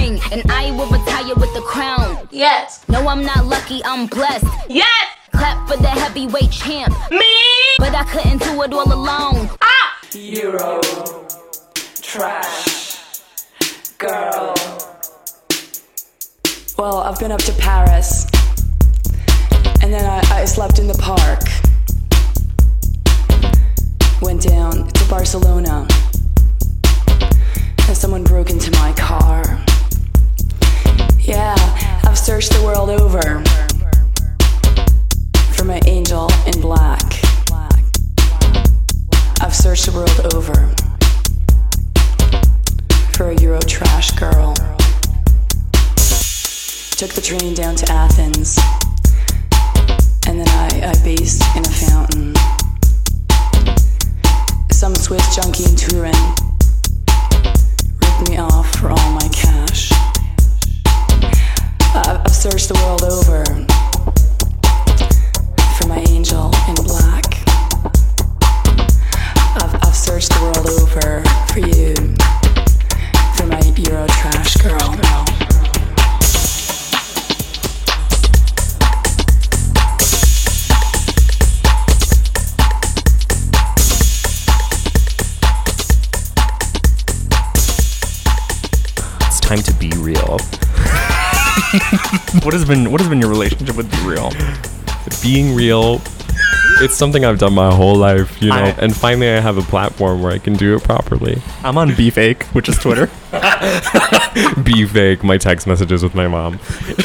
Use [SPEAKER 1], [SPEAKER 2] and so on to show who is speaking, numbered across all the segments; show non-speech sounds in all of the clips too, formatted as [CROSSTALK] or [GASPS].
[SPEAKER 1] and I will retire with the crown.
[SPEAKER 2] Yes.
[SPEAKER 1] No, I'm not lucky, I'm blessed.
[SPEAKER 2] Yes.
[SPEAKER 1] Clap for the heavyweight champ,
[SPEAKER 2] Me.
[SPEAKER 1] but I couldn't do it all alone.
[SPEAKER 2] Ah.
[SPEAKER 3] Euro trash girl. Well, I've been up to Paris, and then I, I slept in the park. Went down to Barcelona, and someone broke into my car. Yeah, I've searched the world over for my angel in black. I've searched the world over for a Euro trash girl. Took the train down to Athens, and then I, I based in a fountain. Some Swiss junkie in Turin ripped me off for all my cash. I've, I've searched the world over for my angel in black. I've, I've searched the world over for you, for my Euro trash girl.
[SPEAKER 4] It's time to be real.
[SPEAKER 5] What has been what has been your relationship with Be Real?
[SPEAKER 4] Being real, it's something I've done my whole life, you know,
[SPEAKER 5] I-
[SPEAKER 4] and finally I have a platform where I can do it properly.
[SPEAKER 5] I'm on Be Fake, which is [LAUGHS] Twitter.
[SPEAKER 4] Be fake, my text messages with my mom.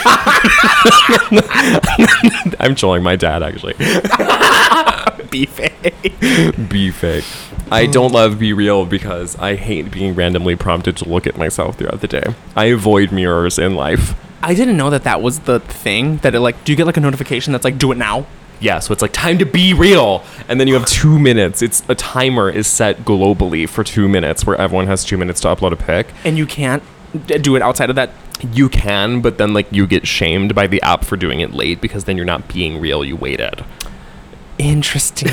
[SPEAKER 4] [LAUGHS] I'm trolling my dad, actually.
[SPEAKER 5] Be Fake.
[SPEAKER 4] Be fake. I don't love Be Real because I hate being randomly prompted to look at myself throughout the day. I avoid mirrors in life.
[SPEAKER 5] I didn't know that that was the thing that it like. Do you get like a notification that's like, do it now?
[SPEAKER 4] Yeah, so it's like time to be real. And then you have two minutes. It's a timer is set globally for two minutes where everyone has two minutes to upload a pic.
[SPEAKER 5] And you can't d- do it outside of that.
[SPEAKER 4] You can, but then like you get shamed by the app for doing it late because then you're not being real, you waited.
[SPEAKER 5] Interesting.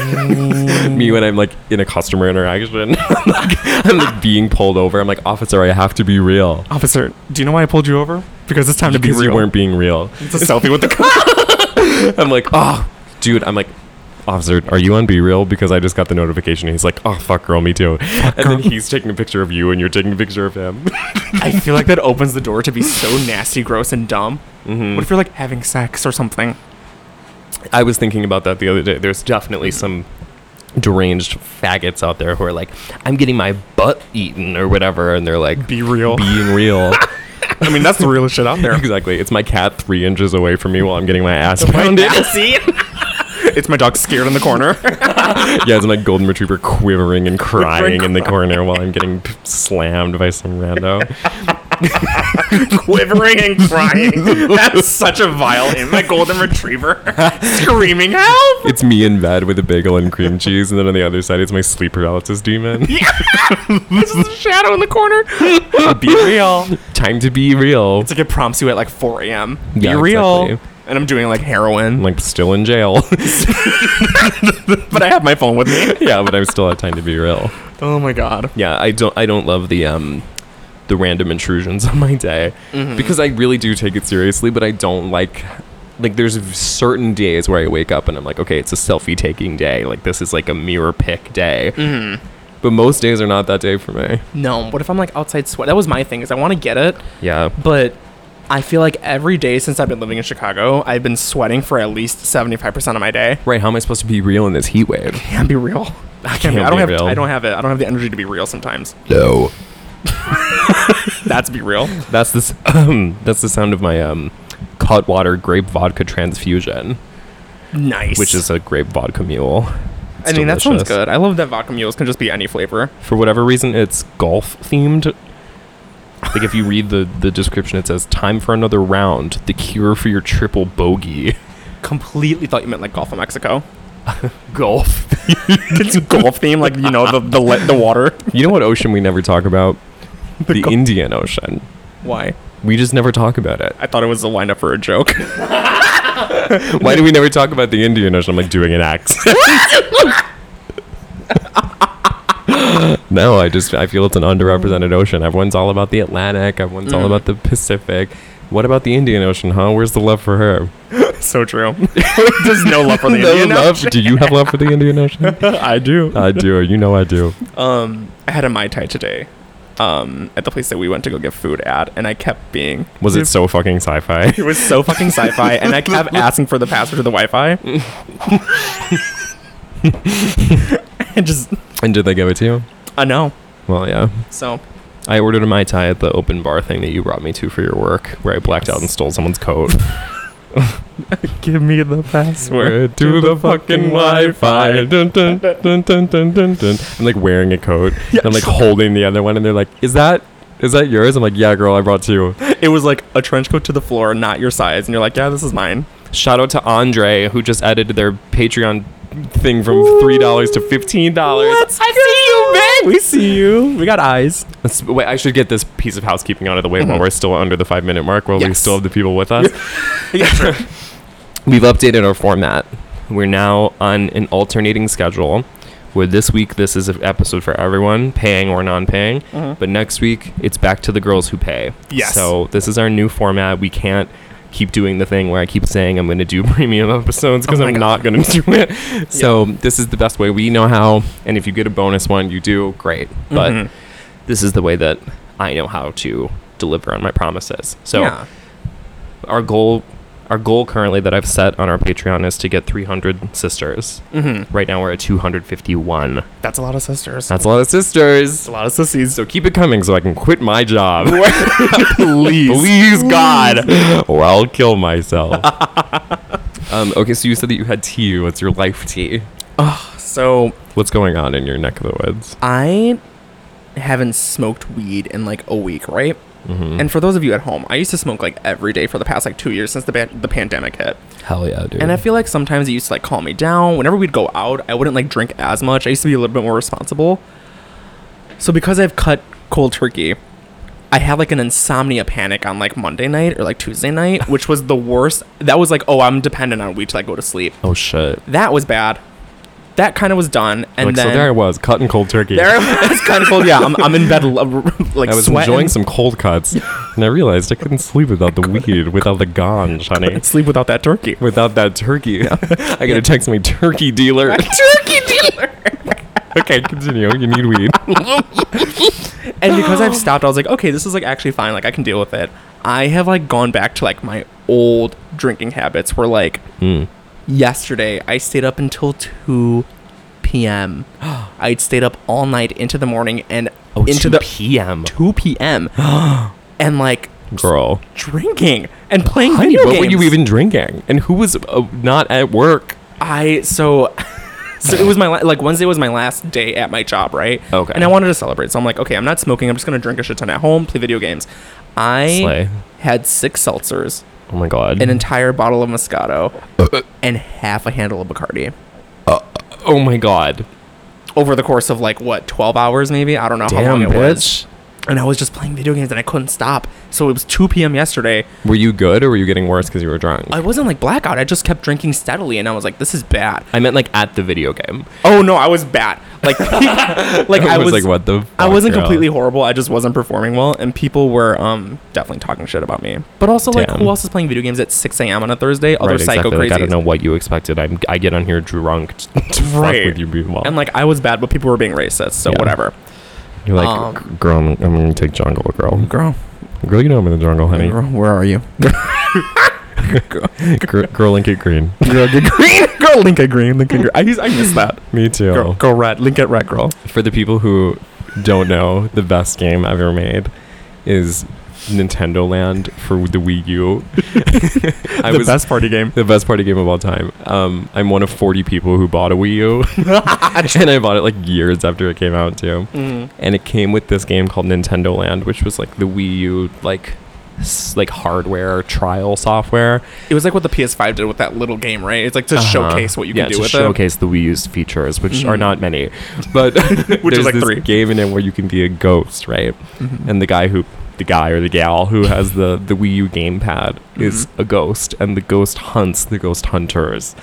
[SPEAKER 4] Me when I'm like in a customer interaction, [LAUGHS] I'm, like, I'm like being pulled over. I'm like, officer, I have to be real.
[SPEAKER 5] [LAUGHS] Officer, do you know why I pulled you over? Because it's time to be
[SPEAKER 4] Because
[SPEAKER 5] real.
[SPEAKER 4] you weren't being real.
[SPEAKER 5] it's a
[SPEAKER 4] [LAUGHS]
[SPEAKER 5] selfie with the cop.
[SPEAKER 4] I'm like, oh, dude. I'm like, officer, are you on Be Real? Because I just got the notification. He's like, oh, fuck, girl, me too. and then he's taking a picture of you, and you're taking a picture of him. [LAUGHS]
[SPEAKER 5] I feel like that opens the door to be so nasty, gross, and dumb.
[SPEAKER 4] Mm-hmm.
[SPEAKER 5] What if you're like having sex or something?
[SPEAKER 4] I was thinking about that the other day. There's definitely some deranged faggots out there who are like, I'm getting my butt eaten or whatever, and they're like,
[SPEAKER 5] Be real.
[SPEAKER 4] being [LAUGHS] real.
[SPEAKER 5] I mean,
[SPEAKER 4] [LAUGHS]
[SPEAKER 5] that's the realest shit out there.
[SPEAKER 4] exactly. It's my cat three inches away from me while I'm getting my ass pounded.
[SPEAKER 5] See? [LAUGHS] it's my dog scared in the corner.
[SPEAKER 4] [LAUGHS] yeah, it's my golden retriever quivering and crying in the corner while I'm getting p- slammed by some rando.
[SPEAKER 5] [LAUGHS] quivering and crying. [LAUGHS] That's such a vile image. My golden retriever [LAUGHS] screaming help.
[SPEAKER 4] It's me in bed with a bagel and cream cheese, and then on the other side, it's my sleep paralysis [LAUGHS] demon.
[SPEAKER 5] This is a shadow in the [LAUGHS] corner. Be real.
[SPEAKER 4] Time to be real.
[SPEAKER 5] It's like it prompts you at like 4 a.m. Be
[SPEAKER 4] Yeah,
[SPEAKER 5] real.
[SPEAKER 4] exactly.
[SPEAKER 5] And I'm doing like heroin,
[SPEAKER 4] I'm like still in jail. [LAUGHS]
[SPEAKER 5] but I have my phone with [LAUGHS] me.
[SPEAKER 4] yeah, but I'm still at time to be real.
[SPEAKER 5] Oh my god.
[SPEAKER 4] yeah i don't i don't love the um the random intrusions [LAUGHS] on my day
[SPEAKER 5] Mm-hmm.
[SPEAKER 4] because i really do take it seriously but i don't like like there's certain days where i wake up and i'm like okay it's a selfie taking day like this is like a mirror pick day
[SPEAKER 5] Mm-hmm.
[SPEAKER 4] but most days are not that day for me
[SPEAKER 5] No, what if I'm like outside sweat? That was my thing. Is I want to get it,
[SPEAKER 4] yeah
[SPEAKER 5] but I feel like every day since I've been living in Chicago, I've been sweating for at least 75% of my day.
[SPEAKER 4] right how am i supposed to be real in this heat wave
[SPEAKER 5] Can't be real. [LAUGHS] I can't.
[SPEAKER 4] Can't
[SPEAKER 5] be, I don't
[SPEAKER 4] be
[SPEAKER 5] have.
[SPEAKER 4] real.
[SPEAKER 5] I don't have it. I don't have the energy to be real sometimes.
[SPEAKER 4] no
[SPEAKER 5] That's be real.
[SPEAKER 4] that's this um [CLEARS THROAT] that's the sound of my um cut water grape vodka transfusion
[SPEAKER 5] [LAUGHS] Nice.
[SPEAKER 4] which is a grape vodka mule
[SPEAKER 5] I mean, that sounds
[SPEAKER 4] delicious.
[SPEAKER 5] good. I love that vodka mules can just be any flavor.
[SPEAKER 4] for whatever reason it's golf themed like if you read the the description it says time for another round the cure for your triple bogey
[SPEAKER 5] Completely thought you meant like Gulf of [LAUGHS] Mexico.
[SPEAKER 4] golf
[SPEAKER 5] it's golf theme, like you know the the le- the water. [LAUGHS]
[SPEAKER 4] you know what ocean we never talk about the, indian ocean
[SPEAKER 5] Why?
[SPEAKER 4] we just never talk about it
[SPEAKER 5] I thought it was a lineup for a joke. [LAUGHS]
[SPEAKER 4] why do we never talk about the indian ocean i'm like doing an accent [LAUGHS] No, I just I feel it's an underrepresented ocean. Everyone's all about the Atlantic. Everyone's all about the Pacific. What about the Indian Ocean, huh? Where's the love for her?
[SPEAKER 5] So [LAUGHS] true. There's [LAUGHS] no love for the
[SPEAKER 4] No
[SPEAKER 5] Indian
[SPEAKER 4] love-
[SPEAKER 5] Ocean.
[SPEAKER 4] Do you have love for the Indian [LAUGHS] Ocean?
[SPEAKER 5] I do.
[SPEAKER 4] I do. You know I do.
[SPEAKER 5] Um, I had a mai tai today, um, at the place that we went to go get food at, and I kept being
[SPEAKER 4] Was it so fucking sci-fi? [LAUGHS]
[SPEAKER 5] It was so fucking sci-fi, and I [LAUGHS] kept asking for the password to the Wi-Fi. [LAUGHS] and just,
[SPEAKER 4] And did they give it to you?
[SPEAKER 5] I know.
[SPEAKER 4] Well, yeah.
[SPEAKER 5] So
[SPEAKER 4] I ordered a mai tai at the open bar thing that you brought me to for your work, where I blacked out and stole someone's [LAUGHS] coat.
[SPEAKER 5] give me the password
[SPEAKER 4] to the fucking Wi-Fi. Dun, dun, dun, dun, dun, dun, dun. I'm like wearing a [LAUGHS] coat. And I'm like holding the other one, and they're like, "Is that is that yours?" I'm like, "Yeah, girl, I brought two."
[SPEAKER 5] It was like a trench coat to the floor, not your size, and you're like, yeah, this is mine.
[SPEAKER 4] Shout out to Andre who just edited their Patreon thing from three dollars to fifteen dollars.
[SPEAKER 5] I see you, man. We see you. We got eyes. Mm-hmm.
[SPEAKER 4] Let's- Wait, I should get this piece of housekeeping out of the way while we're still under the five minute mark, while we
[SPEAKER 5] Yes.
[SPEAKER 4] still have the people with us.
[SPEAKER 5] [LAUGHS] Yeah, sure.
[SPEAKER 4] [LAUGHS] We've updated our format. We're now on an alternating schedule where this week this is an episode for everyone, paying or non paying. But next week it's back to the girls who pay.
[SPEAKER 5] Mm-hmm. Yes.
[SPEAKER 4] So this is our new format. We can't keep doing the thing where I keep saying I'm going to do [LAUGHS] premium episodes because
[SPEAKER 5] Oh my
[SPEAKER 4] I'm
[SPEAKER 5] God.
[SPEAKER 4] not going to do
[SPEAKER 5] [LAUGHS]
[SPEAKER 4] it. So this is the best way we know how. And if you get a bonus one, you do, great.
[SPEAKER 5] Mm-hmm.
[SPEAKER 4] But this is the way that I know how to deliver on my promises. So
[SPEAKER 5] Yeah.
[SPEAKER 4] our goal our goal currently that I've set on our Patreon is to get 300 sisters. Mm-hmm. Right now we're at 251.
[SPEAKER 5] that's a lot of sisters.
[SPEAKER 4] That's a lot of sisters.
[SPEAKER 5] a lot of sissies.
[SPEAKER 4] So keep it coming so I can quit
[SPEAKER 5] [LAUGHS]
[SPEAKER 4] my job.
[SPEAKER 5] Please,
[SPEAKER 4] Please God, [LAUGHS] or I'll kill myself. um, okay, so you said that you had tea. What's your life tea?
[SPEAKER 5] [LAUGHS] So
[SPEAKER 4] What's going on in your neck of the woods?
[SPEAKER 5] I haven't smoked weed in like a week, right?
[SPEAKER 4] Mm-hmm.
[SPEAKER 5] And for those of you at home, I used to smoke like every day for the past like two years since the ba- the pandemic hit.
[SPEAKER 4] Hell yeah, dude.
[SPEAKER 5] And I feel like sometimes it used to like calm me down. Whenever we'd go out, I wouldn't like drink as much. I used to be a little bit more responsible. So because I've cut cold turkey, I had like an insomnia panic on like Monday night or like Tuesday night, which was the worst. That was like, oh, I'm dependent on weed till I go to sleep.
[SPEAKER 4] oh shit.
[SPEAKER 5] That was bad. That kind of was done, and
[SPEAKER 4] Like,
[SPEAKER 5] then
[SPEAKER 4] so there I was, cutting cold turkey.
[SPEAKER 5] there I was kind of cold. Yeah, I'm, I'm in bed l- [LAUGHS] like
[SPEAKER 4] I was
[SPEAKER 5] sweating. [LAUGHS]
[SPEAKER 4] enjoying some cold cuts, and I realized I couldn't sleep without the weed, without
[SPEAKER 5] [LAUGHS]
[SPEAKER 4] the ganj, honey.
[SPEAKER 5] sleep without that turkey.
[SPEAKER 4] Without that turkey,
[SPEAKER 5] [LAUGHS]
[SPEAKER 4] [LAUGHS] I gotta text my turkey [LAUGHS] dealer.
[SPEAKER 5] turkey dealer.
[SPEAKER 4] okay, continue. You need weed.
[SPEAKER 5] and because I've stopped, I was like, okay, this is like actually fine. Like I can deal with it. I have like gone back to like my old drinking habits. Where like
[SPEAKER 4] Hmm.
[SPEAKER 5] yesterday, I stayed up until two
[SPEAKER 4] [GASPS]
[SPEAKER 5] p.m. I'd stayed up all night into the morning and [LAUGHS]
[SPEAKER 4] Oh,
[SPEAKER 5] into the
[SPEAKER 4] PM,
[SPEAKER 5] two
[SPEAKER 4] [GASPS]
[SPEAKER 5] p.m. and like
[SPEAKER 4] girl.
[SPEAKER 5] drinking and playing
[SPEAKER 4] Honey,
[SPEAKER 5] video
[SPEAKER 4] what were
[SPEAKER 5] games.
[SPEAKER 4] you even drinking? And who was uh, not at work?
[SPEAKER 5] I so [LAUGHS] so it was my la- like Wednesday was my last day at my job, right?
[SPEAKER 4] Okay.
[SPEAKER 5] And I wanted to celebrate, so I'm like, okay, I'm not smoking. I'm just gonna drink a shit ton at home, play video games. I
[SPEAKER 4] Slay.
[SPEAKER 5] had six seltzers,
[SPEAKER 4] Oh my god.
[SPEAKER 5] an entire bottle of Moscato,
[SPEAKER 4] [CLEARS THROAT]
[SPEAKER 5] and half a handle of Bacardi
[SPEAKER 4] oh my god.
[SPEAKER 5] over the course of like what 12 hours, maybe I don't know how long
[SPEAKER 4] Damn,
[SPEAKER 5] it was.
[SPEAKER 4] bitch.
[SPEAKER 5] And I was just playing video games, and I couldn't stop. So it was 2 p.m. yesterday.
[SPEAKER 4] Were you good or were you getting worse because you were drunk?
[SPEAKER 5] I wasn't like blackout. I just kept drinking steadily, and I was like, this is bad.
[SPEAKER 4] I meant like at the video game.
[SPEAKER 5] Oh no, I was bad. Like, [LAUGHS] like
[SPEAKER 4] [LAUGHS] I
[SPEAKER 5] I
[SPEAKER 4] was
[SPEAKER 5] was
[SPEAKER 4] like, what the
[SPEAKER 5] I
[SPEAKER 4] fuck,
[SPEAKER 5] wasn't
[SPEAKER 4] girl?
[SPEAKER 5] completely horrible. I just wasn't performing well, and people were um definitely talking shit about me. But also, like,
[SPEAKER 4] Damn.
[SPEAKER 5] who else is playing video games at 6 a.m. on a Thursday? Other
[SPEAKER 4] right,
[SPEAKER 5] psycho
[SPEAKER 4] exactly.
[SPEAKER 5] crazies.
[SPEAKER 4] Like, I don't know what you expected. I'm, I get on here drunk to [LAUGHS] fuck
[SPEAKER 5] Right.
[SPEAKER 4] with you people.
[SPEAKER 5] And like, I was bad, but people were being racist, so
[SPEAKER 4] Yeah.
[SPEAKER 5] whatever.
[SPEAKER 4] You're like,
[SPEAKER 5] um,
[SPEAKER 4] "G- girl, I'm, I'm gonna take jungle, girl.
[SPEAKER 5] Girl,
[SPEAKER 4] Girl, you know I'm in the jungle, honey.
[SPEAKER 5] girl, where are you?
[SPEAKER 4] Gr- girl, and get green.
[SPEAKER 5] [LAUGHS]
[SPEAKER 4] [LAUGHS]
[SPEAKER 5] Girl, get green. [LAUGHS] Girl, link it green. Link it green. I, used- I miss that.
[SPEAKER 4] Me too.
[SPEAKER 5] Girl, go red. Link it red, girl.
[SPEAKER 4] For the people who don't know, the best game I've ever made is Nintendo Land for the Wii
[SPEAKER 5] [LAUGHS]
[SPEAKER 4] U. I
[SPEAKER 5] the
[SPEAKER 4] was
[SPEAKER 5] best party game.
[SPEAKER 4] the best party game of all time. Um, I'm one of 40 people who bought a
[SPEAKER 5] [LAUGHS]
[SPEAKER 4] Wii U, and I bought it like years after it came out too.
[SPEAKER 5] Mm.
[SPEAKER 4] And it came with this game called Nintendo Land, which was like the Wii U like s- like hardware trial software.
[SPEAKER 5] It was like what the PS5 did with that little game, right? It's like Uh-huh. to showcase what you
[SPEAKER 4] Uh-huh. yeah,
[SPEAKER 5] can do
[SPEAKER 4] to
[SPEAKER 5] with it. Mm-hmm.
[SPEAKER 4] showcase the Wii U's features, which are not many,
[SPEAKER 5] [LAUGHS]
[SPEAKER 4] but [LAUGHS]
[SPEAKER 5] Which
[SPEAKER 4] there's
[SPEAKER 5] is like
[SPEAKER 4] this
[SPEAKER 5] three. Mm-hmm.
[SPEAKER 4] game in it where you can be a ghost, right? And the guy who, the guy or the gal who has the the Wii U
[SPEAKER 5] Mm-hmm. Mm-hmm.
[SPEAKER 4] gamepad is a ghost, and the ghost hunts the ghost hunters.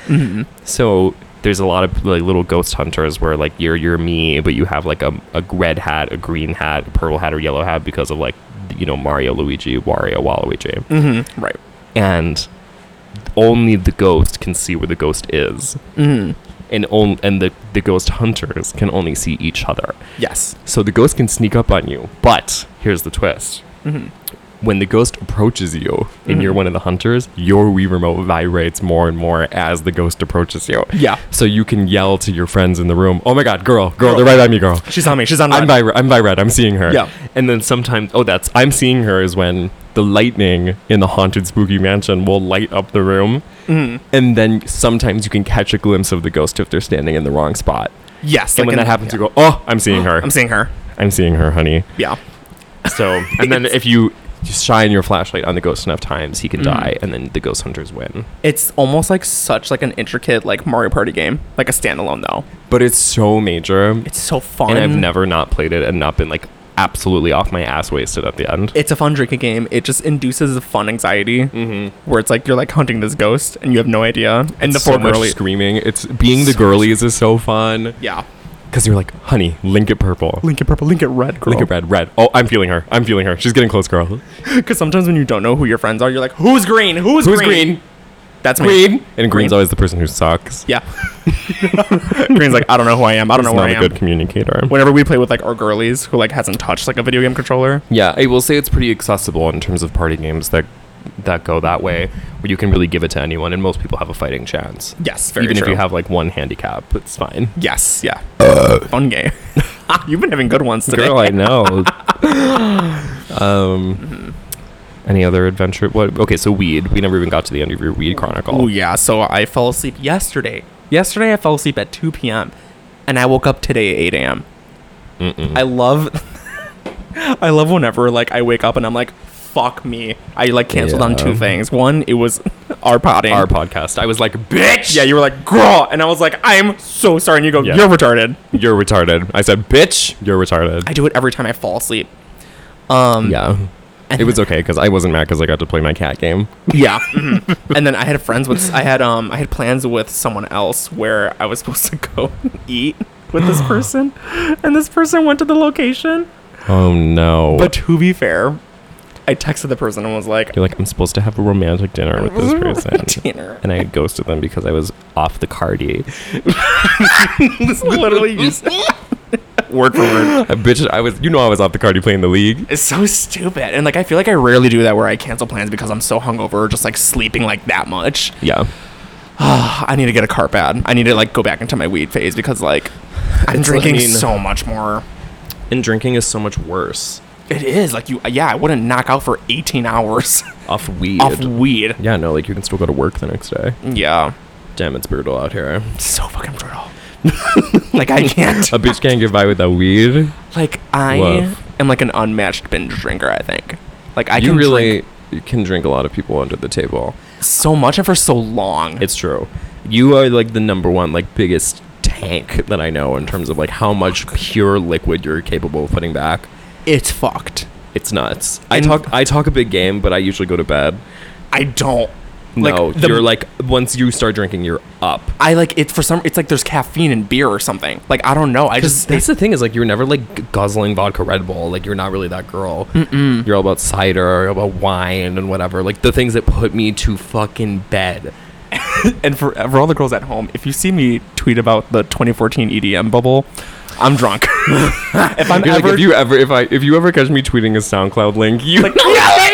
[SPEAKER 4] So there's a lot of like little ghost hunters where like you're you're me, but you have like a, a red hat, a green hat, a purple hat, or yellow hat because of like you know Mario, Luigi, Wario, Waluigi,
[SPEAKER 5] Mm-hmm. Right.
[SPEAKER 4] and only the ghost can see where the ghost is,
[SPEAKER 5] Mm-hmm.
[SPEAKER 4] and on, and the the ghost hunters can only see each other.
[SPEAKER 5] Yes.
[SPEAKER 4] So the ghost can sneak up on you, but here's the twist.
[SPEAKER 5] Mm-hmm.
[SPEAKER 4] When the ghost approaches you and you're one of the hunters, your Wii remote vibrates more and more as the ghost approaches you.
[SPEAKER 5] Yeah.
[SPEAKER 4] So you can yell to your friends in the room, "Oh my god, girl, girl, they're right on me, girl."
[SPEAKER 5] She's on me. She's on.
[SPEAKER 4] I'm
[SPEAKER 5] me.
[SPEAKER 4] by I'm by red. I'm seeing her.
[SPEAKER 5] Yeah.
[SPEAKER 4] And then sometimes, oh, that's I'm seeing her is when the lightning in the haunted spooky mansion will light up the room,
[SPEAKER 5] Mm-hmm.
[SPEAKER 4] and then sometimes you can catch a glimpse of the ghost if they're standing in the wrong spot.
[SPEAKER 5] Yes. like
[SPEAKER 4] and when
[SPEAKER 5] in-
[SPEAKER 4] that happens,
[SPEAKER 5] yeah.
[SPEAKER 4] you go, "Oh, I'm seeing her.
[SPEAKER 5] I'm seeing her.
[SPEAKER 4] I'm seeing her, honey."
[SPEAKER 5] Yeah. [LAUGHS]
[SPEAKER 4] So, and then if you just shine your flashlight on the ghost enough times, he can
[SPEAKER 5] Mm-hmm.
[SPEAKER 4] die, and then the ghost hunters win.
[SPEAKER 5] It's almost like such like an intricate like Mario Party game, like a standalone though.
[SPEAKER 4] But it's so major,
[SPEAKER 5] It's so fun.
[SPEAKER 4] and I've never not played it and not been like absolutely off my ass wasted at the end.
[SPEAKER 5] It's a fun drinking game. It just induces a fun anxiety where it's like you're like hunting this ghost and you have no idea. And the
[SPEAKER 4] Mm-hmm. so
[SPEAKER 5] four
[SPEAKER 4] much
[SPEAKER 5] girly.
[SPEAKER 4] screaming. It's being the girlies is so fun
[SPEAKER 5] Yeah.
[SPEAKER 4] because you're like, honey, link it purple.
[SPEAKER 5] Link it purple, link it red, girl.
[SPEAKER 4] Link it red, red. Oh, I'm feeling her. I'm feeling her. She's getting close, girl.
[SPEAKER 5] Because sometimes when you don't know who your friends are, you're like, who's green? Who's,
[SPEAKER 4] Who's
[SPEAKER 5] green?
[SPEAKER 4] green?
[SPEAKER 5] That's me.
[SPEAKER 4] Green. And green's
[SPEAKER 5] Green.
[SPEAKER 4] always the person who sucks.
[SPEAKER 5] Yeah. [LAUGHS] green's like, I don't know who I am. I don't know
[SPEAKER 4] He's
[SPEAKER 5] where
[SPEAKER 4] not
[SPEAKER 5] I
[SPEAKER 4] a
[SPEAKER 5] am.
[SPEAKER 4] good communicator.
[SPEAKER 5] Whenever we play with like our girlies who like hasn't touched like a video game controller.
[SPEAKER 4] Yeah, I will say it's pretty accessible in terms of party games that that go that way, where you can really give it to anyone, and most people have a fighting chance.
[SPEAKER 5] Yes, very
[SPEAKER 4] Even if
[SPEAKER 5] true.
[SPEAKER 4] you have like one handicap, it's fine.
[SPEAKER 5] Yes, yeah. Fun game. [LAUGHS] You've been having good ones today.
[SPEAKER 4] Uh. Girl, I
[SPEAKER 5] [LAUGHS]
[SPEAKER 4] know. um, any other adventure? What? Okay, so weed. We never even got to the end of your weed chronicle.
[SPEAKER 5] Oh yeah, so I fell asleep yesterday. Yesterday I fell asleep at 2 p.m. and I woke up today at 8 a.m. I love [LAUGHS] I love whenever like I wake up and I'm like fuck me. I like canceled on
[SPEAKER 4] Yeah.
[SPEAKER 5] two things. One, it was [LAUGHS] our potting.
[SPEAKER 4] Our podcast. I was like, bitch.
[SPEAKER 5] yeah, you were like girl and I was like I'm so sorry and you go
[SPEAKER 4] Yeah.
[SPEAKER 5] you're retarded.
[SPEAKER 4] you're retarded. I said, bitch. You're retarded.
[SPEAKER 5] I do it every time I fall asleep. Um
[SPEAKER 4] yeah. It was okay because I wasn't mad because I got to play my cat game.
[SPEAKER 5] [LAUGHS] Yeah. mhm. and then I had friends with I had um I had plans with someone else where I was [LAUGHS] supposed to go eat with [GASPS] this person and this person went to the location.
[SPEAKER 4] Oh no.
[SPEAKER 5] But to be fair, I texted the person and was like
[SPEAKER 4] You're like, I'm supposed to have a romantic dinner
[SPEAKER 5] [LAUGHS]
[SPEAKER 4] with this person.
[SPEAKER 5] dinner.
[SPEAKER 4] And I ghosted them because I was off the cardi.
[SPEAKER 5] [LAUGHS] This literally [LAUGHS] used word for word.
[SPEAKER 4] I bitch, I was, you know, I was off the cardi playing the league.
[SPEAKER 5] It's so stupid. And like I feel like I rarely do that where I cancel plans because I'm so hungover or just like sleeping like that much.
[SPEAKER 4] Yeah.
[SPEAKER 5] I need to get a cart pad. I need to like go back into my weed phase because [SIGHS] like I'm
[SPEAKER 4] It's- I
[SPEAKER 5] drinking
[SPEAKER 4] mean-
[SPEAKER 5] so much more.
[SPEAKER 4] And drinking is so much worse
[SPEAKER 5] It is like you yeah, I wouldn't knock out for 18 hours. [LAUGHS]
[SPEAKER 4] off weed.
[SPEAKER 5] off weed.
[SPEAKER 4] yeah, no, like you can still go to work the next day.
[SPEAKER 5] Yeah.
[SPEAKER 4] Damn, it's brutal out here.
[SPEAKER 5] So fucking brutal. [LAUGHS] like I [LAUGHS] can't.
[SPEAKER 4] A bitch can't get by without weed.
[SPEAKER 5] Like I
[SPEAKER 4] Woof.
[SPEAKER 5] am like an unmatched binge drinker. I think. Like I
[SPEAKER 4] you
[SPEAKER 5] can
[SPEAKER 4] really
[SPEAKER 5] drink
[SPEAKER 4] you can drink a lot of people under the table.
[SPEAKER 5] so much and for so long.
[SPEAKER 4] It's true. You are like the number one, like biggest tank that I know in terms of like how much pure liquid you're capable of putting back.
[SPEAKER 5] it's fucked.
[SPEAKER 4] It's nuts. I
[SPEAKER 5] And-
[SPEAKER 4] talk I talk a big game, but I usually go to bed.
[SPEAKER 5] I don't.
[SPEAKER 4] No,
[SPEAKER 5] like, the-
[SPEAKER 4] you're like once you start drinking, you're up.
[SPEAKER 5] I like it for some. It's like there's caffeine in beer or something. Like I don't know. I
[SPEAKER 4] Because
[SPEAKER 5] just
[SPEAKER 4] that's the thing is like you're never like g- guzzling vodka Red Bull. Like you're not really that girl. You're all about cider, you're about wine, and whatever. Like the things that put me to fucking bed.
[SPEAKER 5] and for for all the girls at home, if you see me tweet about the 2014 EDM bubble, I'm drunk. [LAUGHS] if I'm
[SPEAKER 4] You're like,
[SPEAKER 5] ever
[SPEAKER 4] if you ever if I if you ever catch me tweeting a SoundCloud link, you
[SPEAKER 5] like, yeah,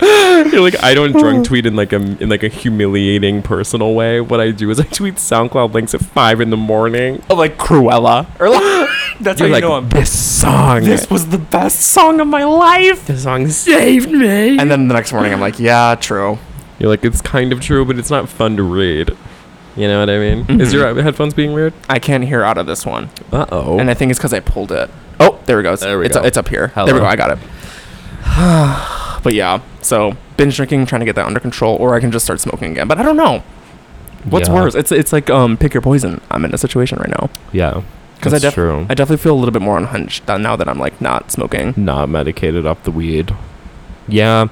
[SPEAKER 4] [LAUGHS] You're like I don't drunk tweet in like a in like a humiliating personal way. What I do is I tweet SoundCloud links at five in the morning.
[SPEAKER 5] I'm like Cruella or like [LAUGHS] that's
[SPEAKER 4] You're
[SPEAKER 5] how
[SPEAKER 4] like
[SPEAKER 5] you know I'm.
[SPEAKER 4] this song.
[SPEAKER 5] This was the best song of my life.
[SPEAKER 4] this song saved me.
[SPEAKER 5] And then the next morning, I'm like, yeah, true.
[SPEAKER 4] You're like it's kind of true, but it's not fun to read. You know what I mean? Is your headphones being weird?
[SPEAKER 5] I can't hear out of this one.
[SPEAKER 4] Uh oh.
[SPEAKER 5] And I think it's because I pulled it. Oh, there it goes.
[SPEAKER 4] There we
[SPEAKER 5] it's,
[SPEAKER 4] go.
[SPEAKER 5] it's up here. There we
[SPEAKER 4] Hello.
[SPEAKER 5] go. I got it. [SIGHS] but yeah, so binge drinking, trying to get that under control, or I can just start smoking again. But I don't know. What's
[SPEAKER 4] Yeah.
[SPEAKER 5] worse? It's it's like um pick your poison. I'm in a situation right now
[SPEAKER 4] yeah,
[SPEAKER 5] because I,
[SPEAKER 4] that's
[SPEAKER 5] def-
[SPEAKER 4] true.
[SPEAKER 5] I definitely feel a little bit more unhinged than- now that I'm like not smoking.
[SPEAKER 4] not medicated up the weed. Yeah,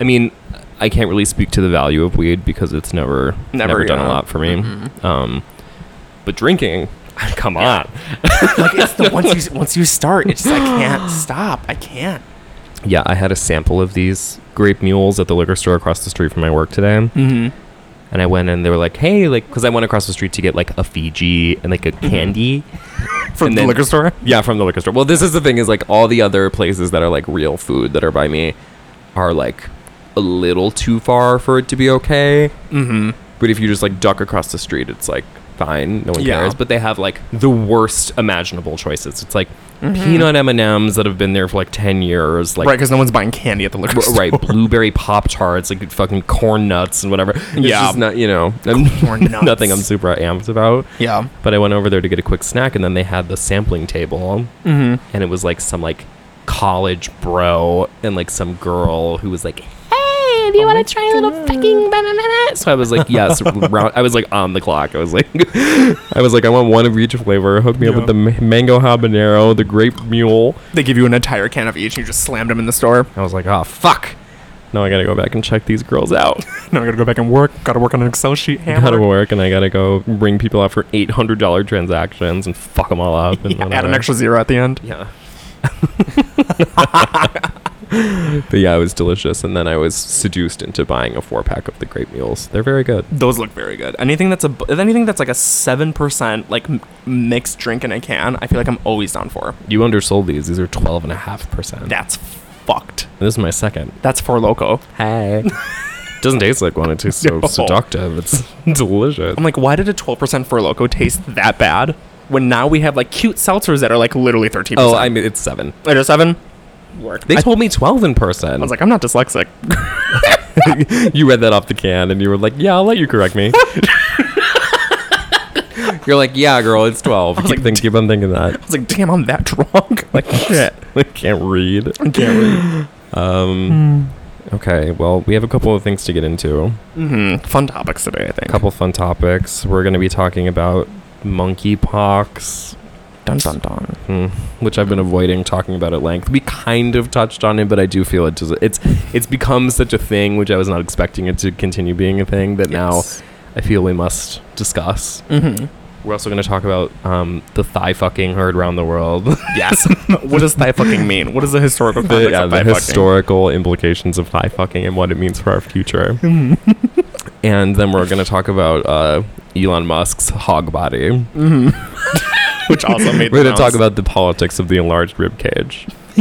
[SPEAKER 4] I mean, I I can't really speak to the value of weed because it's never
[SPEAKER 5] Never,
[SPEAKER 4] never, done
[SPEAKER 5] yeah.
[SPEAKER 4] a lot for me. Um, but drinking, [LAUGHS] come on,
[SPEAKER 5] like it's the once you once you start, it's just, I can't stop. I can't.
[SPEAKER 4] yeah. I had a sample of these grape mules at the liquor store across the street from my work today.
[SPEAKER 5] Mm-hmm.
[SPEAKER 4] And I went and they were like, hey, like, because I went across the street to get like a Fiji and like a candy.
[SPEAKER 5] Mm-hmm. [LAUGHS] From
[SPEAKER 4] And
[SPEAKER 5] the
[SPEAKER 4] then-
[SPEAKER 5] liquor store.
[SPEAKER 4] Yeah, from the liquor store. Well, this is the thing is like all the other places that are like real food that are by me are like a little too far for it to be okay.
[SPEAKER 5] Mm-hmm.
[SPEAKER 4] But if you just like duck across the street, it's like fine, no one
[SPEAKER 5] Yeah.
[SPEAKER 4] cares. But they have like the worst imaginable choices. It's like
[SPEAKER 5] Mm-hmm.
[SPEAKER 4] peanut M and M's that have been there for like ten years, like
[SPEAKER 5] right, because no one's buying candy at the [LAUGHS] liquor
[SPEAKER 4] r-
[SPEAKER 5] store.
[SPEAKER 4] right blueberry pop tarts, like fucking corn nuts and whatever. It's
[SPEAKER 5] Yeah.
[SPEAKER 4] just not you know
[SPEAKER 5] Corn nuts.
[SPEAKER 4] [LAUGHS] nothing I'm super amped about.
[SPEAKER 5] Yeah.
[SPEAKER 4] But I went over there to get a quick snack, and then they had the sampling table,
[SPEAKER 5] Mm-hmm.
[SPEAKER 4] and it was like some like college bro and like some girl who was like, "Hey, do you want to try a little fucking banana?" So I was
[SPEAKER 5] [LAUGHS]
[SPEAKER 4] like, "Yes." round, I was like on the clock. I was like, [LAUGHS] "I was like, I want one of each flavor. Hook me up
[SPEAKER 5] Yeah.
[SPEAKER 4] with the ma- mango habanero, the grape mule."
[SPEAKER 5] They give you an entire can of each, and you just slammed them in the store.
[SPEAKER 4] I was like, "Oh fuck." Now I gotta go back and check these girls out.
[SPEAKER 5] Now I gotta go back and work. Gotta work on an Excel sheet.
[SPEAKER 4] How to
[SPEAKER 5] hammer.
[SPEAKER 4] work, and I gotta go ring people up for eight hundred dollar transactions and fuck them all up. And
[SPEAKER 5] Yeah, add
[SPEAKER 4] whatever.
[SPEAKER 5] an extra zero at the end.
[SPEAKER 4] Yeah. [LAUGHS] but yeah, it was delicious, and then I was seduced into buying a four pack of the grape mules. They're very good.
[SPEAKER 5] Those look very good. Anything that's a anything that's like a seven percent like m- mixed drink in a can, I feel like I'm always down for.
[SPEAKER 4] You undersold these. These are twelve and a half percent.
[SPEAKER 5] That's fucked.
[SPEAKER 4] This is my second.
[SPEAKER 5] That's for loco.
[SPEAKER 4] Hey. [LAUGHS] Doesn't taste like one. It tastes so
[SPEAKER 5] [LAUGHS] No. Oh
[SPEAKER 4] seductive. It's [LAUGHS] delicious.
[SPEAKER 5] I'm like, why did a 12% for loco taste that bad? When now we have like cute seltzers that are like literally 13%.
[SPEAKER 4] Oh, I mean it's seven.
[SPEAKER 5] Wait, a seven. Work.
[SPEAKER 4] They
[SPEAKER 5] I,
[SPEAKER 4] told me twelve in person.
[SPEAKER 5] I was like, I'm not dyslexic. [LAUGHS]
[SPEAKER 4] you read that off the can, and you were like, "Yeah, I'll let you correct [LAUGHS] me." You're like, "Yeah, girl, it's 12. Keep,
[SPEAKER 5] was like,
[SPEAKER 4] think, keep on thinking [LAUGHS] that.
[SPEAKER 5] I was like, damn, I'm that
[SPEAKER 4] [LAUGHS]
[SPEAKER 5] drunk. Like, shit.
[SPEAKER 4] I can't read.
[SPEAKER 5] I can't read.
[SPEAKER 4] Okay, well, we have a couple of things to get into.
[SPEAKER 5] Mm-hmm. Fun topics today, I
[SPEAKER 4] A
[SPEAKER 5] think.
[SPEAKER 4] couple fun topics. We're going to be talking about monkeypox,
[SPEAKER 5] Dun dun dun.
[SPEAKER 4] hmm, which I've been avoiding talking about at length. We kind of touched on it, but I do feel it does, it's it's become such a thing, which I was not expecting it to continue being a thing. That now I feel we must discuss.
[SPEAKER 5] Mm-hmm.
[SPEAKER 4] We're also going to talk about um, the thigh fucking heard around the [LAUGHS] world.
[SPEAKER 5] Yes. [LAUGHS] what does thigh fucking mean? What is the historical
[SPEAKER 4] the,
[SPEAKER 5] context
[SPEAKER 4] yeah,
[SPEAKER 5] of
[SPEAKER 4] the
[SPEAKER 5] thigh
[SPEAKER 4] historical implications of thigh fucking and what it means for our future. [LAUGHS] and then we're going to talk about uh, Elon Musk's hog body.
[SPEAKER 5] fucking? Which also
[SPEAKER 4] [LAUGHS]
[SPEAKER 5] made
[SPEAKER 4] We're
[SPEAKER 5] the
[SPEAKER 4] going to talk
[SPEAKER 5] rounds.
[SPEAKER 4] about the politics of the enlarged rib cage. [LAUGHS]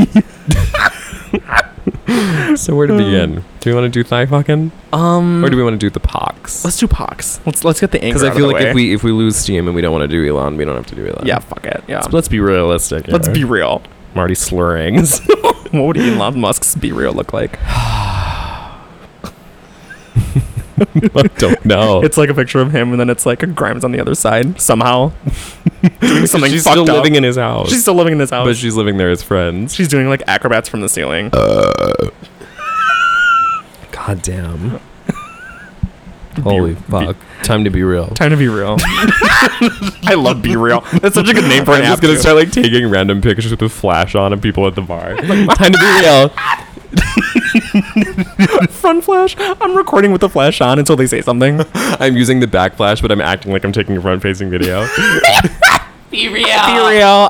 [SPEAKER 4] so where to begin? Do we want to do thigh fucking,
[SPEAKER 5] Um,
[SPEAKER 4] or do we want to do the pox?
[SPEAKER 5] let's do pox. Let's let's get the anger
[SPEAKER 4] Because I
[SPEAKER 5] out
[SPEAKER 4] feel
[SPEAKER 5] of the
[SPEAKER 4] like if
[SPEAKER 5] way.
[SPEAKER 4] we if we lose steam and we don't want to do Elon, we don't have to do Elon.
[SPEAKER 5] yeah, fuck it. Yeah.
[SPEAKER 4] So let's be realistic.
[SPEAKER 5] Let's
[SPEAKER 4] here.
[SPEAKER 5] be real.
[SPEAKER 4] [LAUGHS] I'm already slurring. [LAUGHS]
[SPEAKER 5] What would Elon Musk's be real look like?
[SPEAKER 4] I don't know.
[SPEAKER 5] It's like a picture of him, and then it's like a Grimes on the other side somehow
[SPEAKER 4] [LAUGHS]
[SPEAKER 5] doing something
[SPEAKER 4] she's
[SPEAKER 5] fucked
[SPEAKER 4] still
[SPEAKER 5] up.
[SPEAKER 4] living in his house.
[SPEAKER 5] she's still living in his house.
[SPEAKER 4] but she's living there as friends.
[SPEAKER 5] she's doing like acrobats from the ceiling.
[SPEAKER 4] God damn. Holy fuck. Time to be real.
[SPEAKER 5] Time to be real. [LAUGHS] I love be real. That's such a good name for
[SPEAKER 4] I'm
[SPEAKER 5] an
[SPEAKER 4] just
[SPEAKER 5] app.
[SPEAKER 4] gonna
[SPEAKER 5] too.
[SPEAKER 4] start like taking random pictures with a flash on of people at the [LAUGHS] bar. Time to be real. [LAUGHS]
[SPEAKER 5] front flash. I'm recording with the flash on until they say something.
[SPEAKER 4] I'm using the back flash, but I'm acting like I'm taking a front facing [LAUGHS] video.
[SPEAKER 5] Be real.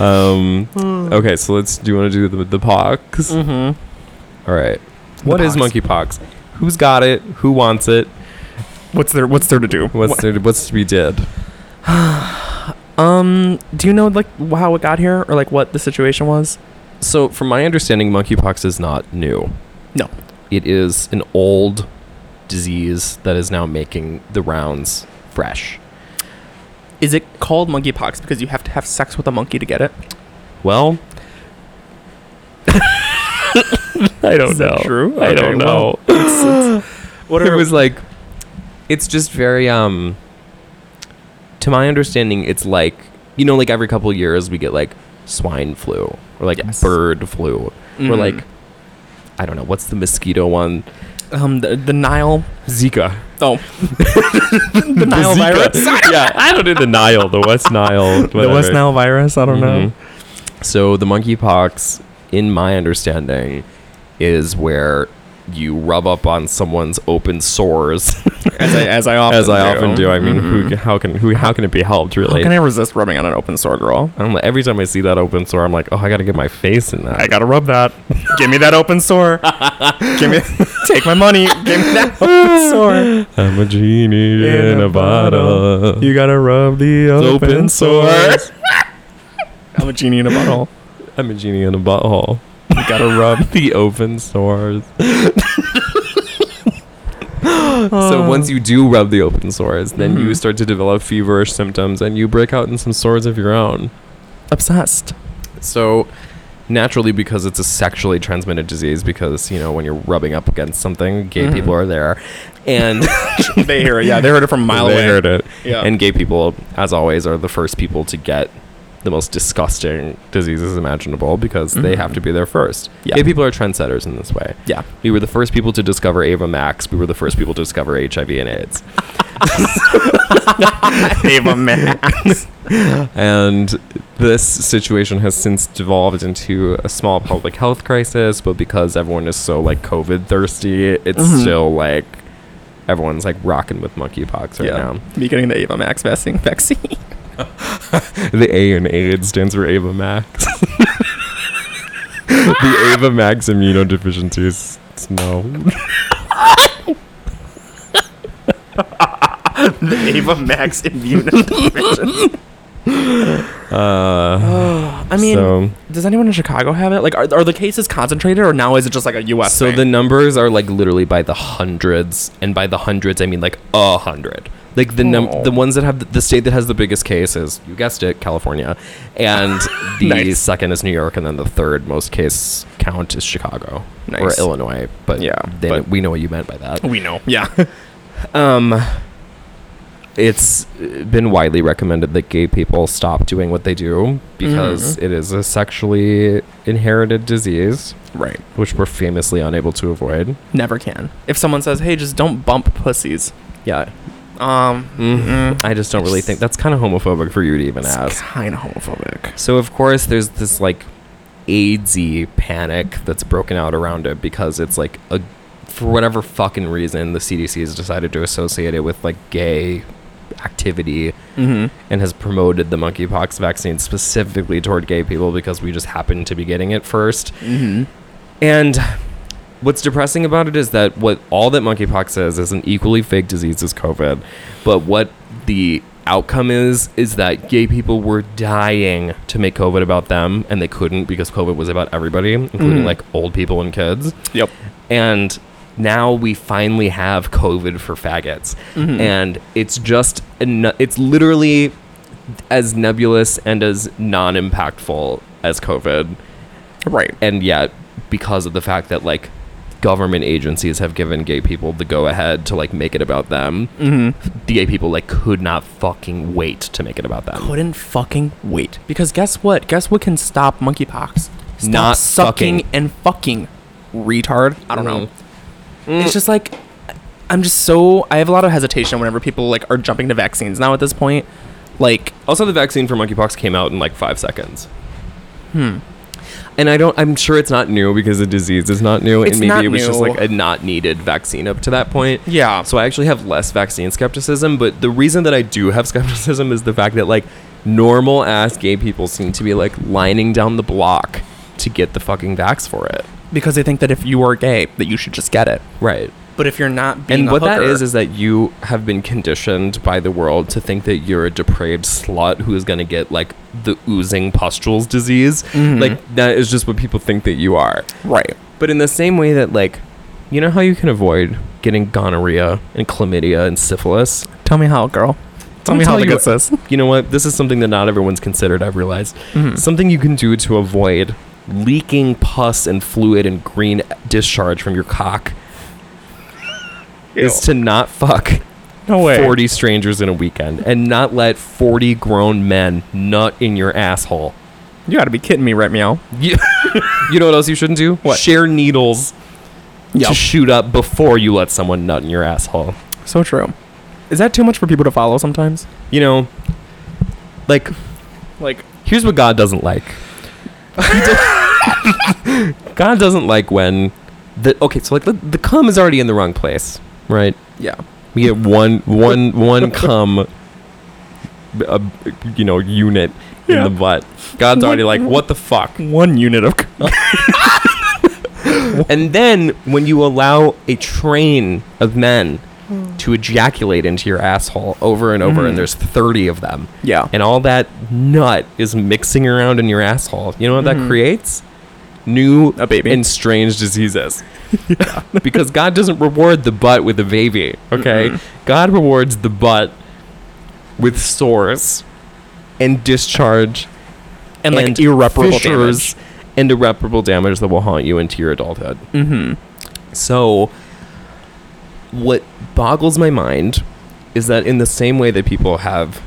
[SPEAKER 4] Um, okay, so let's. Do you want to do the, the pox? Mm-hmm. right. What is
[SPEAKER 5] pox.
[SPEAKER 4] monkeypox? Who's got it? Who wants it?
[SPEAKER 5] What's there? What's there to do?
[SPEAKER 4] What's
[SPEAKER 5] What-
[SPEAKER 4] there- what's to be did?
[SPEAKER 5] um? Do you know like how it got here or like what the situation was?
[SPEAKER 4] So, from my understanding, monkeypox is not new.
[SPEAKER 5] No.
[SPEAKER 4] it is an old disease that is now making the rounds fresh.
[SPEAKER 5] Is it called monkeypox because you have to have sex with a monkey to get it?
[SPEAKER 4] Well, I don't
[SPEAKER 5] Is that
[SPEAKER 4] know.
[SPEAKER 5] true?
[SPEAKER 4] I
[SPEAKER 5] Okay,
[SPEAKER 4] don't know. [GASPS]
[SPEAKER 5] What
[SPEAKER 4] it was like, it's just very um. To my understanding, it's like you know, like every couple of years we get like swine flu or like
[SPEAKER 5] Yes.
[SPEAKER 4] bird flu or
[SPEAKER 5] Mhm.
[SPEAKER 4] like I don't know what's the mosquito one
[SPEAKER 5] um the, the Nile
[SPEAKER 4] Zika.
[SPEAKER 5] Oh. the Nile
[SPEAKER 4] [LAUGHS] Zika.
[SPEAKER 5] virus?
[SPEAKER 4] yeah, I don't know the Nile, the West Nile,
[SPEAKER 5] The West
[SPEAKER 4] whatever.
[SPEAKER 5] Nile virus? I don't
[SPEAKER 4] Mm-hmm.
[SPEAKER 5] know.
[SPEAKER 4] So the monkeypox, in my understanding, is where you rub up on someone's open sores,
[SPEAKER 5] [LAUGHS] as I, as I often
[SPEAKER 4] as I often do. I mean,
[SPEAKER 5] Mhm.
[SPEAKER 4] who, how can who how can it be helped? Really,
[SPEAKER 5] how can I resist rubbing on an open sore, girl?
[SPEAKER 4] I'm like, every time I see that open sore, I'm like, oh, I gotta get my face in that.
[SPEAKER 5] I gotta rub that. Give me that open sore. Give me, take my money. Give me
[SPEAKER 4] [LAUGHS]
[SPEAKER 5] that [LAUGHS] open sore.
[SPEAKER 4] [LAUGHS] I'm a genie in,
[SPEAKER 5] In a
[SPEAKER 4] a bottle.
[SPEAKER 5] You gotta rub the open,
[SPEAKER 4] open
[SPEAKER 5] sore.
[SPEAKER 4] sores.
[SPEAKER 5] [LAUGHS] I'm a genie in a bottle.
[SPEAKER 4] I'm a genie in a butthole.
[SPEAKER 5] You gotta rub.
[SPEAKER 4] The open sores. [LAUGHS] so
[SPEAKER 5] Oh.
[SPEAKER 4] once you do rub the open sores, then
[SPEAKER 5] Mm-hmm.
[SPEAKER 4] you start to develop feverish symptoms and you break out in some sores of your own.
[SPEAKER 5] Obsessed.
[SPEAKER 4] So naturally because it's a sexually transmitted disease because, you know, when you're rubbing up against something,
[SPEAKER 5] Mm-hmm.
[SPEAKER 4] gay people are there. [LAUGHS] And
[SPEAKER 5] [LAUGHS] They hear it. Yeah, they heard it from a mile
[SPEAKER 4] they
[SPEAKER 5] away.
[SPEAKER 4] heard it.
[SPEAKER 5] Yeah.
[SPEAKER 4] And gay people, as always, are the first people to get the most disgusting diseases imaginable because they have to be there first.
[SPEAKER 5] Mm-hmm. Yeah.
[SPEAKER 4] Gay people are trendsetters in this way.
[SPEAKER 5] Yeah.
[SPEAKER 4] We were the first people to discover Ava Max. We were the first people to discover HIV and AIDS.
[SPEAKER 5] Ava Max.
[SPEAKER 4] And this situation has since devolved into a small public health crisis, but because everyone is so like COVID thirsty, it's still like everyone's like rocking with monkeypox right now.
[SPEAKER 5] Me getting the Ava Max vaccine. Vaccine. [LAUGHS]
[SPEAKER 4] The A in AIDS stands for Ava Max. [LAUGHS] the Ava Max immunodeficiencies. No.
[SPEAKER 5] Ava Max immunodeficiency.
[SPEAKER 4] [LAUGHS] Uh,
[SPEAKER 5] [SIGHS] I mean,
[SPEAKER 4] So-
[SPEAKER 5] does anyone in Chicago have it? Like, are, are the cases concentrated, or now is it just like a U.S.
[SPEAKER 4] so
[SPEAKER 5] thing?
[SPEAKER 4] the numbers are like literally by the hundreds, and by the hundreds I mean like a hundred. Like the num-
[SPEAKER 5] Oh.
[SPEAKER 4] the ones that have the, the state that has the biggest cases, you guessed it, California,
[SPEAKER 5] [LAUGHS]
[SPEAKER 4] and the
[SPEAKER 5] Nice.
[SPEAKER 4] second is New York, and then the third most case count is Chicago
[SPEAKER 5] Nice.
[SPEAKER 4] or Illinois. But
[SPEAKER 5] Yeah,
[SPEAKER 4] they,
[SPEAKER 5] but-
[SPEAKER 4] we know what you meant by that.
[SPEAKER 5] we know. [LAUGHS] Yeah.
[SPEAKER 4] Um, it's been widely recommended that gay people stop doing what they do because
[SPEAKER 5] Mm-hmm.
[SPEAKER 4] it is a sexually inherited disease,
[SPEAKER 5] right.
[SPEAKER 4] which we're famously unable to avoid.
[SPEAKER 5] Never can. If someone says, "Hey, just don't bump pussies,"
[SPEAKER 4] Yeah,
[SPEAKER 5] um,
[SPEAKER 4] Mm-hmm.
[SPEAKER 5] mm
[SPEAKER 4] I just don't really think that's kind of homophobic for you to even ask.
[SPEAKER 5] kind of homophobic.
[SPEAKER 4] So of course, there's this like AIDSy panic that's broken out around it because it's like a for whatever fucking reason the CDC has decided to associate it with like gay activity
[SPEAKER 5] Mm-hmm.
[SPEAKER 4] and has promoted the monkeypox vaccine specifically toward gay people because we just happened to be getting it 1st
[SPEAKER 5] Mm-hmm.
[SPEAKER 4] And what's depressing about it is that what all that monkeypox is is an equally fake disease as COVID, but what the outcome is is that gay people were dying to make COVID about them and they couldn't because COVID was about everybody, including like old people and kids
[SPEAKER 5] Yep.
[SPEAKER 4] and now we finally have COVID for faggots, and it's just en- it's literally as nebulous and as non-impactful as COVID,
[SPEAKER 5] Right.
[SPEAKER 4] and yet because of the fact that like government agencies have given gay people the go-ahead to like make it about them, the gay people like could not fucking wait to make it about them.
[SPEAKER 5] Couldn't fucking wait. Because guess what? Guess what can stop monkeypox? Stop
[SPEAKER 4] Not
[SPEAKER 5] sucking
[SPEAKER 4] fucking.
[SPEAKER 5] and fucking. Retard. I don't
[SPEAKER 4] Mhm.
[SPEAKER 5] know. It's just like I'm just so I have a lot of hesitation whenever people like are jumping to vaccines now at this point. Like
[SPEAKER 4] Also, the vaccine for monkeypox came out in like five seconds. Hmm. And I don't. I'm sure it's not new because the disease is not new,
[SPEAKER 5] It's
[SPEAKER 4] and maybe
[SPEAKER 5] not
[SPEAKER 4] it was just
[SPEAKER 5] new.
[SPEAKER 4] like a not needed vaccine up to that point.
[SPEAKER 5] Yeah.
[SPEAKER 4] So I actually have less vaccine skepticism, but the reason that I do have [LAUGHS] skepticism is the fact that like normal ass gay people seem to be like lining down the block to get the fucking vax for it.
[SPEAKER 5] because they think that if you are gay that you should just get it.
[SPEAKER 4] Right.
[SPEAKER 5] But if you're not being
[SPEAKER 4] And
[SPEAKER 5] a
[SPEAKER 4] what that
[SPEAKER 5] hooker-
[SPEAKER 4] is is that you have been conditioned by the world to think that you're a depraved slut who is going to get like the oozing pustules disease.
[SPEAKER 5] Mm-hmm.
[SPEAKER 4] Like that is just what people think that you are.
[SPEAKER 5] right.
[SPEAKER 4] But in the same way that like you know how you can avoid getting gonorrhea and chlamydia and syphilis?
[SPEAKER 5] Tell me how, girl. Tell me how
[SPEAKER 4] to
[SPEAKER 5] to get
[SPEAKER 4] get
[SPEAKER 5] this.
[SPEAKER 4] You know what? This is something that not everyone's considered, I've realized.
[SPEAKER 5] Mm-hmm.
[SPEAKER 4] Something you can do to avoid leaking pus and fluid and green discharge from your cock is to not fuck
[SPEAKER 5] No way.
[SPEAKER 4] 40 strangers in a weekend and not let 40 grown men nut in your asshole.
[SPEAKER 5] You gotta be kidding me, right, meow?
[SPEAKER 4] You, [LAUGHS] you know what else you shouldn't do?
[SPEAKER 5] What?
[SPEAKER 4] Share needles
[SPEAKER 5] Yeah.
[SPEAKER 4] to shoot up before you let someone nut in your asshole.
[SPEAKER 5] So true. Is that too much for people to follow sometimes?
[SPEAKER 4] You know, like,
[SPEAKER 5] Like
[SPEAKER 4] here's
[SPEAKER 5] [LAUGHS]
[SPEAKER 4] what God doesn't like He do- God doesn't like when the okay, so like the, the cum is already in the wrong place, right?
[SPEAKER 5] Yeah.
[SPEAKER 4] We get one
[SPEAKER 5] [LAUGHS]
[SPEAKER 4] one one cum, uh, you know, unit
[SPEAKER 5] Yeah.
[SPEAKER 4] in the butt. God's already like, what the fuck?
[SPEAKER 5] One unit of.
[SPEAKER 4] [LAUGHS]
[SPEAKER 5] [LAUGHS]
[SPEAKER 4] And then when you allow a train of men
[SPEAKER 5] Hmm.
[SPEAKER 4] to ejaculate into your asshole over and over, and there's 30 of them,
[SPEAKER 5] Yeah.
[SPEAKER 4] and all that nut is mixing around in your asshole, you know what that creates? New
[SPEAKER 5] Mm-hmm. A baby.
[SPEAKER 4] and
[SPEAKER 5] [LAUGHS]
[SPEAKER 4] strange diseases. [LAUGHS] because God doesn't reward the butt with a baby, okay? God rewards the butt with sores and discharge
[SPEAKER 5] And like irreparable
[SPEAKER 4] fissures
[SPEAKER 5] damage.
[SPEAKER 4] and irreparable damage that will haunt you into your adulthood.
[SPEAKER 5] Mm-hmm.
[SPEAKER 4] So, what boggles my mind is that in the same way that people have,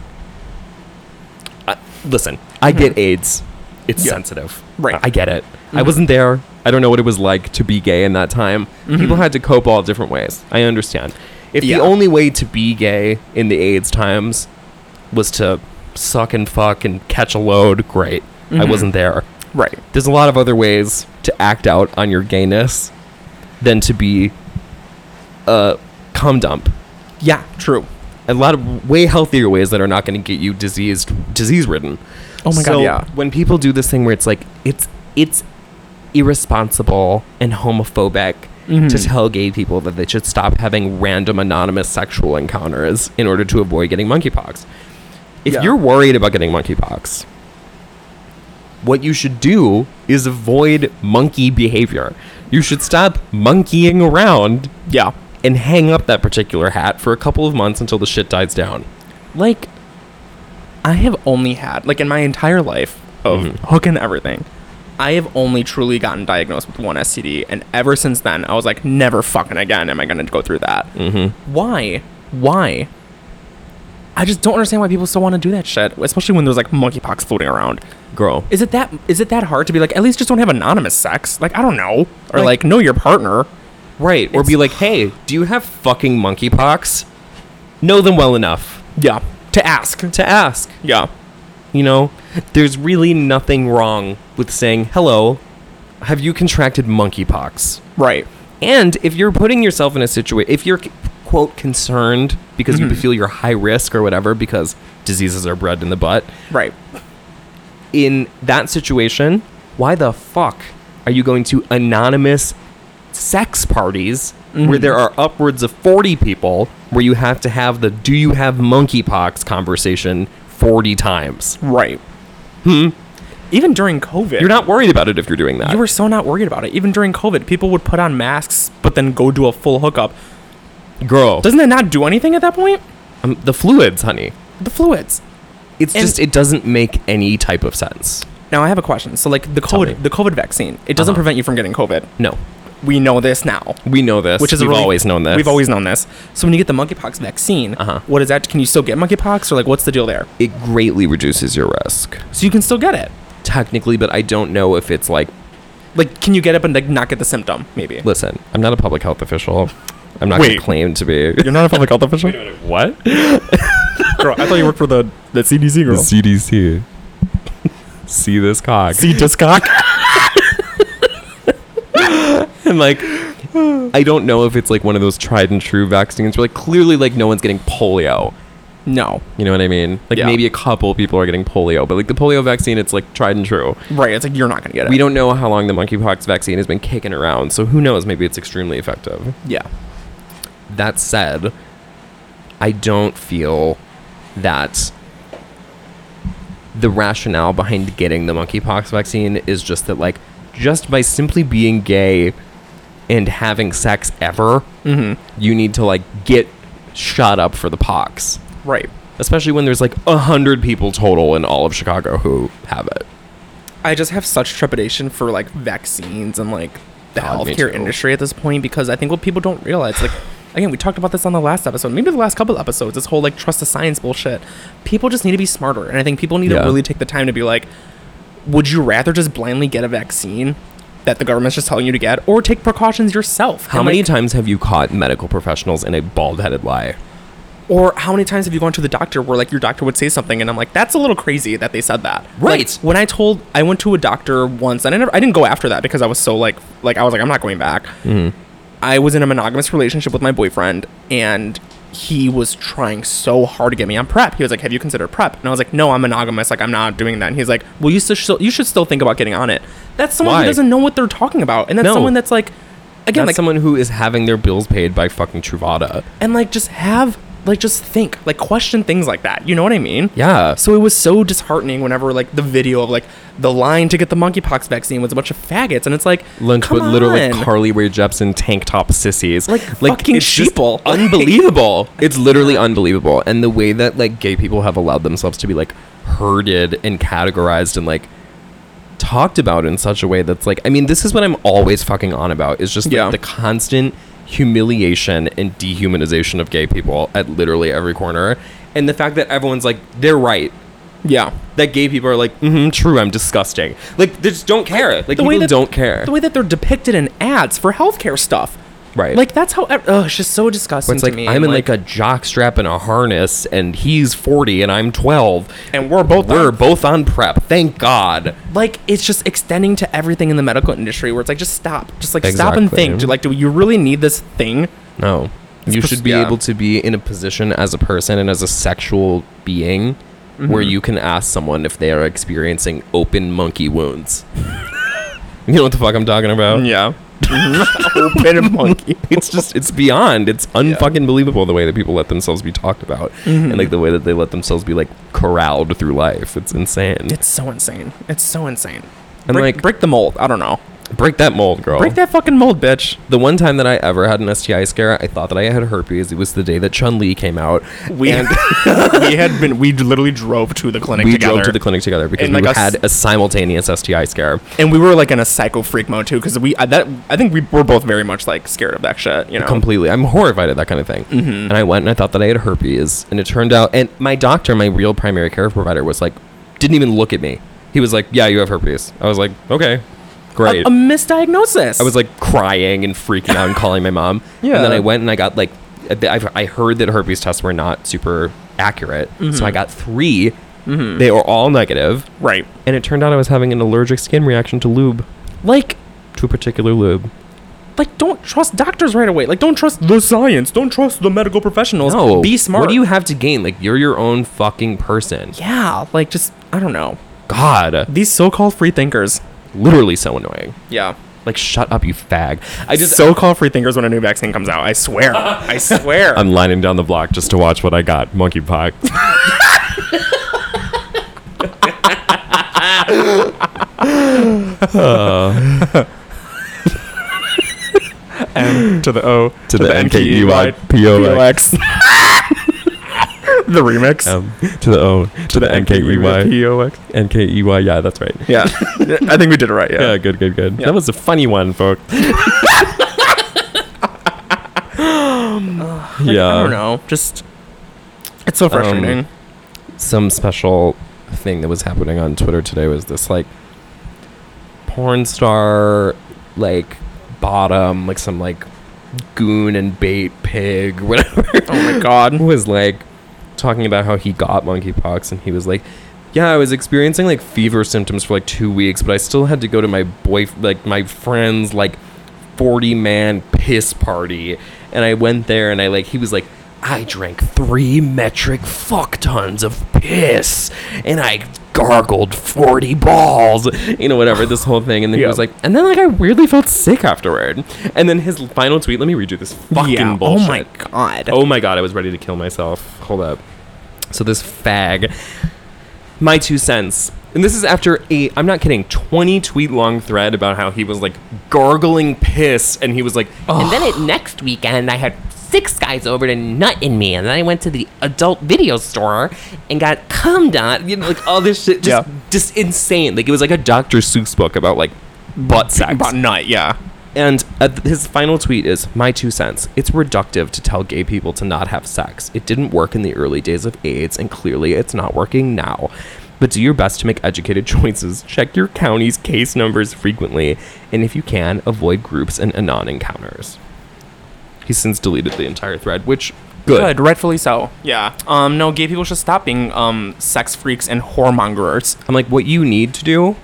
[SPEAKER 4] I listen, I get AIDS. It's
[SPEAKER 5] Mm-hmm. Yeah. Ah. Mm-hmm.
[SPEAKER 4] sensitive,
[SPEAKER 5] Right.
[SPEAKER 4] I get it. I wasn't there. I don't know what it was like to be gay in that time. People had to cope all different ways. I understand. If
[SPEAKER 5] Mm-hmm. Yeah.
[SPEAKER 4] the only way to be gay in the AIDS times was to suck and fuck and catch a load, great. I
[SPEAKER 5] Mm-hmm.
[SPEAKER 4] wasn't there
[SPEAKER 5] Right.
[SPEAKER 4] there's a lot of other ways to act out on your gayness than to be a cum dump.
[SPEAKER 5] Yeah. True.
[SPEAKER 4] A lot of way healthier ways that are not going to get you diseased, disease ridden.
[SPEAKER 5] Oh my God, yeah.
[SPEAKER 4] When people do this thing where it's like it's it's irresponsible and homophobic to
[SPEAKER 5] Mm-hmm.
[SPEAKER 4] tell gay people that they should stop having random anonymous sexual encounters in order to avoid getting monkeypox. If
[SPEAKER 5] Yeah.
[SPEAKER 4] you're worried about getting monkeypox, what you should do is avoid monkey behavior. You should stop monkeying around
[SPEAKER 5] Yeah.
[SPEAKER 4] and hang up that particular hat for a couple of months until the shit dies down.
[SPEAKER 5] Like, I have only had like in my entire life of
[SPEAKER 4] Mhm.
[SPEAKER 5] hooking everything. I have only truly gotten diagnosed with one STD, and ever since then, I was like, never fucking again am I gonna go through that. Mm-hmm. Why? Why? I just don't understand why people still want to do that shit, especially when there's like monkeypox floating around.
[SPEAKER 4] Girl.
[SPEAKER 5] Is it that is it that hard to be like at least just don't have anonymous sex? Like I don't know, or
[SPEAKER 4] Like-
[SPEAKER 5] like, know your partner.
[SPEAKER 4] Right. Or
[SPEAKER 5] It's-
[SPEAKER 4] be like, hey, do you have fucking monkeypox? Know them well enough
[SPEAKER 5] Yeah, to ask.
[SPEAKER 4] to ask.
[SPEAKER 5] Yeah,
[SPEAKER 4] You know, there's really nothing wrong with saying, hello, have you contracted monkeypox?
[SPEAKER 5] right.
[SPEAKER 4] And if you're putting yourself in a situation, if you're quote concerned because
[SPEAKER 5] Mm-hmm.
[SPEAKER 4] you feel you're high risk or whatever because diseases are bred in the butt,
[SPEAKER 5] Right.
[SPEAKER 4] in that situation, why the fuck are you going to anonymous sex parties where there are upwards of 40 people where you have to have the do you have monkeypox conversation 40 times?
[SPEAKER 5] Right. Hmm. Even during COVID,
[SPEAKER 4] You're not worried about it if you're doing that.
[SPEAKER 5] You were so not worried about it. Even during COVID, people would put on masks, but then go do a full hookup.
[SPEAKER 4] girl.
[SPEAKER 5] Doesn't that not do anything at that point?
[SPEAKER 4] Um, the fluids, honey.
[SPEAKER 5] The fluids.
[SPEAKER 4] It's
[SPEAKER 5] And-
[SPEAKER 4] just it doesn't make any type of sense.
[SPEAKER 5] Now I have a question. So like the
[SPEAKER 4] me.
[SPEAKER 5] COVID, the COVID vaccine, it doesn't
[SPEAKER 4] Uh-huh.
[SPEAKER 5] prevent you from getting COVID.
[SPEAKER 4] No.
[SPEAKER 5] We know this now.
[SPEAKER 4] We know this.
[SPEAKER 5] which is a
[SPEAKER 4] we've
[SPEAKER 5] really-
[SPEAKER 4] always known this.
[SPEAKER 5] We've always known this. So when you get the monkeypox vaccine,
[SPEAKER 4] Uh-huh.
[SPEAKER 5] what is that? Can you still get monkeypox, or like what's the deal there?
[SPEAKER 4] it greatly reduces your risk.
[SPEAKER 5] So you can still get it.
[SPEAKER 4] Technically, but I don't know if it's like
[SPEAKER 5] Like, can you get it but like not get the symptom? Maybe.
[SPEAKER 4] listen, I'm not a public health official. I'm not going
[SPEAKER 5] Wait.
[SPEAKER 4] to claim to be.
[SPEAKER 5] You're not a public [LAUGHS] health official.
[SPEAKER 4] What?
[SPEAKER 5] Girl, I thought you worked for the the CDC girl.
[SPEAKER 4] CDC. See this cock.
[SPEAKER 5] C Discock.
[SPEAKER 4] [LAUGHS] And like, I don't know if it's like one of those tried and true vaccines where like clearly like no one's getting polio.
[SPEAKER 5] no.
[SPEAKER 4] You know what I mean? Like
[SPEAKER 5] Yeah.
[SPEAKER 4] maybe a couple people are getting polio, but like the polio vaccine, it's like tried and true.
[SPEAKER 5] Right. It's like you're not gonna get it.
[SPEAKER 4] We don't know how long the monkeypox vaccine has been kicking around, so who knows? Maybe it's extremely effective.
[SPEAKER 5] Yeah.
[SPEAKER 4] That said, I don't feel that the rationale behind getting the monkeypox vaccine is just that, like, just by simply being gay and having sex ever,
[SPEAKER 5] Mm-hmm.
[SPEAKER 4] you need to, like, get shot up for the pox.
[SPEAKER 5] Right.
[SPEAKER 4] Especially when there's, like, a hundred people total in all of Chicago who have it.
[SPEAKER 5] I just have such trepidation for like vaccines and like the
[SPEAKER 4] God, me
[SPEAKER 5] healthcare
[SPEAKER 4] too.
[SPEAKER 5] industry at this point because I think what people don't realize,
[SPEAKER 4] [SIGHS]
[SPEAKER 5] like, again, we talked about this on the last episode, maybe the last couple episodes, this whole like trust the science bullshit. People just need to be smarter, and I think people need
[SPEAKER 4] Yeah.
[SPEAKER 5] to really take the time to be like, would you rather just blindly get a vaccine that the government's just telling you to get, or take precautions yourself?
[SPEAKER 4] How
[SPEAKER 5] And,
[SPEAKER 4] many
[SPEAKER 5] like,
[SPEAKER 4] times have you caught medical professionals in a bald headed lie?
[SPEAKER 5] Or how many times have you gone to the doctor where like your doctor would say something and I'm like, that's a little crazy that they said that. Like,
[SPEAKER 4] Right.
[SPEAKER 5] when I told I went to a doctor once and I never I didn't go after that because I was so like like I was like I'm not going back.
[SPEAKER 4] Mm-hmm.
[SPEAKER 5] I was in a monogamous relationship with my boyfriend and he was trying so hard to get me on prep. He was like, "Have you considered prep?" And I was like, "No, I'm monogamous. Like, I'm not doing that." And he's like, "Well, you still you should still think about getting on it." That's someone
[SPEAKER 4] Why?
[SPEAKER 5] who doesn't know what they're talking about, and that's
[SPEAKER 4] No.
[SPEAKER 5] someone that's like, again,
[SPEAKER 4] That's
[SPEAKER 5] like
[SPEAKER 4] someone who is having their bills paid by fucking Truvada.
[SPEAKER 5] and like just have like just think like question things like that you know what i mean
[SPEAKER 4] Yeah.
[SPEAKER 5] so it was so disheartening whenever like the video of like the line to get the monkeypox vaccine was a bunch of faggots and it's like
[SPEAKER 4] Lunch
[SPEAKER 5] come
[SPEAKER 4] with literally
[SPEAKER 5] on.
[SPEAKER 4] Carly Rae Jepsen tank top sissies.
[SPEAKER 5] Like fucking
[SPEAKER 4] it's just
[SPEAKER 5] [LAUGHS] sheeple. [LAUGHS]
[SPEAKER 4] unbelievable. It's literally unbelievable. And the way that like gay people have allowed themselves to be like herded and categorized and like talked about in such a way that's like I mean, this is what I'm always fucking on about is just like,
[SPEAKER 5] Yeah.
[SPEAKER 4] the constant humiliation and dehumanization of gay people at literally every corner. And the fact that everyone's like, they're right
[SPEAKER 5] yeah
[SPEAKER 4] that gay people are like, mm-hmm, true, I'm disgusting. Like, they just don't care. Like, people don't care.
[SPEAKER 5] the way that they're depicted in ads for healthcare stuff
[SPEAKER 4] Right.
[SPEAKER 5] like that's how oh it's just so
[SPEAKER 4] But
[SPEAKER 5] disgusting
[SPEAKER 4] it's
[SPEAKER 5] to
[SPEAKER 4] like,
[SPEAKER 5] me
[SPEAKER 4] I'm
[SPEAKER 5] and,
[SPEAKER 4] in like, a jock strap and a harness, and he's 40 and I'm 12.
[SPEAKER 5] And we're both
[SPEAKER 4] We're
[SPEAKER 5] on-
[SPEAKER 4] both on prep. Thank God.
[SPEAKER 5] like it's just extending to everything in the medical industry where it's like just stop just like stop and
[SPEAKER 4] Exactly.
[SPEAKER 5] think do, like do you really need this thing
[SPEAKER 4] No. You
[SPEAKER 5] pers-
[SPEAKER 4] should be
[SPEAKER 5] yeah.
[SPEAKER 4] able to be in a position as a person and as a sexual being where you can ask someone if they are experiencing open monkey wounds. [LAUGHS] you know what the fuck I'm talking
[SPEAKER 5] [LAUGHS]
[SPEAKER 4] about?
[SPEAKER 5] yeah open monkey
[SPEAKER 4] it's just it's beyond [LAUGHS] it's unfucking believable the way that people let themselves be talked about and like the way that they let themselves be like corralled through life it's insane
[SPEAKER 5] It's so insane. It's so insane.
[SPEAKER 4] And,
[SPEAKER 5] break,
[SPEAKER 4] like- Oh.
[SPEAKER 5] break the mold. I don't know.
[SPEAKER 4] break that mold girl
[SPEAKER 5] Break that fucking mold, bitch.
[SPEAKER 4] the one time that i ever had an sti scare i thought that i had herpes it was the day that chun li came out
[SPEAKER 5] We
[SPEAKER 4] and
[SPEAKER 5] [LAUGHS] we had been we literally drove to the clinic
[SPEAKER 4] we
[SPEAKER 5] together,
[SPEAKER 4] drove to the clinic together because
[SPEAKER 5] And,
[SPEAKER 4] we
[SPEAKER 5] like, a s-
[SPEAKER 4] had a simultaneous sti scare
[SPEAKER 5] and we were like in a psycho freak mode too because we I, that I think we were both very much like scared of that shit. You know,
[SPEAKER 4] completely. I'm horrified at that kind of thing.
[SPEAKER 5] Mm-hmm.
[SPEAKER 4] And I went and I thought that I had herpes, and it turned out. And my doctor, my real primary care provider, was like, didn't even look at me. He was like, "Yeah, you have herpes." I was like, "Okay,
[SPEAKER 5] a,
[SPEAKER 4] great."
[SPEAKER 5] a misdiagnosis.
[SPEAKER 4] I was like crying and freaking out and calling my [LAUGHS] mom. And then
[SPEAKER 5] Yeah.
[SPEAKER 4] I went and I got like, I I heard that herpes tests were not super accurate, so I got 3 They were all negative,
[SPEAKER 5] right,
[SPEAKER 4] and it turned out I was having an allergic skin reaction to lube,
[SPEAKER 5] like
[SPEAKER 4] to a particular lube.
[SPEAKER 5] like don't trust doctors right away. Like don't trust the science. Don't trust the medical professionals.
[SPEAKER 4] No,
[SPEAKER 5] be smart.
[SPEAKER 4] What do you have to gain? Like you're your own fucking person.
[SPEAKER 5] Yeah, like just I don't know.
[SPEAKER 4] God,
[SPEAKER 5] These so-called free thinkers.
[SPEAKER 4] literally so annoying.
[SPEAKER 5] Yeah.
[SPEAKER 4] Like, shut up, you fag. I just
[SPEAKER 5] so-called free thinkers when a new vaccine comes out. I swear. [LAUGHS] Um, I swear.
[SPEAKER 4] I'm lining down the block just to watch what I got. Monkeypox.
[SPEAKER 5] to the O
[SPEAKER 4] [LAUGHS]
[SPEAKER 5] to,
[SPEAKER 4] the E NKEY, POX.
[SPEAKER 5] [LAUGHS] the remix
[SPEAKER 4] [LAUGHS]
[SPEAKER 5] E
[SPEAKER 4] Um, to the O. To, E the, NKEY.
[SPEAKER 5] POX.
[SPEAKER 4] NKEY. E Yeah, that's right.
[SPEAKER 5] Yeah, [LAUGHS] I think we did it right. Yeah.
[SPEAKER 4] [LAUGHS] Yeah, good, good, good.
[SPEAKER 5] Yeah.
[SPEAKER 4] That was a funny
[SPEAKER 5] [LAUGHS] [SIGHS]
[SPEAKER 4] one, folks. yeah.
[SPEAKER 5] I don't know. Just it's so frustrating.
[SPEAKER 4] um, some special thing that was happening on Twitter today was this like porn star like bottom like some like goon and bait pig whatever
[SPEAKER 5] oh my god.
[SPEAKER 4] was like talking about how he got monkeypox and he was like yeah i was experiencing like fever symptoms for like two weeks but i still had to go to my boy like my friend's like 40 man piss party and i went there and i like he was like i drank three metric fuck tons of piss and i gargled 40 balls you know whatever this whole thing and then he
[SPEAKER 5] Yeah.
[SPEAKER 4] was like and then like i weirdly felt sick afterward and then his final tweet let me read you this [LAUGHS] fucking
[SPEAKER 5] yeah.
[SPEAKER 4] bullshit
[SPEAKER 5] Oh my god.
[SPEAKER 4] Oh my god, I was ready to kill myself. Hold up. So this fag, my two cents. And this is after a, I'm not kidding, 20 tweet long thread about how he was like gargling piss and he was like,
[SPEAKER 2] And then it next weekend, I had six guys over to nut in me, and then I went to the adult video store and got cummed on. You know, like all this shit.
[SPEAKER 5] Yeah.
[SPEAKER 4] just, just insane. Like it was like a Dr. Seuss book about like butt sex.
[SPEAKER 5] But nut. Yeah.
[SPEAKER 4] And uh, th- his final tweet is My two cents. It's reductive to tell gay people to not have sex. It didn't work in the early days of AIDS, and clearly it's not working now. But do your best to make educated [LAUGHS] choices. Check your county's case numbers frequently. And if you can, avoid groups and anon encounters. He's since deleted the entire thread, which Good.
[SPEAKER 5] rightfully so. Yeah. Um, no, gay people should stop being um sex freaks and whoremongers.
[SPEAKER 4] I'm like, what you need to do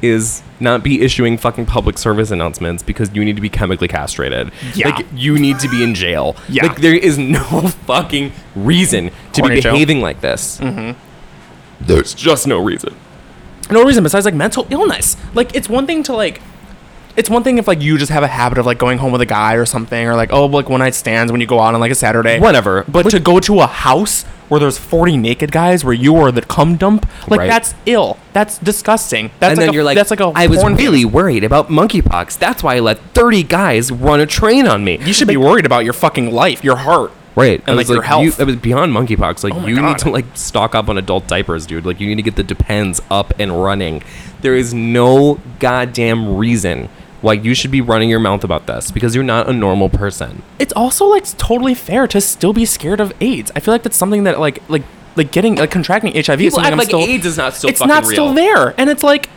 [SPEAKER 4] is not be issuing fucking public service announcements because you need to be chemically castrated.
[SPEAKER 5] Yeah.
[SPEAKER 4] Like you need to be in jail.
[SPEAKER 5] Yeah.
[SPEAKER 4] Like there is no [LAUGHS] fucking reason to
[SPEAKER 5] Horny
[SPEAKER 4] be
[SPEAKER 5] Joe.
[SPEAKER 4] behaving like this. Mm-hmm. There's just no reason.
[SPEAKER 5] no reason besides like mental illness. Like it's one thing to like it's one thing if like you just have a habit of like going home with a guy or something or like oh like one night stands when you go out on like a Saturday.
[SPEAKER 4] Whatever.
[SPEAKER 5] But to go to a house where there's 40 naked guys where you are the cum dump, like
[SPEAKER 4] Right.
[SPEAKER 5] that's ill. That's disgusting. That's
[SPEAKER 4] and
[SPEAKER 5] like
[SPEAKER 4] then
[SPEAKER 5] a,
[SPEAKER 4] you're like,
[SPEAKER 5] that's like a
[SPEAKER 2] I was
[SPEAKER 5] porn film.
[SPEAKER 2] really worried about monkeypox. That's why I let 30 guys run a train on me.
[SPEAKER 5] you should be worried about your fucking life, your heart.
[SPEAKER 4] Right.
[SPEAKER 5] And,
[SPEAKER 4] I
[SPEAKER 5] like,
[SPEAKER 4] was
[SPEAKER 5] your health.
[SPEAKER 4] You, uh, it was beyond monkeypox. Like
[SPEAKER 5] my
[SPEAKER 4] you
[SPEAKER 5] God.
[SPEAKER 4] need to like stock up on adult diapers, dude. Like you need to get the depends up and running. There is no goddamn reason why you should be running your mouth about this because you're not a normal person.
[SPEAKER 5] it's also like totally fair to still be scared of AIDS. I feel like that's something that like like like getting like contracting HIV is
[SPEAKER 4] People
[SPEAKER 5] something
[SPEAKER 4] act
[SPEAKER 5] I'm
[SPEAKER 4] like
[SPEAKER 5] still
[SPEAKER 4] AIDS is not still
[SPEAKER 5] it's
[SPEAKER 4] fucking
[SPEAKER 5] not
[SPEAKER 4] real.
[SPEAKER 5] still there, and it's like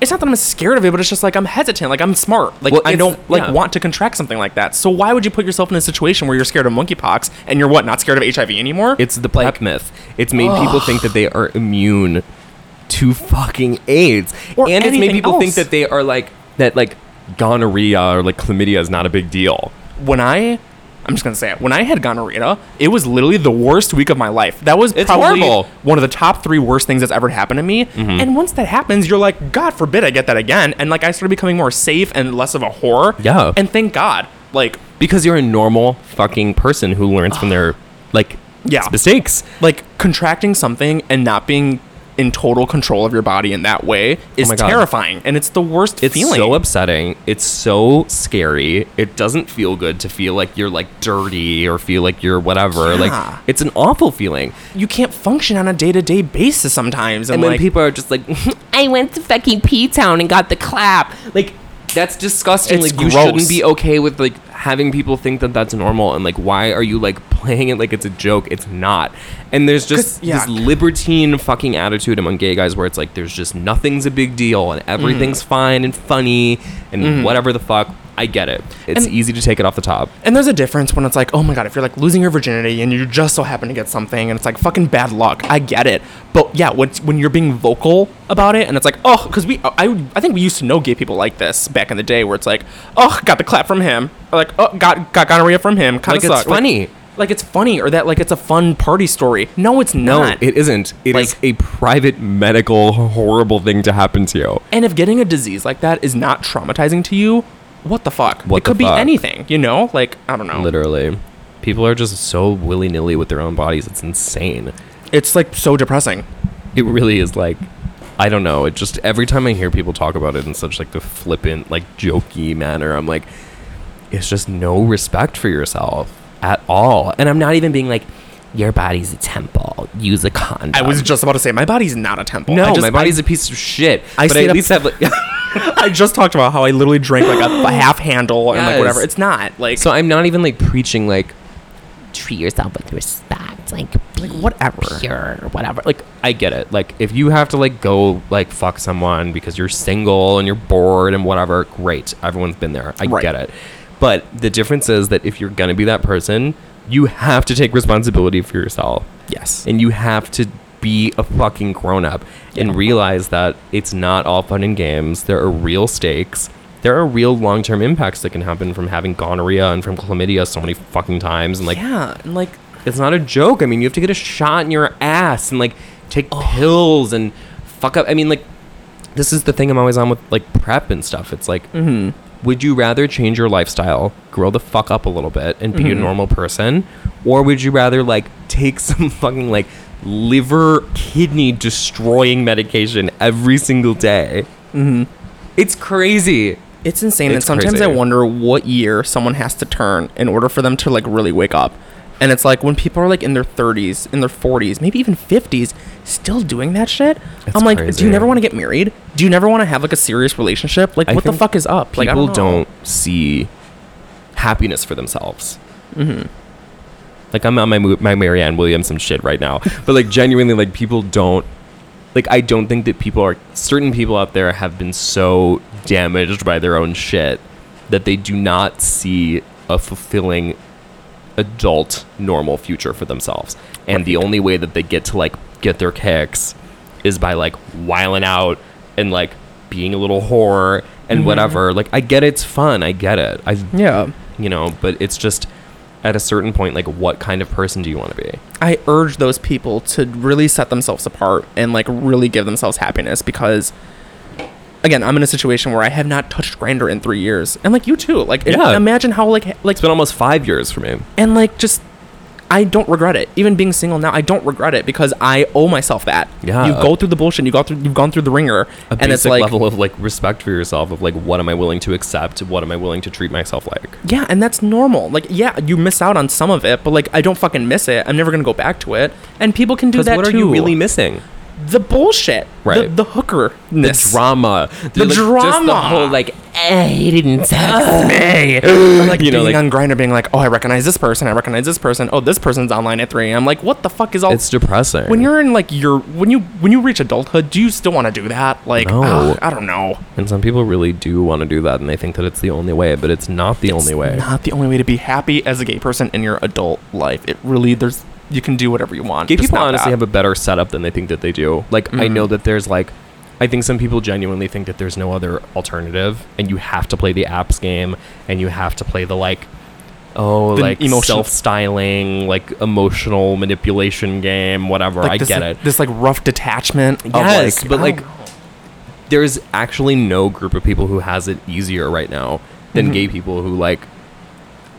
[SPEAKER 5] it's not that I'm scared of it, but it's just like I'm hesitant. Like I'm smart. Like
[SPEAKER 4] Well,
[SPEAKER 5] I
[SPEAKER 4] it's-
[SPEAKER 5] don't like
[SPEAKER 4] yeah.
[SPEAKER 5] want to contract something like that. So why would you put yourself in a situation where you're scared of monkeypox and you're what not scared of HIV anymore?
[SPEAKER 4] It's the PrEP myth. It's made people think that they are immune to fucking AIDS.
[SPEAKER 5] Or
[SPEAKER 4] and it's made
[SPEAKER 5] anything
[SPEAKER 4] people think
[SPEAKER 5] else.
[SPEAKER 4] that they are like that like gonorrhea or like chlamydia is not a big deal.
[SPEAKER 5] when I. I'm just gonna say it. When I had gonorrhea, it was literally the worst week of my life. That was
[SPEAKER 4] It's
[SPEAKER 5] probably
[SPEAKER 4] horrible. Mm-hmm.
[SPEAKER 5] one of the top three worst things that's ever happened to me. And once that happens, you're like, God forbid I get that again. And like, I started becoming more safe and less of a horror.
[SPEAKER 4] Yeah.
[SPEAKER 5] And thank God. Like,
[SPEAKER 4] because you're a normal fucking person who learns
[SPEAKER 5] [SIGHS]
[SPEAKER 4] from their like
[SPEAKER 5] Yeah.
[SPEAKER 4] mistakes.
[SPEAKER 5] like contracting something and not being in total control of your body in that way is
[SPEAKER 4] Oh my God.
[SPEAKER 5] terrifying and it's the worst
[SPEAKER 4] It's
[SPEAKER 5] feeling
[SPEAKER 4] so upsetting. It's so scary. It doesn't feel good to feel like you're like dirty or feel like you're whatever.
[SPEAKER 5] Yeah.
[SPEAKER 4] Like it's an awful feeling.
[SPEAKER 5] you can't function on a day-to-day basis sometimes and,
[SPEAKER 4] And then
[SPEAKER 5] like
[SPEAKER 4] people are just like, [LAUGHS]
[SPEAKER 2] I went to fucking P Town and got the clap. Like,
[SPEAKER 4] that's disgusting.
[SPEAKER 5] It's
[SPEAKER 4] like you shouldn't
[SPEAKER 5] gross.
[SPEAKER 4] be okay with like having people think that that's normal and like why are you like [LAUGHS] playing it like it's a joke? It's not. And there's just
[SPEAKER 5] 'Cause- yeah.
[SPEAKER 4] this libertine fucking attitude among gay guys where it's like there's just nothing's a big deal and everything's
[SPEAKER 5] Mm-hmm.
[SPEAKER 4] fine and funny and whatever the fuck. I get it. It's
[SPEAKER 5] And-
[SPEAKER 4] easy to take it off the top.
[SPEAKER 5] and there's a difference when it's like oh my god if you're like losing your virginity and you just so happen to get something and it's like fucking bad luck i get it but yeah when, when you're being vocal about it and it's like oh because we I, I think we used to know gay people like this back in the day where it's like oh got the clap from him or like oh got got gonorrhea from him kind
[SPEAKER 4] Like, it's funny.
[SPEAKER 5] like it's funny or that like it's a fun party story no it's
[SPEAKER 4] No,
[SPEAKER 5] not
[SPEAKER 4] it isn't. It is
[SPEAKER 5] Like-
[SPEAKER 4] a private medical horrible thing to happen to you.
[SPEAKER 5] And if getting a disease like that is not traumatizing to you, what the fuck?
[SPEAKER 4] What
[SPEAKER 5] it could
[SPEAKER 4] the
[SPEAKER 5] be
[SPEAKER 4] fuck?
[SPEAKER 5] anything, you know? Like, I don't know.
[SPEAKER 4] Literally. People are just so willy-nilly with their own bodies. It's insane.
[SPEAKER 5] It's like so depressing.
[SPEAKER 4] it really is like I don't know. It just every time I hear people talk about it in such like the flippant, like jokey manner, I'm like, it's just no respect for yourself at all. And I'm not even being like,
[SPEAKER 2] your body's a temple. Use a condom.
[SPEAKER 5] I was just about to say my body's not a temple.
[SPEAKER 4] Um, no,
[SPEAKER 5] I just,
[SPEAKER 4] my body's a piece of shit.
[SPEAKER 5] I
[SPEAKER 4] but I
[SPEAKER 5] stayed
[SPEAKER 4] at
[SPEAKER 5] up-
[SPEAKER 4] least have
[SPEAKER 5] [LAUGHS]
[SPEAKER 4] like,
[SPEAKER 5] I, [LAUGHS] I just talked about how I literally drank like
[SPEAKER 4] [GASPS]
[SPEAKER 5] a, a half handle and like
[SPEAKER 4] Yes.
[SPEAKER 5] whatever. It's not like
[SPEAKER 4] [LAUGHS] so I'm not even like preaching like
[SPEAKER 2] treat yourself with respect. Like, be
[SPEAKER 5] whatever.
[SPEAKER 2] pure or whatever. Like,
[SPEAKER 4] like I get it. Like if you have to like go like fuck someone because you're single and you're bored and whatever, great. Everyone's been there. I
[SPEAKER 5] Right.
[SPEAKER 4] get it. But the difference is that if you're going to be that person, you have to take responsibility for yourself
[SPEAKER 5] Yes.
[SPEAKER 4] and you have to be a fucking grown up and realize that it's not all fun and games. There are real stakes. There are real long term impacts that can happen from having gonorrhea and from chlamydia so many fucking times and like
[SPEAKER 5] yeah, and like
[SPEAKER 4] it's not a joke. I mean, you have to get a shot in your ass and like take pills and fuck up. I mean, like this is the thing I'm always on with like prep and stuff. It's like, would you rather change your lifestyle, grow the fuck up a little bit, and be a normal person, or would you rather like take [LAUGHS] some fucking like liver kidney destroying medication every single day? Mm-hmm. It's crazy.
[SPEAKER 5] it's insane. and
[SPEAKER 4] It's
[SPEAKER 5] sometimes
[SPEAKER 4] crazy.
[SPEAKER 5] I wonder what year someone has to turn in order for them to like really wake up. And it's like when people are like in their 30s, in their 40s, maybe even 50s, still doing that shit.
[SPEAKER 4] It's
[SPEAKER 5] I'm like, do
[SPEAKER 4] crazy.
[SPEAKER 5] you never want to get married? Do you never want to have like a serious relationship? Like,
[SPEAKER 4] I
[SPEAKER 5] what the
[SPEAKER 4] think
[SPEAKER 5] fuck is up? like, I
[SPEAKER 4] people
[SPEAKER 5] know.
[SPEAKER 4] don't, see happiness for themselves.
[SPEAKER 5] Mm-hmm.
[SPEAKER 4] Like I'm on my mo- my Marianne Williamson shit right now, but like genuinely, like people don't. Like I don't think that people are certain people out there have been so damaged by their own shit that they do not see a fulfilling adult normal future for themselves and the only way that they get to like get their kicks is by like whiling out and like being a little horror and whatever like i get it's fun i get it i
[SPEAKER 5] Yeah.
[SPEAKER 4] you know but it's just at a certain point like what kind of person do you want to be
[SPEAKER 5] I urge those people to really set themselves apart and like really give themselves happiness because again, I'm in a situation where I have not touched grinder in 3 years. And like you too. Like
[SPEAKER 4] Yeah.
[SPEAKER 5] imagine how like ha- like
[SPEAKER 4] it's been almost five years for me
[SPEAKER 5] and like just I don't regret it. Even being single now, I don't regret it because I owe myself that.
[SPEAKER 4] Yeah.
[SPEAKER 5] You go through the bullshit, you go through you've gone through the ringer
[SPEAKER 4] a
[SPEAKER 5] and
[SPEAKER 4] basic
[SPEAKER 5] it's like
[SPEAKER 4] level of like respect for yourself of like what am i willing to accept what am i willing to treat myself like
[SPEAKER 5] Yeah, and that's normal. Like, yeah, you miss out on some of it, but like, I don't fucking miss it. I'm never gonna go back to it. And people can do
[SPEAKER 4] because
[SPEAKER 5] that
[SPEAKER 4] what are
[SPEAKER 5] too.
[SPEAKER 4] you really missing
[SPEAKER 5] the bullshit,
[SPEAKER 4] Right.
[SPEAKER 5] The, the hooker,
[SPEAKER 4] the drama
[SPEAKER 5] The
[SPEAKER 4] like, just the
[SPEAKER 5] drama.
[SPEAKER 4] whole like
[SPEAKER 2] Eh, he
[SPEAKER 5] [LAUGHS]
[SPEAKER 2] didn't text me.
[SPEAKER 5] like
[SPEAKER 4] [LAUGHS] you know,
[SPEAKER 5] being
[SPEAKER 4] like-
[SPEAKER 5] on Grinder, being like, oh, I recognize this person, I recognize this person. Oh, this person's online at three. I'm like, what the fuck is all?
[SPEAKER 4] it's depressing
[SPEAKER 5] Oh. when you're in like your when you when you reach adulthood, do you still want to do that? Like,
[SPEAKER 4] No.
[SPEAKER 5] ugh, I don't know.
[SPEAKER 4] and some people really do want to do that and they think that it's the only way but it's not the only way
[SPEAKER 5] Not the only way to be happy as a gay person in your adult life. It really there's you can do whatever you want.
[SPEAKER 4] gay people honestly have a better setup than they think that they do. Like I
[SPEAKER 5] Mm-hmm.
[SPEAKER 4] know that there's like I think some people genuinely think that there's no other alternative and you have to play the apps game and you have to play the like oh
[SPEAKER 5] The
[SPEAKER 4] like
[SPEAKER 5] emotion-
[SPEAKER 4] self-styling like emotional manipulation game whatever
[SPEAKER 5] Like
[SPEAKER 4] I
[SPEAKER 5] this,
[SPEAKER 4] get
[SPEAKER 5] like,
[SPEAKER 4] it.
[SPEAKER 5] This like rough detachment. of,
[SPEAKER 4] Yes, but,
[SPEAKER 5] I
[SPEAKER 4] like, oh.
[SPEAKER 5] don't know.
[SPEAKER 4] there's actually no group of people who has it easier right now than gay people who like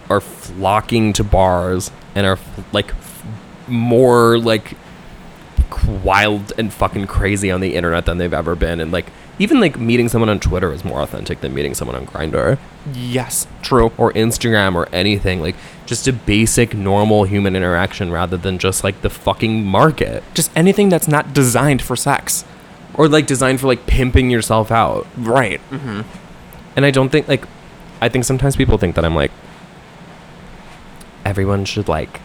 [SPEAKER 4] are flocking to bars and are f- like f- more like wild and fucking crazy on the internet than they've ever been and like even like meeting someone on Twitter is more authentic than meeting someone on Grinder
[SPEAKER 5] Yes, true.
[SPEAKER 4] or Instagram or anything like just a basic normal human interaction rather than just like the fucking market
[SPEAKER 5] Just anything that's not designed for sex.
[SPEAKER 4] or like designed for like pimping yourself out
[SPEAKER 5] Right.
[SPEAKER 4] And I don't think like I think sometimes people think that I'm like everyone should like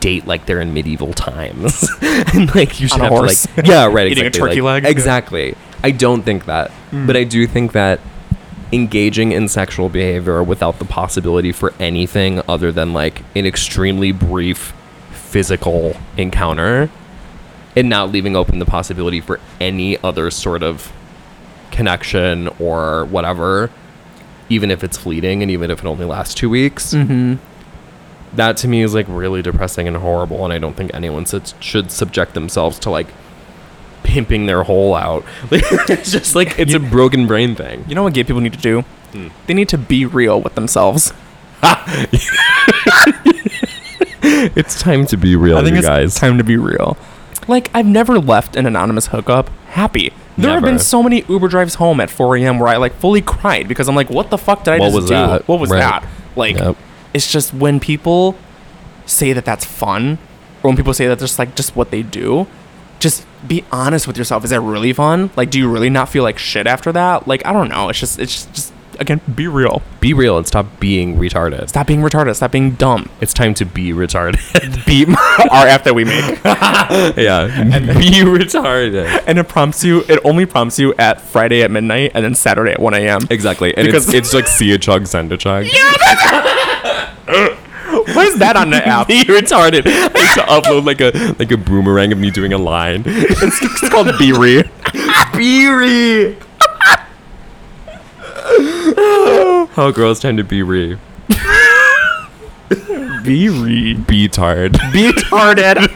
[SPEAKER 4] date like they're in medieval times. [LAUGHS] and like you should
[SPEAKER 5] a
[SPEAKER 4] have
[SPEAKER 5] horse.
[SPEAKER 4] to
[SPEAKER 5] [LAUGHS]
[SPEAKER 4] like Yeah, right,
[SPEAKER 5] Eating a
[SPEAKER 4] exactly.
[SPEAKER 5] turkey
[SPEAKER 4] like-
[SPEAKER 5] leg. Hmm.
[SPEAKER 4] Exactly. I don't think that. But I do think that engaging in sexual behavior without the possibility for anything other than like an extremely brief physical encounter and not leaving open the possibility for any other sort of connection or whatever, even if it's fleeting and even if it only lasts two weeks. Mm-hmm. That to me is like really depressing and horrible, and I don't think anyone sits should subject themselves to like pimping their hole out. [LAUGHS] Like, it's just like it's a broken brain thing.
[SPEAKER 5] You know what gay people need to do?
[SPEAKER 4] Hmm.
[SPEAKER 5] They need to be real with themselves.
[SPEAKER 4] It's time to be real, you
[SPEAKER 5] it's
[SPEAKER 4] guys.
[SPEAKER 5] time to be real. Like, I've never left an anonymous hookup happy. There have been
[SPEAKER 4] Never.
[SPEAKER 5] so many Uber drives home at 4 a.m. where I like fully cried because I'm like, what the fuck did I
[SPEAKER 4] What
[SPEAKER 5] just
[SPEAKER 4] was
[SPEAKER 5] do?
[SPEAKER 4] that?
[SPEAKER 5] What was
[SPEAKER 4] Right.
[SPEAKER 5] that? Like,
[SPEAKER 4] Yep.
[SPEAKER 5] it's just when people say that that's fun, or when people say that that's like just what they do, just be honest with yourself. Is that really fun? Like, do you really not feel like shit after that? Like, I don't know. It's just, it's just, just again, be real.
[SPEAKER 4] Be real and stop being retarded.
[SPEAKER 5] Stop being retarded. Stop being dumb.
[SPEAKER 4] It's time to be [LAUGHS] retarded.
[SPEAKER 5] Be our app that we make.
[SPEAKER 4] [LAUGHS] yeah, be retarded.
[SPEAKER 5] [LAUGHS] and it prompts you. It only prompts you at Friday at midnight and then Saturday at one a.m.
[SPEAKER 4] Exactly, and
[SPEAKER 5] Because-
[SPEAKER 4] it's, it's like see a chug, send a [LAUGHS] chug.
[SPEAKER 5] What is that on
[SPEAKER 4] [LAUGHS]
[SPEAKER 5] the app?
[SPEAKER 4] be retarded. I used to upload like a like a boomerang of me doing a line.
[SPEAKER 5] It's called
[SPEAKER 4] [LAUGHS]
[SPEAKER 5] Beery. Beery.
[SPEAKER 4] How girls tend to be re
[SPEAKER 5] Beery.
[SPEAKER 4] be tard.
[SPEAKER 5] Be
[SPEAKER 4] [LAUGHS]
[SPEAKER 5] retarded.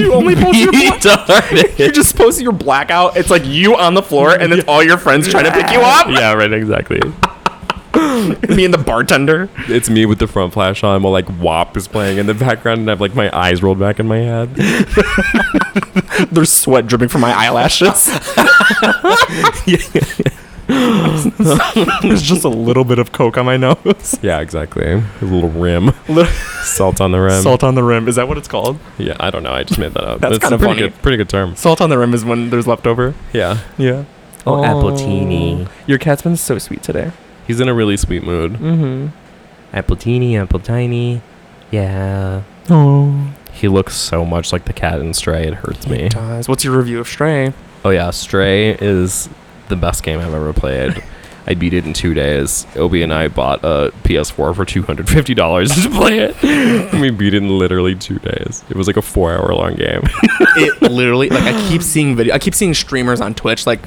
[SPEAKER 5] [LAUGHS] you only post your. Bla- you
[SPEAKER 4] retarded.
[SPEAKER 5] just post your blackout. It's like you on the floor, and it's all your friends trying to pick you up.
[SPEAKER 4] yeah, right. Exactly.
[SPEAKER 5] Me and the bartender.
[SPEAKER 4] It's me with the front flash on while like WAP is playing in the background, and I've like my eyes rolled back in my [LAUGHS] head.
[SPEAKER 5] There's sweat dripping from my eyelashes. There's just a little bit of coke on my nose.
[SPEAKER 4] yeah, exactly. A little rim, salt on the rim.
[SPEAKER 5] Salt on the rim. Is that what it's called?
[SPEAKER 4] Yeah, I don't know. I just made that
[SPEAKER 5] [LAUGHS]
[SPEAKER 4] up.
[SPEAKER 5] That's
[SPEAKER 4] a
[SPEAKER 5] kinda
[SPEAKER 4] pretty
[SPEAKER 5] funny.
[SPEAKER 4] good, pretty good term.
[SPEAKER 5] Salt on the rim is when there's leftover.
[SPEAKER 4] Yeah,
[SPEAKER 5] Yeah.
[SPEAKER 2] Oh, Appletini.
[SPEAKER 5] Your cat's been so sweet today.
[SPEAKER 4] he's in a really sweet mood.
[SPEAKER 2] Appletini, Appletiny. Yeah.
[SPEAKER 5] Oh.
[SPEAKER 4] He looks so much like the cat in Stray. It
[SPEAKER 5] [LAUGHS]
[SPEAKER 4] hurts me.
[SPEAKER 5] Does. What's your review of Stray?
[SPEAKER 4] Oh yeah, Stray is the best game I've ever played. I beat it in two days. Obi and I bought a PS4 for two hundred fifty dollars to play it. [LAUGHS] we beat it in literally two days. It was like a four-hour-long game. [LAUGHS]
[SPEAKER 5] it literally like I keep seeing video. I keep seeing streamers on Twitch like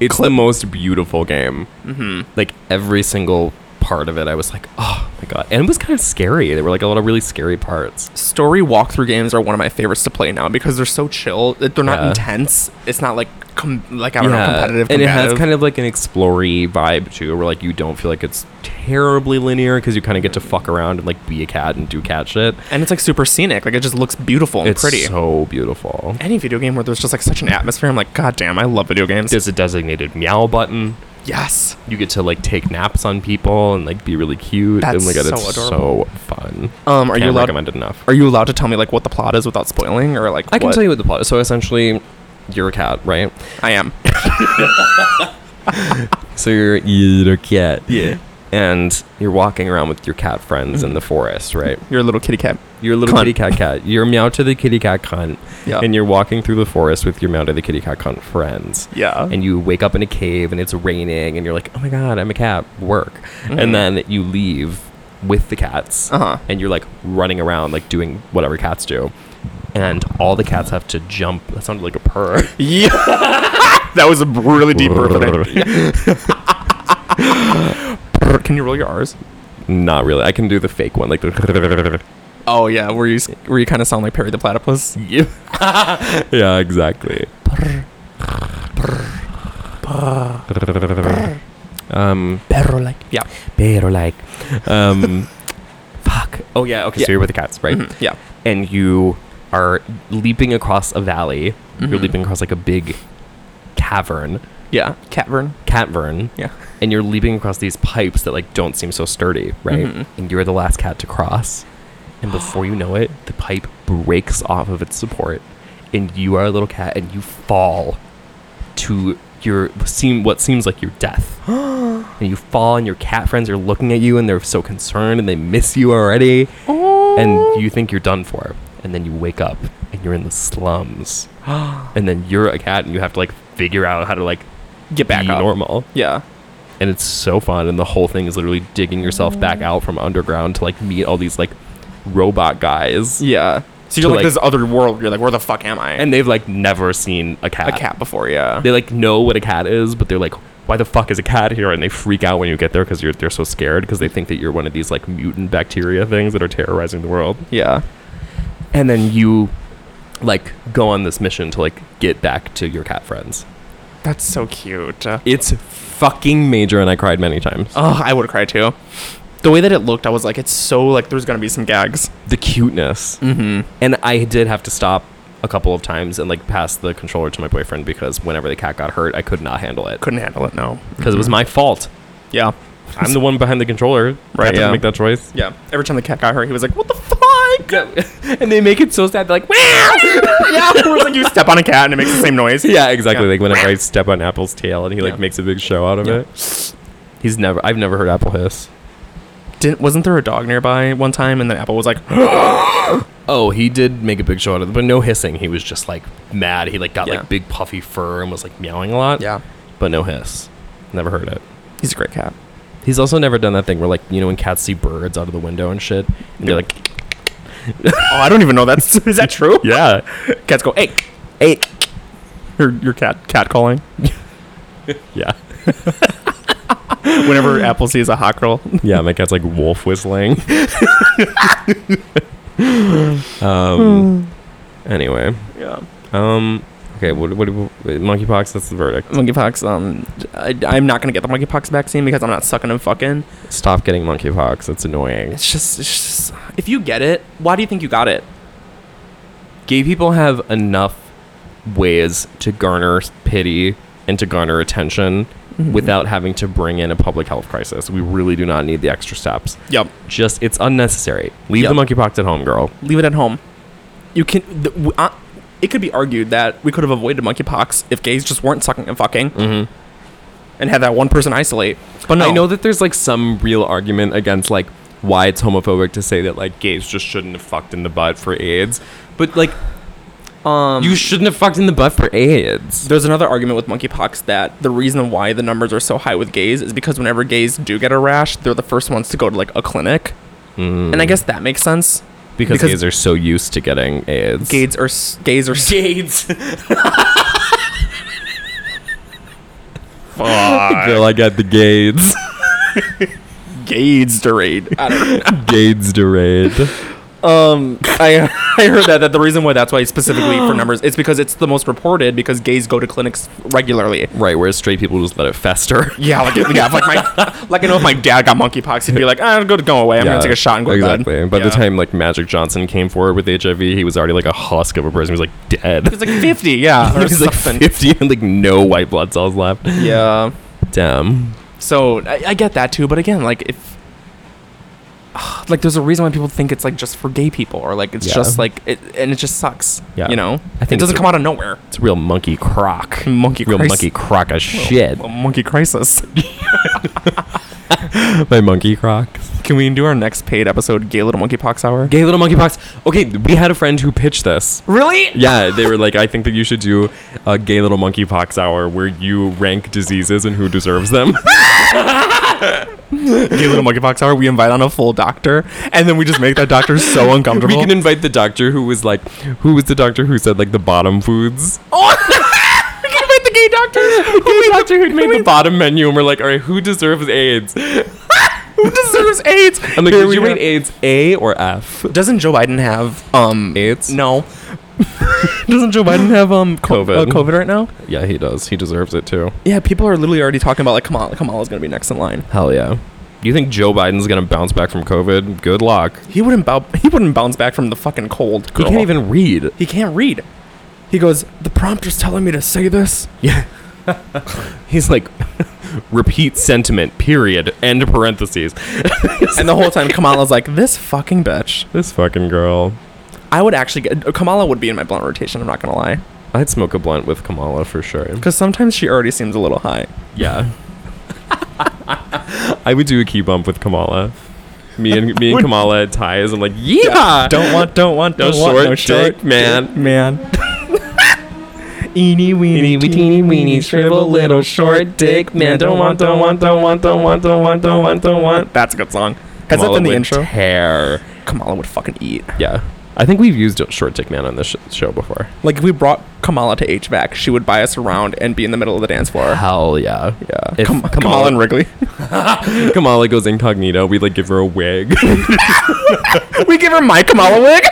[SPEAKER 4] it's the most beautiful game.
[SPEAKER 5] Mm-hmm.
[SPEAKER 4] Like every single part of it, I was like, oh my god! And it was kind of scary. There were like a lot of really scary parts.
[SPEAKER 5] story walkthrough games are one of my favorites to play now because they're so chill. They're not
[SPEAKER 4] Yeah.
[SPEAKER 5] intense. It's not like com- like I don't know competitive.
[SPEAKER 4] and it has
[SPEAKER 5] combative.
[SPEAKER 4] kind of like an explory vibe too, where like you don't feel like it's terribly linear because you kind of get to fuck around and like be a cat and do cat shit.
[SPEAKER 5] and it's like super scenic. Like it just looks beautiful and
[SPEAKER 4] It's
[SPEAKER 5] pretty.
[SPEAKER 4] so beautiful.
[SPEAKER 5] Any video game where there's just like such an atmosphere, I'm like, God damn, I love video games.
[SPEAKER 4] There's a designated meow button.
[SPEAKER 5] yes,
[SPEAKER 4] You get to like take naps on people and like be really cute.
[SPEAKER 5] That's
[SPEAKER 4] and like
[SPEAKER 5] so
[SPEAKER 4] it's
[SPEAKER 5] adorable.
[SPEAKER 4] so fun.
[SPEAKER 5] Um, are you
[SPEAKER 4] Can't
[SPEAKER 5] allowed-
[SPEAKER 4] recommend it enough?
[SPEAKER 5] are you allowed to tell me like what the plot is without spoiling or like?
[SPEAKER 4] I can
[SPEAKER 5] what-
[SPEAKER 4] tell you what the plot is. So essentially, you're a cat, right?
[SPEAKER 5] I am.
[SPEAKER 4] So you're you're a cat. Yeah. And you're walking around with your cat friends in the forest, right?
[SPEAKER 5] You're a little kitty cat.
[SPEAKER 4] You're a little
[SPEAKER 5] Cunt.
[SPEAKER 4] kitty cat cat. You're meow to the kitty cat cunt.
[SPEAKER 5] Yeah.
[SPEAKER 4] And you're walking through the forest with your meow to the kitty cat cunt friends.
[SPEAKER 5] Yeah.
[SPEAKER 4] And you wake up in a cave and it's raining and you're like, oh my god, I'm a cat. Work. And then you leave with the cats.
[SPEAKER 5] Mm-hmm. Uh-huh.
[SPEAKER 4] And you're like running around like doing whatever cats do. And all the cats have to jump. That sounded like a purr.
[SPEAKER 5] Yeah. that was a really [LAUGHS] deep [LAUGHS] birth. Can you roll your R's?
[SPEAKER 4] [LAUGHS] Not really. I can do the fake one, like the.
[SPEAKER 5] Oh yeah, where you s- where you kind of sound like Perry the Platypus.
[SPEAKER 4] [LAUGHS] yeah, exactly. Um,
[SPEAKER 5] Perro like. Yeah.
[SPEAKER 4] pero like, um, [LAUGHS] fuck. Oh yeah. Mm-hmm. Okay,
[SPEAKER 5] Yeah.
[SPEAKER 4] so you're with the cats, right?
[SPEAKER 5] Mhm, Yeah.
[SPEAKER 4] And you are leaping across a valley. You're leaping across like a big cavern,
[SPEAKER 5] Yeah. Cavern.
[SPEAKER 4] catvern.
[SPEAKER 5] Yeah.
[SPEAKER 4] And you're leaping across these pipes that like don't seem so sturdy, right?
[SPEAKER 5] Mhm.
[SPEAKER 4] And you're the last cat to cross. And before you know it, the pipe breaks off of its support, and you are a little cat, and you fall to your seem what seems like your
[SPEAKER 5] [GASPS]
[SPEAKER 4] death. and you fall, and your cat friends are looking at you, and they're so concerned, and they miss you already,
[SPEAKER 5] Oh.
[SPEAKER 4] and you think you're done for. And then you wake up, and you're in
[SPEAKER 5] [GASPS]
[SPEAKER 4] the slums, and then you're a cat, and you have to like figure out how to like
[SPEAKER 5] Get back
[SPEAKER 4] be
[SPEAKER 5] up.
[SPEAKER 4] normal
[SPEAKER 5] Yeah.
[SPEAKER 4] and it's so fun and the whole thing is literally digging yourself back out from underground to like meet all these like robot guys
[SPEAKER 5] Yeah. So you're
[SPEAKER 4] To,
[SPEAKER 5] like,
[SPEAKER 4] like-
[SPEAKER 5] this other world. You're like, where the fuck am I?
[SPEAKER 4] and they've like never seen a cat
[SPEAKER 5] a cat before, yeah.
[SPEAKER 4] they like know what a cat is but they're like why the fuck is a cat here and they freak out when you get there because you're they're so scared because they think that you're one of these like mutant bacteria things that are terrorizing the world
[SPEAKER 5] yeah.
[SPEAKER 4] and then you like go on this mission to like get back to your cat friends
[SPEAKER 5] That's so cute. Oh,
[SPEAKER 4] it's fucking major and i cried many times
[SPEAKER 5] I would cry too. The way that it looked, I was like, it's so like there's gonna be some gags.
[SPEAKER 4] the cuteness. Mm-hmm. And I did have to stop a couple of times and like pass the controller to my boyfriend because whenever the cat got hurt, I could not handle it
[SPEAKER 5] Couldn't handle it, no. Mm-hmm.
[SPEAKER 4] because it was my fault.
[SPEAKER 5] Yeah.
[SPEAKER 4] I'm the one behind the controller.
[SPEAKER 5] Right,
[SPEAKER 4] I have
[SPEAKER 5] yeah.
[SPEAKER 4] to make that choice.
[SPEAKER 5] Yeah. Every time the cat got hurt, he was like, What the fuck?
[SPEAKER 4] [LAUGHS] and they make it so sad. They're like, wow.
[SPEAKER 5] [LAUGHS] yeah. [LAUGHS] It was like you step on a cat and it makes the same noise.
[SPEAKER 4] yeah, exactly.
[SPEAKER 5] Yeah.
[SPEAKER 4] Like whenever I step on Apple's tail and he like
[SPEAKER 5] Yeah.
[SPEAKER 4] makes a big show out of
[SPEAKER 5] Yeah.
[SPEAKER 4] it. He's never. I've never heard Apple hiss.
[SPEAKER 5] Didn't wasn't there a dog nearby one time and then Apple was like [GASPS]
[SPEAKER 4] Oh, he did make a big show out of it, but no hissing. He was just like mad. He like got
[SPEAKER 5] Yeah.
[SPEAKER 4] like big puffy fur and was like meowing a lot. but no hiss. Never heard it.
[SPEAKER 5] He's a great cat.
[SPEAKER 4] He's also never done that thing where, like, you know, when cats see birds out of the window and shit, and they're like,
[SPEAKER 5] Oh, I don't even know that's [LAUGHS] is that true?
[SPEAKER 4] [LAUGHS] "Yeah,
[SPEAKER 5] Cats go, hey,
[SPEAKER 4] hey,
[SPEAKER 5] your your cat cat calling.
[SPEAKER 4] yeah,
[SPEAKER 5] [LAUGHS] Whenever Apple sees a hot girl.
[SPEAKER 4] yeah." My cat's like wolf [LAUGHS] whistling. um. Um, Anyway,
[SPEAKER 5] Yeah.
[SPEAKER 4] um. Okay. What? What? what monkeypox. That's the verdict.
[SPEAKER 5] [LAUGHS] monkeypox. Um, I, I'm not gonna get the monkeypox vaccine because I'm not sucking and fucking.
[SPEAKER 4] Stop getting monkeypox. It's annoying.
[SPEAKER 5] It's just, it's just. If you get it, why do you think you got it?
[SPEAKER 4] Gay people have enough ways to garner pity and to garner attention without having to bring in a public health crisis. We really do not need the extra steps.
[SPEAKER 5] Yep.
[SPEAKER 4] just it's unnecessary. Leave
[SPEAKER 5] Yep.
[SPEAKER 4] the monkeypox at home, girl.
[SPEAKER 5] Leave it at home. You can. The, w- uh, it could be argued that we could have avoided monkeypox if gays just weren't sucking and fucking, mm-hmm. and had that one person isolate. But no,
[SPEAKER 4] I know that there's like some real argument against like why it's homophobic to say that like gays just shouldn't have fucked in the butt for AIDS, but like
[SPEAKER 5] Um,
[SPEAKER 4] You shouldn't have fucked in the butt for AIDS.
[SPEAKER 5] there's another argument with monkeypox that the reason why the numbers are so high with gays is because whenever gays do get a rash, they're the first ones to go to like a clinic.
[SPEAKER 4] Mm.
[SPEAKER 5] And I guess that makes sense.
[SPEAKER 4] Because,
[SPEAKER 5] Because-
[SPEAKER 4] gays are so used to getting AIDS.
[SPEAKER 5] Gays are s- gays are gays.
[SPEAKER 4] Girl, I got the [LAUGHS] gays.
[SPEAKER 5] [LAUGHS] gays derade. I don't know. [LAUGHS]
[SPEAKER 4] gays derade.
[SPEAKER 5] Um, I I heard that that the reason why that's why specifically for numbers it's because it's the most reported because gays go to clinics regularly.
[SPEAKER 4] Right, whereas straight people just let it [LAUGHS] fester.
[SPEAKER 5] Yeah, like yeah, like my [LAUGHS] like I know if my dad got monkeypox, he'd be like, "I'll go to go away. I'm
[SPEAKER 4] Yeah,
[SPEAKER 5] gonna take a shot and go
[SPEAKER 4] Exactly.
[SPEAKER 5] to bed."
[SPEAKER 4] By
[SPEAKER 5] Yeah.
[SPEAKER 4] the time like Magic Johnson came forward with HIV, he was already like a husk of a person. He was like dead.
[SPEAKER 5] he's like 50,
[SPEAKER 4] [LAUGHS]
[SPEAKER 5] yeah, or
[SPEAKER 4] He's Uh, like
[SPEAKER 5] something.
[SPEAKER 4] 50 and like no white blood cells left.
[SPEAKER 5] yeah.
[SPEAKER 4] Damn.
[SPEAKER 5] So I, I get that too, but again, like if [SIGHS] like there's a reason why people think it's like just for gay people or like it's
[SPEAKER 4] Yeah.
[SPEAKER 5] just like it, and it just sucks.
[SPEAKER 4] Yeah.
[SPEAKER 5] you know,
[SPEAKER 4] I think
[SPEAKER 5] it doesn't
[SPEAKER 4] it's a-
[SPEAKER 5] come out of nowhere.
[SPEAKER 4] It's a real monkey croc.
[SPEAKER 5] Monkey
[SPEAKER 4] Real
[SPEAKER 5] crisis.
[SPEAKER 4] [LAUGHS] monkey croc of shit.
[SPEAKER 5] Well, monkey crisis. [LAUGHS]
[SPEAKER 4] My monkey croc.
[SPEAKER 5] Can we do our next paid episode, Gay Little Monkeypox Hour?
[SPEAKER 4] Gay little monkey pox. Okay, we had a friend who pitched this.
[SPEAKER 5] Really?
[SPEAKER 4] Yeah, they were like, I think that you should do a gay little monkey pox hour where you rank diseases and who deserves [LAUGHS] them.
[SPEAKER 5] Gay Little Monkeypox Hour. We invite on a full doctor, and then [LAUGHS] we just make that doctor so
[SPEAKER 4] we
[SPEAKER 5] uncomfortable.
[SPEAKER 4] can invite the doctor who was like, who was the doctor who said like the bottom foods?
[SPEAKER 5] we can invite the gay doctor.
[SPEAKER 4] The gay doctor who made the bottom menu and we're like, all right, who deserves AIDS?
[SPEAKER 5] Who deserves AIDS?
[SPEAKER 4] I'm like,
[SPEAKER 5] Here
[SPEAKER 4] did
[SPEAKER 5] we
[SPEAKER 4] you
[SPEAKER 5] go.
[SPEAKER 4] rate AIDS A or F?
[SPEAKER 5] Doesn't Joe Biden have um
[SPEAKER 4] AIDS?
[SPEAKER 5] No. [LAUGHS] Doesn't Joe Biden have um co-
[SPEAKER 4] COVID.
[SPEAKER 5] uh, COVID right now?
[SPEAKER 4] Yeah, he does. He deserves it too.
[SPEAKER 5] Yeah, people are literally already talking about like Kamala. Kamala's gonna be next in line.
[SPEAKER 4] Hell yeah. You think Joe Biden's gonna bounce back from COVID? Good luck.
[SPEAKER 5] He wouldn't bow- He wouldn't bounce back from the fucking cold.
[SPEAKER 4] He
[SPEAKER 5] girl.
[SPEAKER 4] can't even read.
[SPEAKER 5] He can't read. He goes. The prompter's telling me to say this.
[SPEAKER 4] Yeah. He's like, [LAUGHS] repeat sentiment, period, end parentheses.
[SPEAKER 5] And the whole
[SPEAKER 4] [LAUGHS]
[SPEAKER 5] time Kamala's like, this fucking bitch.
[SPEAKER 4] This fucking girl.
[SPEAKER 5] I would actually get Kamala would be in my blunt rotation. I'm not gonna lie,
[SPEAKER 4] I'd smoke a blunt with Kamala for sure.
[SPEAKER 5] because sometimes she already seems a little high.
[SPEAKER 4] Yeah. [LAUGHS] I would do a key bump with Kamala. Me and me and Kamala at ties. I'm like, yeah.
[SPEAKER 5] Don't want, don't want,
[SPEAKER 4] No
[SPEAKER 5] don't want,
[SPEAKER 4] short
[SPEAKER 5] no short,
[SPEAKER 4] dick, man.
[SPEAKER 5] man. Eeny weeny,
[SPEAKER 2] Eeny
[SPEAKER 5] teeny
[SPEAKER 2] weeny,
[SPEAKER 5] weeny, shrivel little short dick, man. Don't want, don't want, don't want, don't want, don't want, don't want, don't want. That's a good song. Has that
[SPEAKER 4] Kamala
[SPEAKER 5] been the
[SPEAKER 4] would
[SPEAKER 5] intro?
[SPEAKER 4] Tear.
[SPEAKER 5] Kamala would fucking eat.
[SPEAKER 4] Yeah. I think we've used Short Dick Man on this sh- show before.
[SPEAKER 5] Like if we brought Kamala to HVAC, she would buy us around and be in the middle of the dance floor.
[SPEAKER 4] Hell yeah.
[SPEAKER 5] Yeah,
[SPEAKER 4] If
[SPEAKER 5] Kam-
[SPEAKER 4] Kamala-
[SPEAKER 5] Kamala and Wrigley. [LAUGHS]
[SPEAKER 4] Kamala goes incognito. We like give her a wig.
[SPEAKER 5] we give her my Kamala wig.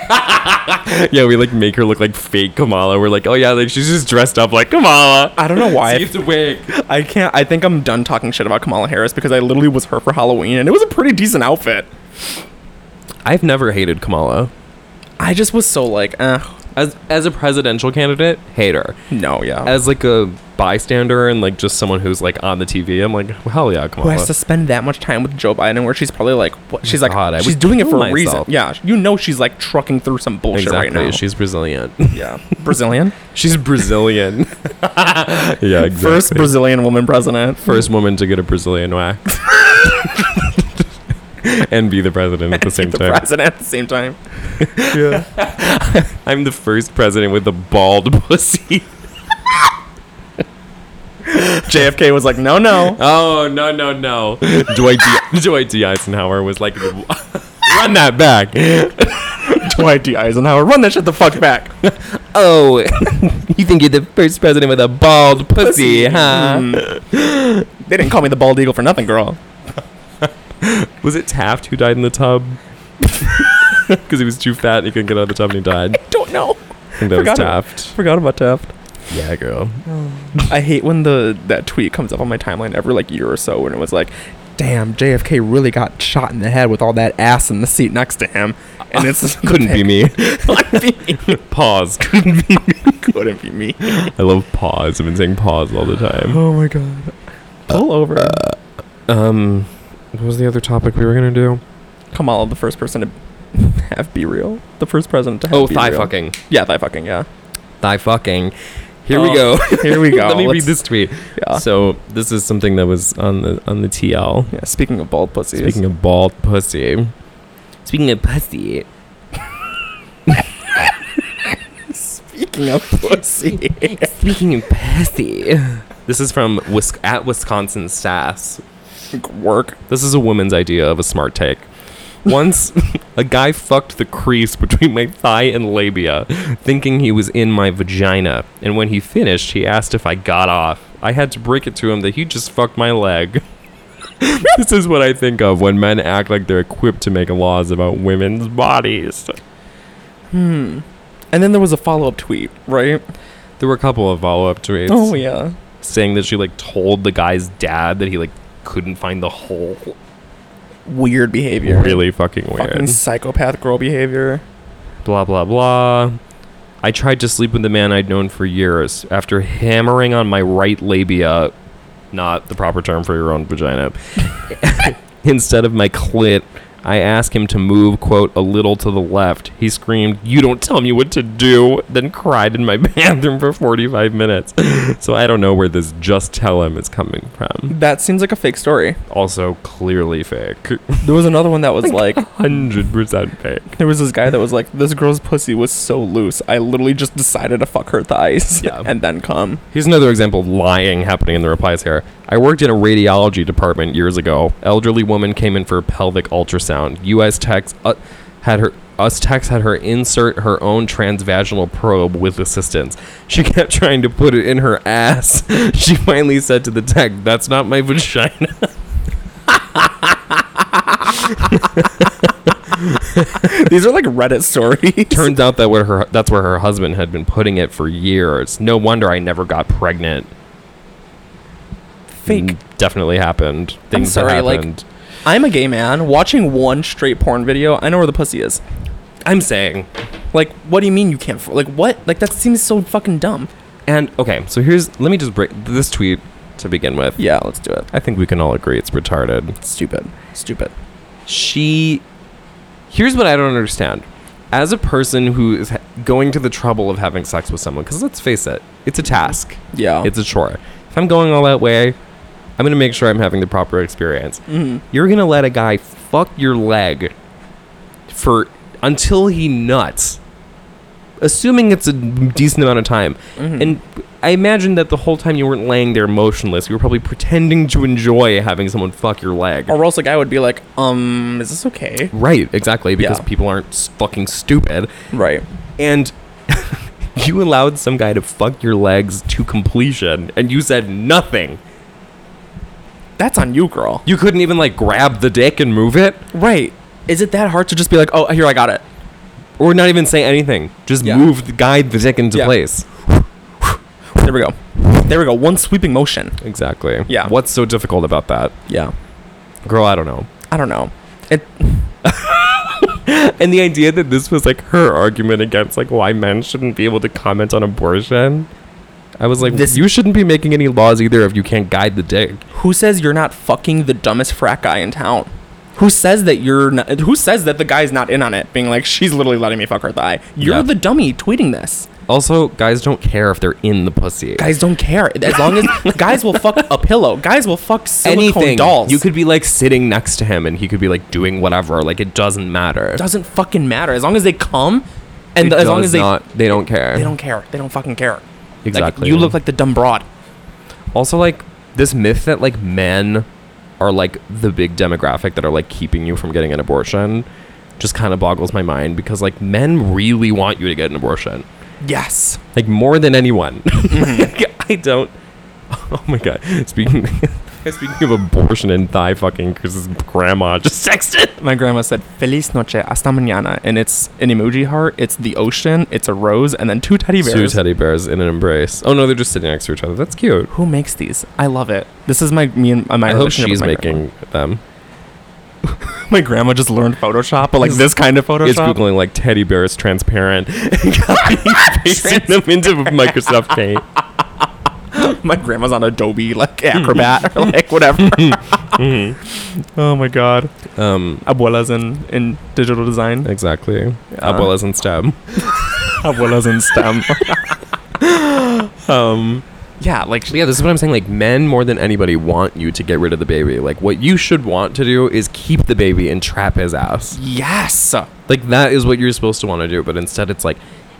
[SPEAKER 4] yeah, we like make her look like fake Kamala. We're like, oh yeah, like she's just dressed up like Kamala.
[SPEAKER 5] I don't know why.
[SPEAKER 4] [LAUGHS] See, it's a wig.
[SPEAKER 5] I can't. I think I'm done talking shit about Kamala Harris because I literally was her for Halloween and it was a pretty decent outfit.
[SPEAKER 4] I've never hated Kamala.
[SPEAKER 5] I just was so like, eh,
[SPEAKER 4] As as a presidential candidate, hate her.
[SPEAKER 5] no, yeah.
[SPEAKER 4] As like a bystander and like just someone who's like on the TV, I'm like, hell yeah,
[SPEAKER 5] who
[SPEAKER 4] Kamala.
[SPEAKER 5] has to spend that much time with Joe Biden, where she's probably like, what? she's like,
[SPEAKER 4] God, I
[SPEAKER 5] she's
[SPEAKER 4] would
[SPEAKER 5] doing it
[SPEAKER 4] kill
[SPEAKER 5] for a reason.
[SPEAKER 4] myself.
[SPEAKER 5] Yeah, you know, she's like trucking through some bullshit
[SPEAKER 4] exactly.
[SPEAKER 5] right now.
[SPEAKER 4] She's Brazilian.
[SPEAKER 5] [LAUGHS] yeah, Brazilian,
[SPEAKER 4] [LAUGHS] she's [LAUGHS] Brazilian. yeah, exactly.
[SPEAKER 5] first Brazilian woman president.
[SPEAKER 4] first woman to get a Brazilian [LAUGHS] wax. and be the president at the same
[SPEAKER 5] the
[SPEAKER 4] time.
[SPEAKER 5] president at the same time. [LAUGHS]
[SPEAKER 4] I'm the first president with a bald [LAUGHS] pussy.
[SPEAKER 5] JFK was like, no, no.
[SPEAKER 4] Oh no no no! [LAUGHS] Dwight D. [LAUGHS] Dwight D. Eisenhower was like, [LAUGHS] run that back.
[SPEAKER 5] Dwight D. Eisenhower, run that shit the fuck back.
[SPEAKER 4] [LAUGHS] Oh, [LAUGHS] you think you're the first president with a bald pussy, huh?
[SPEAKER 5] Hmm. They didn't call me the bald eagle for nothing, girl.
[SPEAKER 4] Was it Taft who died in the [LAUGHS] tub? Because he was too fat and he couldn't get out of the tub and he died.
[SPEAKER 5] Don't know.
[SPEAKER 4] I think that was
[SPEAKER 5] Forgot it.
[SPEAKER 4] Taft.
[SPEAKER 5] Forgot about Taft.
[SPEAKER 4] Yeah, girl.
[SPEAKER 5] I hate when the that tweet comes up on my timeline every like year or so, and it was like, "Damn, JFK really got shot in the head with all that ass in the seat next to him," and it's
[SPEAKER 4] [LAUGHS] Couldn't
[SPEAKER 5] [LAUGHS]
[SPEAKER 4] be me. pause. [LAUGHS] Couldn't be me.
[SPEAKER 5] couldn't be me.
[SPEAKER 4] I love pause. I've been saying pause all the time.
[SPEAKER 5] Oh my god, pull over.
[SPEAKER 4] Um, what was the other topic we were gonna do?
[SPEAKER 5] Kamala, the first person to have be real, the first president to have
[SPEAKER 4] Oh,
[SPEAKER 5] be
[SPEAKER 4] thigh
[SPEAKER 5] real.
[SPEAKER 4] fucking.
[SPEAKER 5] Yeah, thigh fucking. Yeah.
[SPEAKER 4] Thigh fucking. [LAUGHS] Here we
[SPEAKER 5] Oh,
[SPEAKER 4] go. Uh.
[SPEAKER 5] Here we go.
[SPEAKER 4] Let me read
[SPEAKER 5] Let's-
[SPEAKER 4] this tweet.
[SPEAKER 5] Yeah.
[SPEAKER 4] So this is something that was on the on the TL.
[SPEAKER 5] yeah. Speaking of bald pussies.
[SPEAKER 4] Speaking of bald pussy. Speaking of pussy.
[SPEAKER 5] Speaking of pussy.
[SPEAKER 2] Speaking of pussy.
[SPEAKER 4] This is from Wis- at Wisconsin Sass.
[SPEAKER 5] Work.
[SPEAKER 4] This is a woman's idea of a smart take. Once, [LAUGHS] a guy fucked the crease between my thigh and labia, thinking he was in my vagina. And when he finished, he asked if I got off. I had to break it to him that he just fucked my leg. this is what I think of when men act like they're equipped to make laws about women's bodies.
[SPEAKER 5] And then there was a follow up tweet, right?
[SPEAKER 4] There were a couple of follow up tweets
[SPEAKER 5] Oh, yeah.
[SPEAKER 4] saying that she like told the guy's dad that he like couldn't find the hole.
[SPEAKER 5] Weird behavior.
[SPEAKER 4] Really fucking weird.
[SPEAKER 5] Fucking psychopath girl behavior.
[SPEAKER 4] blah blah blah. I tried to sleep with the man I'd known for years. After hammering on my right labia, not the proper term for your own vagina, [LAUGHS] instead of my clit, I asked him to move, quote, a little to the left. He screamed, You don't tell me what to do, then cried in my [LAUGHS] bathroom for 45 minutes. so I don't know where this just tell him is coming from.
[SPEAKER 5] That seems like a fake story.
[SPEAKER 4] Also, clearly fake. [LAUGHS]
[SPEAKER 5] There was another one that was like,
[SPEAKER 4] 100% fake.
[SPEAKER 5] there was this guy that was like, this girl's pussy was so loose. I literally just decided to fuck her thighs
[SPEAKER 4] Yeah.
[SPEAKER 5] [LAUGHS] and then come.
[SPEAKER 4] Here's another example of lying happening in the replies here. I worked in a radiology department years ago. Elderly woman came in for pelvic ultrasound. US techs uh, had her us techs had her insert her own transvaginal probe with assistance. [LAUGHS] She kept trying to put it in her ass. [LAUGHS] She finally said to the tech, "That's not my [LAUGHS]
[SPEAKER 5] [LAUGHS]
[SPEAKER 4] vagina."
[SPEAKER 5] These are like Reddit stories.
[SPEAKER 4] Turns out that where her that's where her husband had been putting it for years. No wonder I never got pregnant. Mm,
[SPEAKER 5] fake.
[SPEAKER 4] Definitely happened. Things that
[SPEAKER 5] sorry, like-
[SPEAKER 4] happened.
[SPEAKER 5] [LAUGHS] I'm a gay man watching one straight porn video. I know where the pussy is.
[SPEAKER 4] I'm saying
[SPEAKER 5] Like, what do you mean you can't? f- Like, what? Like, that seems so fucking dumb.
[SPEAKER 4] And okay, so here's let me just break this tweet to begin with.
[SPEAKER 5] Yeah, let's do it.
[SPEAKER 4] I think we can all agree it's retarded.
[SPEAKER 5] Stupid. Stupid.
[SPEAKER 4] She Here's what I don't understand. As a person who is ha- going to the trouble of having sex with someone cuz let's face it, it's a task.
[SPEAKER 5] Yeah.
[SPEAKER 4] It's a chore. If I'm going all that way, I'm going to make sure I'm having the proper experience.
[SPEAKER 5] Mm-hmm.
[SPEAKER 4] You're going to let a guy fuck your leg for until he nuts, assuming it's a decent amount of time.
[SPEAKER 5] Hmm. Mm-hmm.
[SPEAKER 4] And I imagine that the whole time you weren't laying there motionless. You were probably pretending to enjoy having someone fuck your leg.
[SPEAKER 5] or else a guy would be like, um, is this okay?
[SPEAKER 4] Right, exactly, because
[SPEAKER 5] Yeah.
[SPEAKER 4] people aren't s- fucking stupid.
[SPEAKER 5] Right.
[SPEAKER 4] And [LAUGHS] you allowed some guy to fuck your legs to completion, and you said nothing.
[SPEAKER 5] That's on you, girl.
[SPEAKER 4] You couldn't even like grab the dick and move it,
[SPEAKER 5] Right. Is it that hard to just be like, oh, here, I got it?
[SPEAKER 4] or not even say anything. Just
[SPEAKER 5] Yeah.
[SPEAKER 4] move, the, guide the dick into
[SPEAKER 5] Yeah.
[SPEAKER 4] place.
[SPEAKER 5] There we go. There we go. One sweeping motion.
[SPEAKER 4] Exactly.
[SPEAKER 5] Yeah.
[SPEAKER 4] What's so difficult about that,
[SPEAKER 5] Yeah.
[SPEAKER 4] girl? I don't know.
[SPEAKER 5] I don't know. It,
[SPEAKER 4] And the idea that this was like her argument against like why men shouldn't be able to comment on abortion. I was like,
[SPEAKER 5] This-
[SPEAKER 4] you shouldn't be making any laws either if you can't guide the dick.
[SPEAKER 5] who says you're not fucking the dumbest frat guy in town? Who says that you're not, who says that the guy's not in on it? Being like, she's literally letting me fuck her thigh. You're
[SPEAKER 4] Yeah.
[SPEAKER 5] the dummy tweeting this.
[SPEAKER 4] Also, guys don't care if they're in the pussy.
[SPEAKER 5] Guys don't care. As long as [LAUGHS] guys will fuck a pillow, guys will fuck silicone
[SPEAKER 4] Anything.
[SPEAKER 5] dolls.
[SPEAKER 4] You could be like sitting next to him, and he could be like doing whatever. Like it doesn't matter.
[SPEAKER 5] doesn't fucking matter. As long as they come and
[SPEAKER 4] It
[SPEAKER 5] as long
[SPEAKER 4] does
[SPEAKER 5] as they
[SPEAKER 4] not, they don't care.
[SPEAKER 5] they don't care. They don't fucking care.
[SPEAKER 4] Exactly.
[SPEAKER 5] Like, you look like the dumb broad.
[SPEAKER 4] Also, like this myth that like men are like the big demographic that are like keeping you from getting an abortion just kind of boggles my mind because like men really want you to get an abortion,
[SPEAKER 5] Yes. [LAUGHS]
[SPEAKER 4] like more than anyone. [LAUGHS] Like, I don't. Oh my god! Speaking [LAUGHS] speaking of abortion and thigh fucking, because grandma just texted.
[SPEAKER 5] My grandma said "Feliz noche hasta mañana," and it's an emoji heart. It's the ocean. It's a rose, and then two teddy bears.
[SPEAKER 4] Two teddy bears in an embrace. Oh no, they're just sitting next to each other. That's cute.
[SPEAKER 5] Who makes these? I love it. This is my me and uh, my.
[SPEAKER 4] I hope
[SPEAKER 5] relationship with
[SPEAKER 4] she's
[SPEAKER 5] my grandma. [LAUGHS]
[SPEAKER 4] making them.
[SPEAKER 5] My grandma just learned Photoshop, but like this kind of Photoshop.
[SPEAKER 4] It's googling like teddy bears transparent [LAUGHS] and copying pasting them into Microsoft Paint.
[SPEAKER 5] [LAUGHS] my grandma's on Adobe,
[SPEAKER 4] [LAUGHS]
[SPEAKER 5] like
[SPEAKER 4] Mm-hmm.
[SPEAKER 5] Acrobat or like whatever. [LAUGHS] oh my god,
[SPEAKER 4] Um,
[SPEAKER 5] abuelas in in digital design.
[SPEAKER 4] exactly.
[SPEAKER 5] Yeah.
[SPEAKER 4] Abuelas in STEM.
[SPEAKER 5] [LAUGHS] abuelas in
[SPEAKER 4] [LAUGHS]
[SPEAKER 5] STEM. um, yeah, like
[SPEAKER 4] Yeah, this is what I'm saying. Like men more than anybody want you to get rid of the baby. Like what you should want to do is keep the baby and trap his ass.
[SPEAKER 5] yes.
[SPEAKER 4] Like that is what you're supposed to want to do, but instead it's like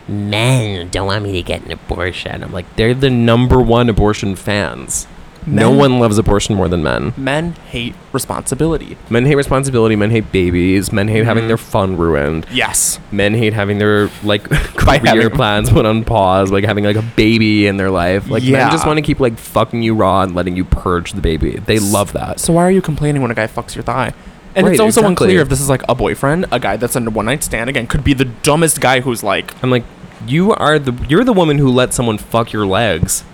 [SPEAKER 2] men don't want me to get an abortion. I'm like,
[SPEAKER 4] They're the number one abortion fans. No
[SPEAKER 5] Men-
[SPEAKER 4] one loves abortion more than men.
[SPEAKER 5] Men hate responsibility.
[SPEAKER 4] Men hate responsibility. Men hate babies. Men hate
[SPEAKER 5] Mm-hmm.
[SPEAKER 4] having their fun ruined.
[SPEAKER 5] Yes.
[SPEAKER 4] Men hate having their like [LAUGHS]
[SPEAKER 5] By
[SPEAKER 4] career
[SPEAKER 5] having-
[SPEAKER 4] plans put on pause. Like having like a baby in their life. Like
[SPEAKER 5] Yeah.
[SPEAKER 4] men just want to keep like fucking you raw and letting you purge the baby. They love that.
[SPEAKER 5] So why are you complaining when a guy fucks your thigh? And
[SPEAKER 4] Right,
[SPEAKER 5] it's also
[SPEAKER 4] exactly.
[SPEAKER 5] unclear if this is like a boyfriend, a guy that's in a one night stand. Again, could be the dumbest guy who's like,
[SPEAKER 4] I'm like, you are the you're the woman who let someone fuck your legs.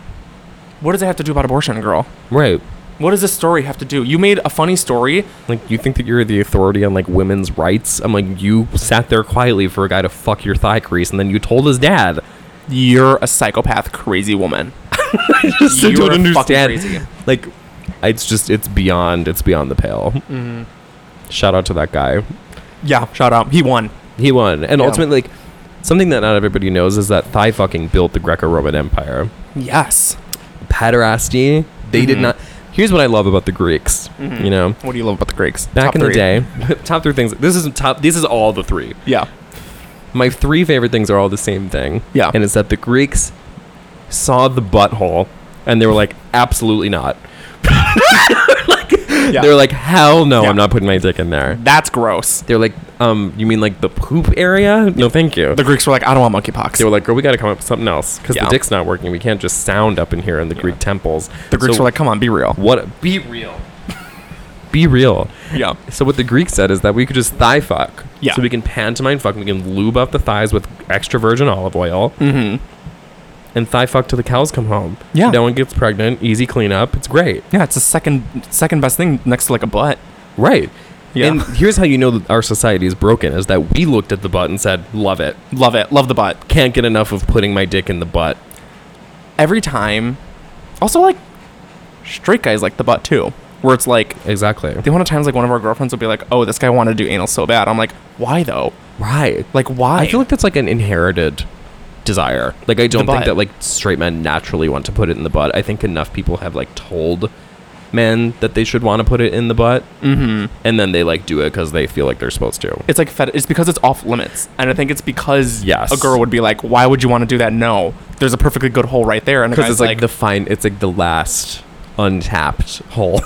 [SPEAKER 5] what does it have to do about abortion, girl?
[SPEAKER 4] Right.
[SPEAKER 5] What does this story have to do? You made a funny story.
[SPEAKER 4] Like you think that you're the authority on like women's rights? I'm like, you sat there quietly for a guy to fuck your thigh crease, and then you told his dad.
[SPEAKER 5] You're a psychopath, crazy woman.
[SPEAKER 4] just
[SPEAKER 5] You're
[SPEAKER 4] don't
[SPEAKER 5] fucking
[SPEAKER 4] understand.
[SPEAKER 5] crazy.
[SPEAKER 4] Like, it's just it's beyond it's beyond the pale.
[SPEAKER 5] Mm-hmm.
[SPEAKER 4] Shout out to that guy.
[SPEAKER 5] Yeah, shout out. He won.
[SPEAKER 4] He won, and
[SPEAKER 5] Yeah.
[SPEAKER 4] ultimately, like, something that not everybody knows is that thigh fucking built the Greco-Roman Empire.
[SPEAKER 5] Yes.
[SPEAKER 4] Paderasty. They
[SPEAKER 5] Mm-hmm.
[SPEAKER 4] did not. Here's what I love about the Greeks. You know,
[SPEAKER 5] What do you love about the Greeks?
[SPEAKER 4] back
[SPEAKER 5] Hmm. Top
[SPEAKER 4] in
[SPEAKER 5] three.
[SPEAKER 4] the day, [LAUGHS] top three things. This is top. This is all the three.
[SPEAKER 5] Yeah.
[SPEAKER 4] My three favorite things are all the same thing.
[SPEAKER 5] Yeah.
[SPEAKER 4] and it's that the Greeks saw the butthole and they were like, absolutely not. [LAUGHS]
[SPEAKER 5] yeah.
[SPEAKER 4] They're like, hell no,
[SPEAKER 5] Yeah.
[SPEAKER 4] I'm not putting my dick in there.
[SPEAKER 5] that's gross.
[SPEAKER 4] They're like, um, you mean like the poop area? No, thank you.
[SPEAKER 5] The Greeks were like, I don't want monkeypox.
[SPEAKER 4] they were like, girl, we got to come up with something else because
[SPEAKER 5] Yeah.
[SPEAKER 4] the dick's not working. We can't just sound up in here in the Greek temples.
[SPEAKER 5] the Greeks
[SPEAKER 4] So
[SPEAKER 5] were like, come on, be real.
[SPEAKER 4] what?
[SPEAKER 5] [LAUGHS]
[SPEAKER 4] Be real. Be real.
[SPEAKER 5] Yeah.
[SPEAKER 4] So what the Greeks said is that we could just thigh fuck.
[SPEAKER 5] Yeah.
[SPEAKER 4] So we can pantomime fuck. We can lube up the thighs with extra virgin olive oil.
[SPEAKER 5] Mm.
[SPEAKER 4] Mm-hmm. And thigh fuck till the cows come home.
[SPEAKER 5] Yeah.
[SPEAKER 4] No one gets pregnant. Easy cleanup. It's great.
[SPEAKER 5] Yeah, it's the second second best thing next to like a butt.
[SPEAKER 4] Right.
[SPEAKER 5] Yeah.
[SPEAKER 4] And here's how you know that our society is broken is that we looked at the butt and said, love it.
[SPEAKER 5] Love it. Love the butt.
[SPEAKER 4] Can't get enough of putting my dick in the butt.
[SPEAKER 5] Every time. Also, like, straight guys like the butt too. Where it's like,
[SPEAKER 4] Exactly.
[SPEAKER 5] the amount of times like one of our girlfriends will be like, oh, this guy wanted to do anal so bad. I'm like, why though?
[SPEAKER 4] Right. Like,
[SPEAKER 5] Like, why?
[SPEAKER 4] I feel like that's like an inherited desire. Like, I don't
[SPEAKER 5] butt.
[SPEAKER 4] think that like straight men naturally want to put it in the butt. I think enough people have like told men that they should want to put it in the butt. Mm-hmm. And then they like do it because they feel like they're supposed to.
[SPEAKER 5] it's like fet- it's because it's off limits, and I think it's because
[SPEAKER 4] Yes.
[SPEAKER 5] a girl would be like, "Why would you want to do that?" No, there's a perfectly good hole right there, and
[SPEAKER 4] Because
[SPEAKER 5] because
[SPEAKER 4] it's like, the fine, it's like the last untapped [LAUGHS] hole.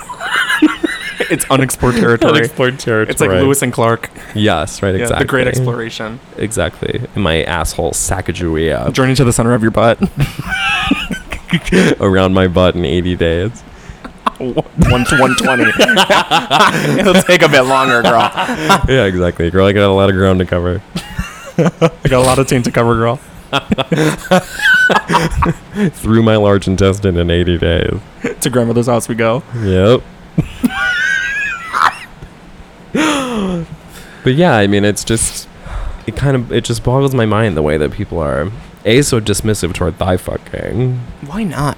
[SPEAKER 5] it's [LAUGHS] unexplored Mm. territory.
[SPEAKER 4] territory.
[SPEAKER 5] It's like Lewis and Clark,
[SPEAKER 4] Yes, right,
[SPEAKER 5] Yeah,
[SPEAKER 4] exactly.
[SPEAKER 5] the Great Exploration,
[SPEAKER 4] Exactly. In my asshole
[SPEAKER 5] [LAUGHS]
[SPEAKER 4] Sacagawea
[SPEAKER 5] Journey to the Center of Your [LAUGHS] Butt,
[SPEAKER 4] around my butt in 80 days.
[SPEAKER 5] one to one [LAUGHS] twenty. It'll take a bit longer, girl. I
[SPEAKER 4] yeah, exactly. Girl, I got a lot of ground to cover.
[SPEAKER 5] got a lot of taint to cover, girl.
[SPEAKER 4] Through my large intestine in 80 days.
[SPEAKER 5] To grandmother's house we go.
[SPEAKER 4] Yep. but yeah, I mean, it's just, it kind of, it just boggles my mind the way that people are, A, so dismissive toward thigh fucking.
[SPEAKER 5] Why not?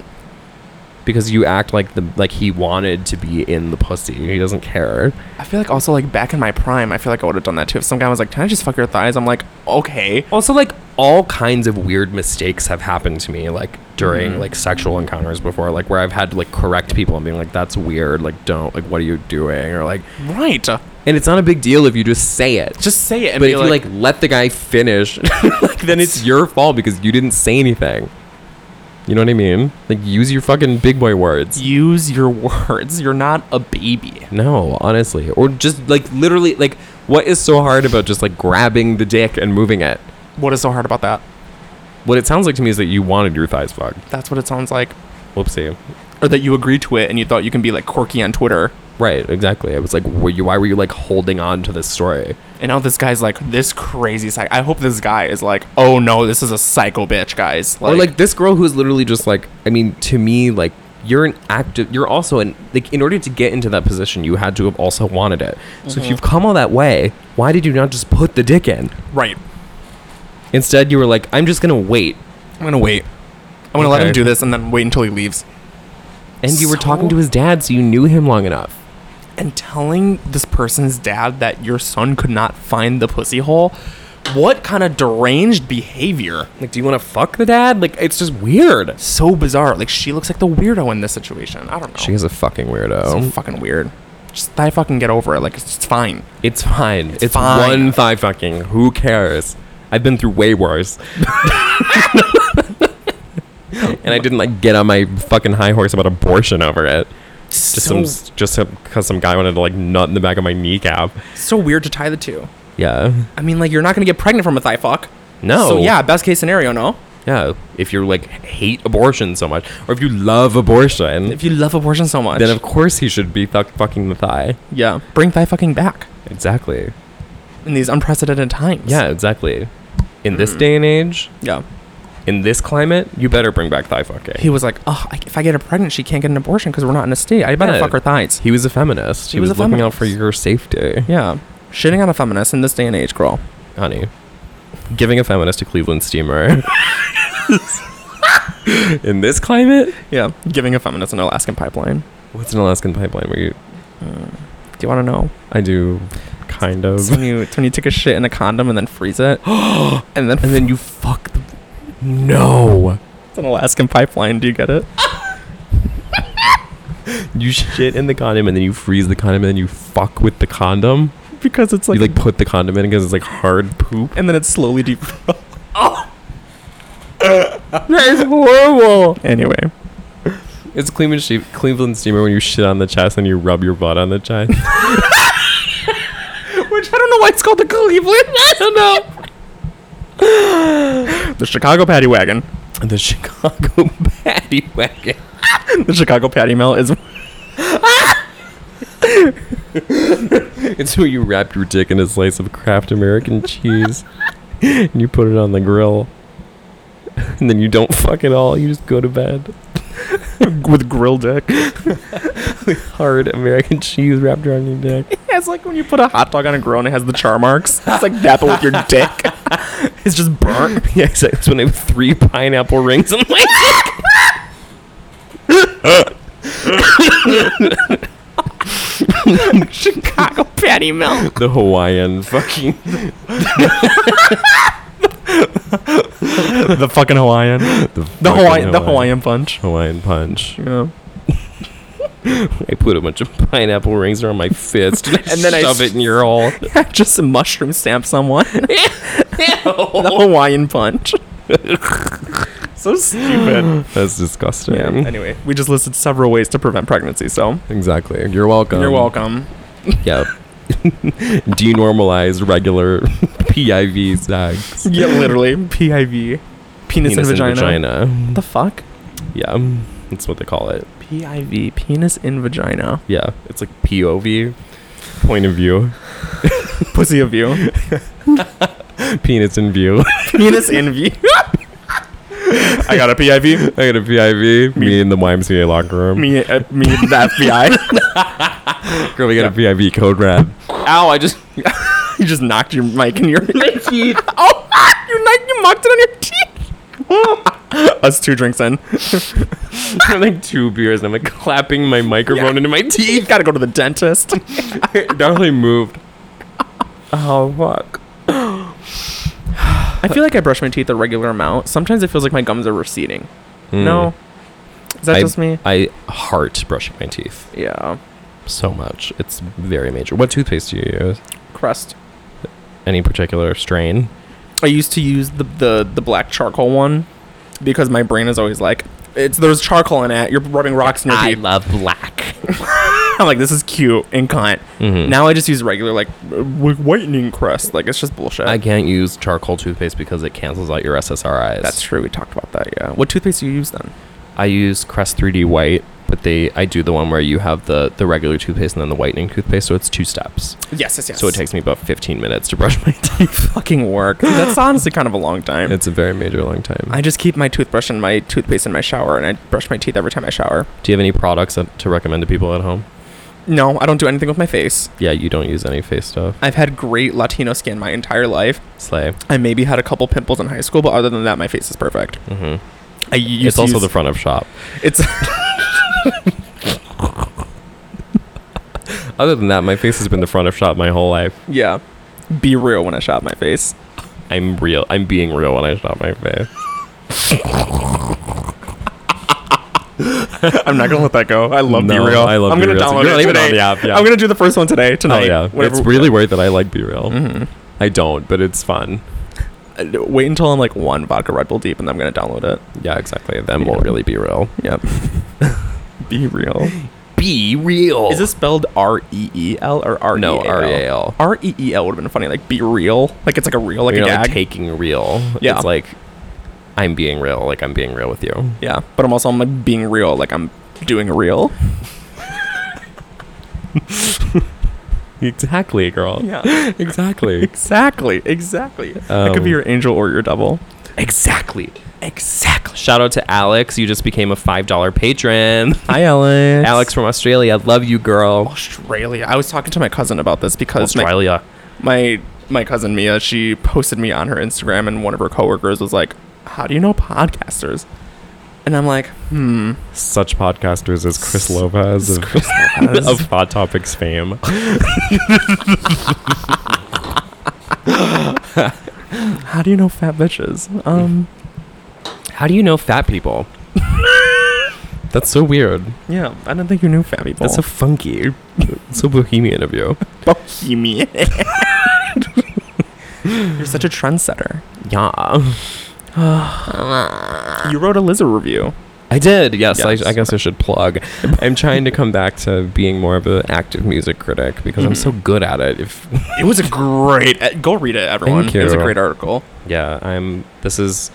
[SPEAKER 4] Because you act like the like he wanted to be in the pussy. He doesn't care.
[SPEAKER 5] I feel like also like back in my prime, I feel like I would have done that too. If some guy was like, "Can I just fuck your thighs?" I'm like, "Okay."
[SPEAKER 4] also like all kinds of weird mistakes have happened to me like during like sexual encounters before like where i've had to like correct people and being like that's weird like don't like what are you doing or like
[SPEAKER 5] Right.
[SPEAKER 4] and it's not a big deal if you just say it
[SPEAKER 5] Just say it. And
[SPEAKER 4] but
[SPEAKER 5] be
[SPEAKER 4] if you like let the guy finish
[SPEAKER 5] [LAUGHS]
[SPEAKER 4] like [LAUGHS] then it's your fault because you didn't say anything you know what i mean like use your fucking big boy words
[SPEAKER 5] use your [LAUGHS] words. You're not a baby.
[SPEAKER 4] no honestly or just like literally like what is so hard about just like grabbing the dick and moving it
[SPEAKER 5] What is so hard about that?
[SPEAKER 4] what it sounds like to me is that you wanted your thighs fucked
[SPEAKER 5] That's what it sounds like.
[SPEAKER 4] whoopsie
[SPEAKER 5] Or that you agree to it and you thought you can be like quirky on Twitter.
[SPEAKER 4] Right, exactly. I was like, were you, why were you like holding on to this story?
[SPEAKER 5] And now this guy's like this crazy psych. I hope this guy is like, oh no, this is a psycho bitch, guys. Like,
[SPEAKER 4] or like this girl who's literally just like, I mean, to me, like, you're an active, you're also an, like, in order to get into that position, you had to have also wanted it. So if you've come all that way, why did you not just put the dick in?
[SPEAKER 5] right.
[SPEAKER 4] Instead, you were like, I'm just gonna wait.
[SPEAKER 5] I'm gonna wait. I'm gonna let
[SPEAKER 4] Okay.
[SPEAKER 5] him do this and then wait until he leaves.
[SPEAKER 4] And you were
[SPEAKER 5] So-
[SPEAKER 4] talking to his dad, so you knew him long enough.
[SPEAKER 5] And telling this person's dad that your son could not find the pussy hole. What kind of deranged behavior?
[SPEAKER 4] Like, do you wanna fuck the dad? Like, it's just weird.
[SPEAKER 5] So bizarre. Like she looks like the weirdo in this situation. I don't know.
[SPEAKER 4] She is a fucking
[SPEAKER 5] so
[SPEAKER 4] weirdo.
[SPEAKER 5] fucking weird. Just I fucking get over it. Like it's, it's fine.
[SPEAKER 4] It's fine. It's,
[SPEAKER 5] fine.
[SPEAKER 4] one thigh fucking. Who cares? I've been through way
[SPEAKER 5] [LAUGHS]
[SPEAKER 4] worse. and I didn't like get on my fucking high horse about abortion over it. Just some, just because some guy wanted to like nut in the back of my kneecap.
[SPEAKER 5] so weird to tie the two.
[SPEAKER 4] Yeah.
[SPEAKER 5] I mean, like you're not gonna get pregnant from a thigh fuck.
[SPEAKER 4] No.
[SPEAKER 5] So yeah, best case scenario, no.
[SPEAKER 4] Yeah. If you're like hate abortion so much, or if you love abortion,
[SPEAKER 5] If you love abortion so much,
[SPEAKER 4] then of course he should be fuck fucking the thigh.
[SPEAKER 5] yeah, bring thigh fucking back
[SPEAKER 4] Exactly.
[SPEAKER 5] in these unprecedented times.
[SPEAKER 4] Yeah. Exactly. In
[SPEAKER 5] Hmm.
[SPEAKER 4] this day and age,
[SPEAKER 5] yeah.
[SPEAKER 4] in this climate, you better bring back thigh fucking.
[SPEAKER 5] He was like, oh, I, if I get her pregnant, she can't get an abortion because we're not in a state. I better
[SPEAKER 4] Yeah.
[SPEAKER 5] fuck her thighs.
[SPEAKER 4] He was a feminist. He,
[SPEAKER 5] He was
[SPEAKER 4] was,
[SPEAKER 5] a
[SPEAKER 4] looking out for
[SPEAKER 5] feminist.
[SPEAKER 4] your safety,
[SPEAKER 5] Yeah, shitting on a feminist in this day and age, girl.
[SPEAKER 4] honey. Giving a feminist a Cleveland [LAUGHS] steamer. In this climate,
[SPEAKER 5] Yeah, giving a feminist an Alaskan pipeline.
[SPEAKER 4] what's an Alaskan pipeline? Where you,
[SPEAKER 5] Do you want to know?
[SPEAKER 4] I do, kind
[SPEAKER 5] It's
[SPEAKER 4] of,
[SPEAKER 5] when you it's when you take a shit in a condom and then freeze
[SPEAKER 4] [GASPS]
[SPEAKER 5] it, and then
[SPEAKER 4] and then you fuck. The, no,
[SPEAKER 5] it's [LAUGHS] an Alaskan pipeline. Do you get it?
[SPEAKER 4] you shit in the condom, and then you freeze the condom, and then you fuck with the condom.
[SPEAKER 5] Because it's like,
[SPEAKER 4] you like put the condom in because it's like hard poop.
[SPEAKER 5] and then it's slowly deep.
[SPEAKER 4] [LAUGHS]
[SPEAKER 5] [LAUGHS]
[SPEAKER 4] That is horrible.
[SPEAKER 5] anyway,
[SPEAKER 4] It's Cleveland she- Cleveland steamer when you shit on the chest and you rub your butt on the chest.
[SPEAKER 5] which I don't know why it's called the Cleveland. [LAUGHS] I don't know. [LAUGHS] the Chicago Patty Wagon.
[SPEAKER 4] [LAUGHS] the Chicago patty wagon.
[SPEAKER 5] [LAUGHS] The Chicago Patty Melt is [LAUGHS]
[SPEAKER 4] It's where you wrap your dick in a slice of Kraft American cheese [LAUGHS] and you put it on the grill. [LAUGHS] And then you don't fuck at all. You just go to bed.
[SPEAKER 5] with grill dick.
[SPEAKER 4] Hard American cheese wrapped around your dick.
[SPEAKER 5] It's like when you put a hot dog on a grill and it has the char marks. It's like that, but with [LAUGHS] your dick. it's just burnt.
[SPEAKER 4] [LAUGHS] yeah, exactly. It's when I have three pineapple rings on my
[SPEAKER 5] [LAUGHS] Chicago Patty Melt.
[SPEAKER 4] The Hawaiian fucking.
[SPEAKER 5] the fucking Hawaiian. The,
[SPEAKER 4] [LAUGHS] The,
[SPEAKER 5] Hawaiian. The Hawaiian punch.
[SPEAKER 4] Hawaiian punch.
[SPEAKER 5] Yeah. [LAUGHS]
[SPEAKER 4] I put a bunch of pineapple rings around
[SPEAKER 5] [LAUGHS]
[SPEAKER 4] my fist and,
[SPEAKER 5] And then I
[SPEAKER 4] shove it in your hole.
[SPEAKER 5] just mushroom stamp [LAUGHS] someone. the Hawaiian [LAUGHS] punch. so stupid.
[SPEAKER 4] That's disgusting.
[SPEAKER 5] yeah. Anyway, we just listed several ways to prevent pregnancy. So
[SPEAKER 4] Exactly. You're welcome.
[SPEAKER 5] you're
[SPEAKER 4] [LAUGHS]
[SPEAKER 5] welcome.
[SPEAKER 4] Yep. Denormalize regular [LAUGHS] PIV sex.
[SPEAKER 5] [LAUGHS] Yeah, literally PIV, penis, and, vagina. What the fuck?
[SPEAKER 4] Yeah, that's what they call it.
[SPEAKER 5] PIV, penis in [LAUGHS] vagina.
[SPEAKER 4] Yeah, it's like POV, point of view, [LAUGHS]
[SPEAKER 5] Pussy of you.
[SPEAKER 4] penis in view. [LAUGHS]
[SPEAKER 5] penis [LAUGHS] in view. I got a PIV.
[SPEAKER 4] I got a PIV. Me, in the YMCA locker room.
[SPEAKER 5] Me, uh, me, the FBI.
[SPEAKER 4] Girl, we got a PIV code red.
[SPEAKER 5] [LAUGHS] Ow! I just, [LAUGHS] you just knocked your mic [LAUGHS] in your teeth. oh, your mic, you knocked it on your teeth. [LAUGHS] Us two drinks in.
[SPEAKER 4] [LAUGHS] I'm like two beers, and I'm like clapping my microphone into my
[SPEAKER 5] You
[SPEAKER 4] teeth.
[SPEAKER 5] gotta go to the
[SPEAKER 4] [LAUGHS]
[SPEAKER 5] dentist.
[SPEAKER 4] Definitely moved. Oh fuck.
[SPEAKER 5] I feel like I brush my teeth a regular amount. Sometimes it feels like my gums are receding. No, is that
[SPEAKER 4] I,
[SPEAKER 5] just me?
[SPEAKER 4] I heart brushing my teeth
[SPEAKER 5] Yeah,
[SPEAKER 4] so much. It's very major. What toothpaste do you use?
[SPEAKER 5] crust.
[SPEAKER 4] Any particular strain?
[SPEAKER 5] I used to use the, the the black charcoal one because my brain is always like, it's there's charcoal in it. You're rubbing rocks in your teeth. [LAUGHS]
[SPEAKER 4] love black.
[SPEAKER 5] I'm like, this is cute and cunt.
[SPEAKER 4] Mm-hmm.
[SPEAKER 5] Now I just use regular like wh- whitening crust. Like it's just bullshit.
[SPEAKER 4] I can't use charcoal toothpaste because it cancels out your SSRIs.
[SPEAKER 5] That's true. We talked about that. Yeah. What toothpaste do you use then?
[SPEAKER 4] I use Crest 3D White, but they I do the one where you have the the regular toothpaste and then the whitening toothpaste, so it's two steps.
[SPEAKER 5] Yes, yes, yes.
[SPEAKER 4] So it takes me about 15 minutes to brush my teeth.
[SPEAKER 5] fucking [GASPS] work. That's honestly kind of a long time.
[SPEAKER 4] It's a very major long time.
[SPEAKER 5] I just keep my toothbrush and my toothpaste in my shower, and I brush my teeth every time I shower.
[SPEAKER 4] do you have any products that, to recommend to people at home?
[SPEAKER 5] No, I don't do anything with my face.
[SPEAKER 4] Yeah, you don't use any face stuff.
[SPEAKER 5] I've had great Latino skin my entire life.
[SPEAKER 4] Slay.
[SPEAKER 5] I maybe had a couple pimples in high school, but other than that, my face is perfect.
[SPEAKER 4] Mhm.
[SPEAKER 5] I used
[SPEAKER 4] it's
[SPEAKER 5] to
[SPEAKER 4] also
[SPEAKER 5] use-
[SPEAKER 4] the front of shop. [LAUGHS]
[SPEAKER 5] It's
[SPEAKER 4] Other than that, my face has been the front of shop my whole life.
[SPEAKER 5] yeah. Be real when I shop my face.
[SPEAKER 4] I'm real. I'm being real when I shop my face.
[SPEAKER 5] I'm not gonna let that go. I love
[SPEAKER 4] No,
[SPEAKER 5] Be Real.
[SPEAKER 4] I love
[SPEAKER 5] I'm
[SPEAKER 4] Be
[SPEAKER 5] gonna
[SPEAKER 4] Real.
[SPEAKER 5] download
[SPEAKER 4] You're
[SPEAKER 5] it
[SPEAKER 4] not even on
[SPEAKER 5] today.
[SPEAKER 4] the app, yeah.
[SPEAKER 5] I'm gonna do the first one today.
[SPEAKER 4] Oh
[SPEAKER 5] Tonight.
[SPEAKER 4] yeah, Mm-hmm.
[SPEAKER 5] whenever-
[SPEAKER 4] it's really weird that I like Be Real. I don't, but it's fun.
[SPEAKER 5] wait until I'm like one vodka Red Bull deep, and then I'm gonna download it.
[SPEAKER 4] Yeah, exactly. Then we'll
[SPEAKER 5] Yeah.
[SPEAKER 4] really be real. [LAUGHS]
[SPEAKER 5] Yep. Be real.
[SPEAKER 4] Be real.
[SPEAKER 5] Is this spelled R E E L or R E A L?
[SPEAKER 4] No, R-E-A-L.
[SPEAKER 5] R E E L would have been funny. Like be real. Like it's like a real, like
[SPEAKER 4] like,
[SPEAKER 5] a
[SPEAKER 4] you're not,
[SPEAKER 5] gag.
[SPEAKER 4] like taking real?
[SPEAKER 5] Yeah.
[SPEAKER 4] It's like I'm being real. Like I'm being real with you.
[SPEAKER 5] yeah, but I'm also I'm like, being real. Like I'm doing real.
[SPEAKER 4] Exactly, girl.
[SPEAKER 5] [LAUGHS] Yeah.
[SPEAKER 4] [LAUGHS] Exactly.
[SPEAKER 5] exactly. Exactly. that could
[SPEAKER 4] Um,
[SPEAKER 5] be your angel or your devil.
[SPEAKER 4] exactly. Exactly. Shout out to Alex. You just became a five dollar patron.
[SPEAKER 5] Hi, Alex.
[SPEAKER 4] Alex from Australia. Love you, girl.
[SPEAKER 5] Australia. I was talking to my cousin about this because my,
[SPEAKER 4] Australia.
[SPEAKER 5] my my cousin Mia, she posted me on her Instagram, and one of her coworkers was like, "How do you know podcasters?" And I'm like, "Hmm,
[SPEAKER 4] Such podcasters as Chris Lopez of, [LAUGHS] of Hot Topics fame.
[SPEAKER 5] how do you know fat bitches?" Um,
[SPEAKER 4] How do you know fat people? [LAUGHS] That's so weird.
[SPEAKER 5] yeah, I didn't think you knew fat people.
[SPEAKER 4] That's so funky. so bohemian of you.
[SPEAKER 5] bohemian. [LAUGHS] You're such a trendsetter.
[SPEAKER 4] Yeah.
[SPEAKER 5] You wrote a lizard review.
[SPEAKER 4] I did. Yes,
[SPEAKER 5] Yes.
[SPEAKER 4] I, I guess I should plug. I'm trying to come back to being more of an active music critic because I'm so good at it. If
[SPEAKER 5] It was a great. uh, Go read it, everyone.
[SPEAKER 4] Thank
[SPEAKER 5] It was a
[SPEAKER 4] you.
[SPEAKER 5] great article.
[SPEAKER 4] yeah, I'm. This is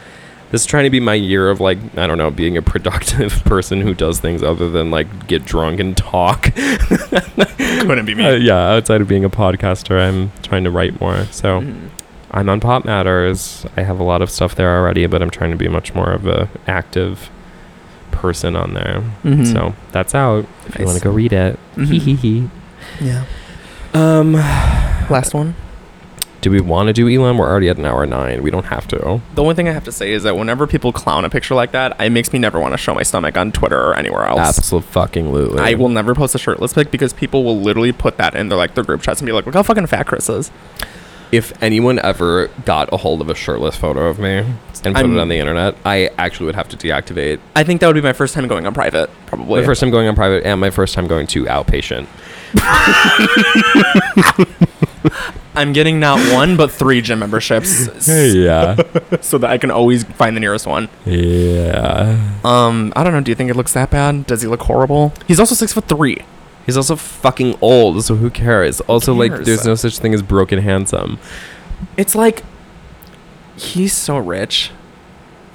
[SPEAKER 4] this is trying to be my year of like I don't know being a productive [LAUGHS] person who does things other than like get drunk and talk. [LAUGHS]
[SPEAKER 5] Couldn't be me.
[SPEAKER 4] Uh, yeah, outside of being a podcaster, I'm trying to write more. So
[SPEAKER 5] Mm-hmm.
[SPEAKER 4] I'm on Pop Matters. I have a lot of stuff there already, but I'm trying to be much more of a active person on there.
[SPEAKER 5] Mhm.
[SPEAKER 4] So that's out. If you want
[SPEAKER 5] Nice.
[SPEAKER 4] to go read it,
[SPEAKER 5] Mm-hmm.
[SPEAKER 4] hee hee hee.
[SPEAKER 5] yeah.
[SPEAKER 4] Um,
[SPEAKER 5] [LAUGHS] Last one.
[SPEAKER 4] do we want to do Elon? We're already at an hour nine. We don't have to.
[SPEAKER 5] The only thing I have to say is that whenever people clown a picture like that, it makes me never want to show my stomach on Twitter or anywhere else.
[SPEAKER 4] Absolutely.
[SPEAKER 5] I will never post a shirtless pic because people will literally put that in their like their group chats and be like, "Look how fucking fat Chris is."
[SPEAKER 4] If anyone ever got a hold of a shirtless photo of me and put
[SPEAKER 5] I'm-
[SPEAKER 4] it on the internet, I actually would have to deactivate.
[SPEAKER 5] I think that would be my first time going on private, probably.
[SPEAKER 4] My first time going on private and my first time going to outpatient.
[SPEAKER 5] I'm getting not one but three gym
[SPEAKER 4] [LAUGHS]
[SPEAKER 5] memberships, s-
[SPEAKER 4] Yeah.
[SPEAKER 5] so that I can always find the nearest one.
[SPEAKER 4] yeah.
[SPEAKER 5] Um, I don't know. Do you think it looks that bad? Does he look horrible? He's also six foot three.
[SPEAKER 4] He's also fucking old, so who cares? Also, like,
[SPEAKER 5] cares?
[SPEAKER 4] there's no such thing as broken handsome.
[SPEAKER 5] It's like he's so rich.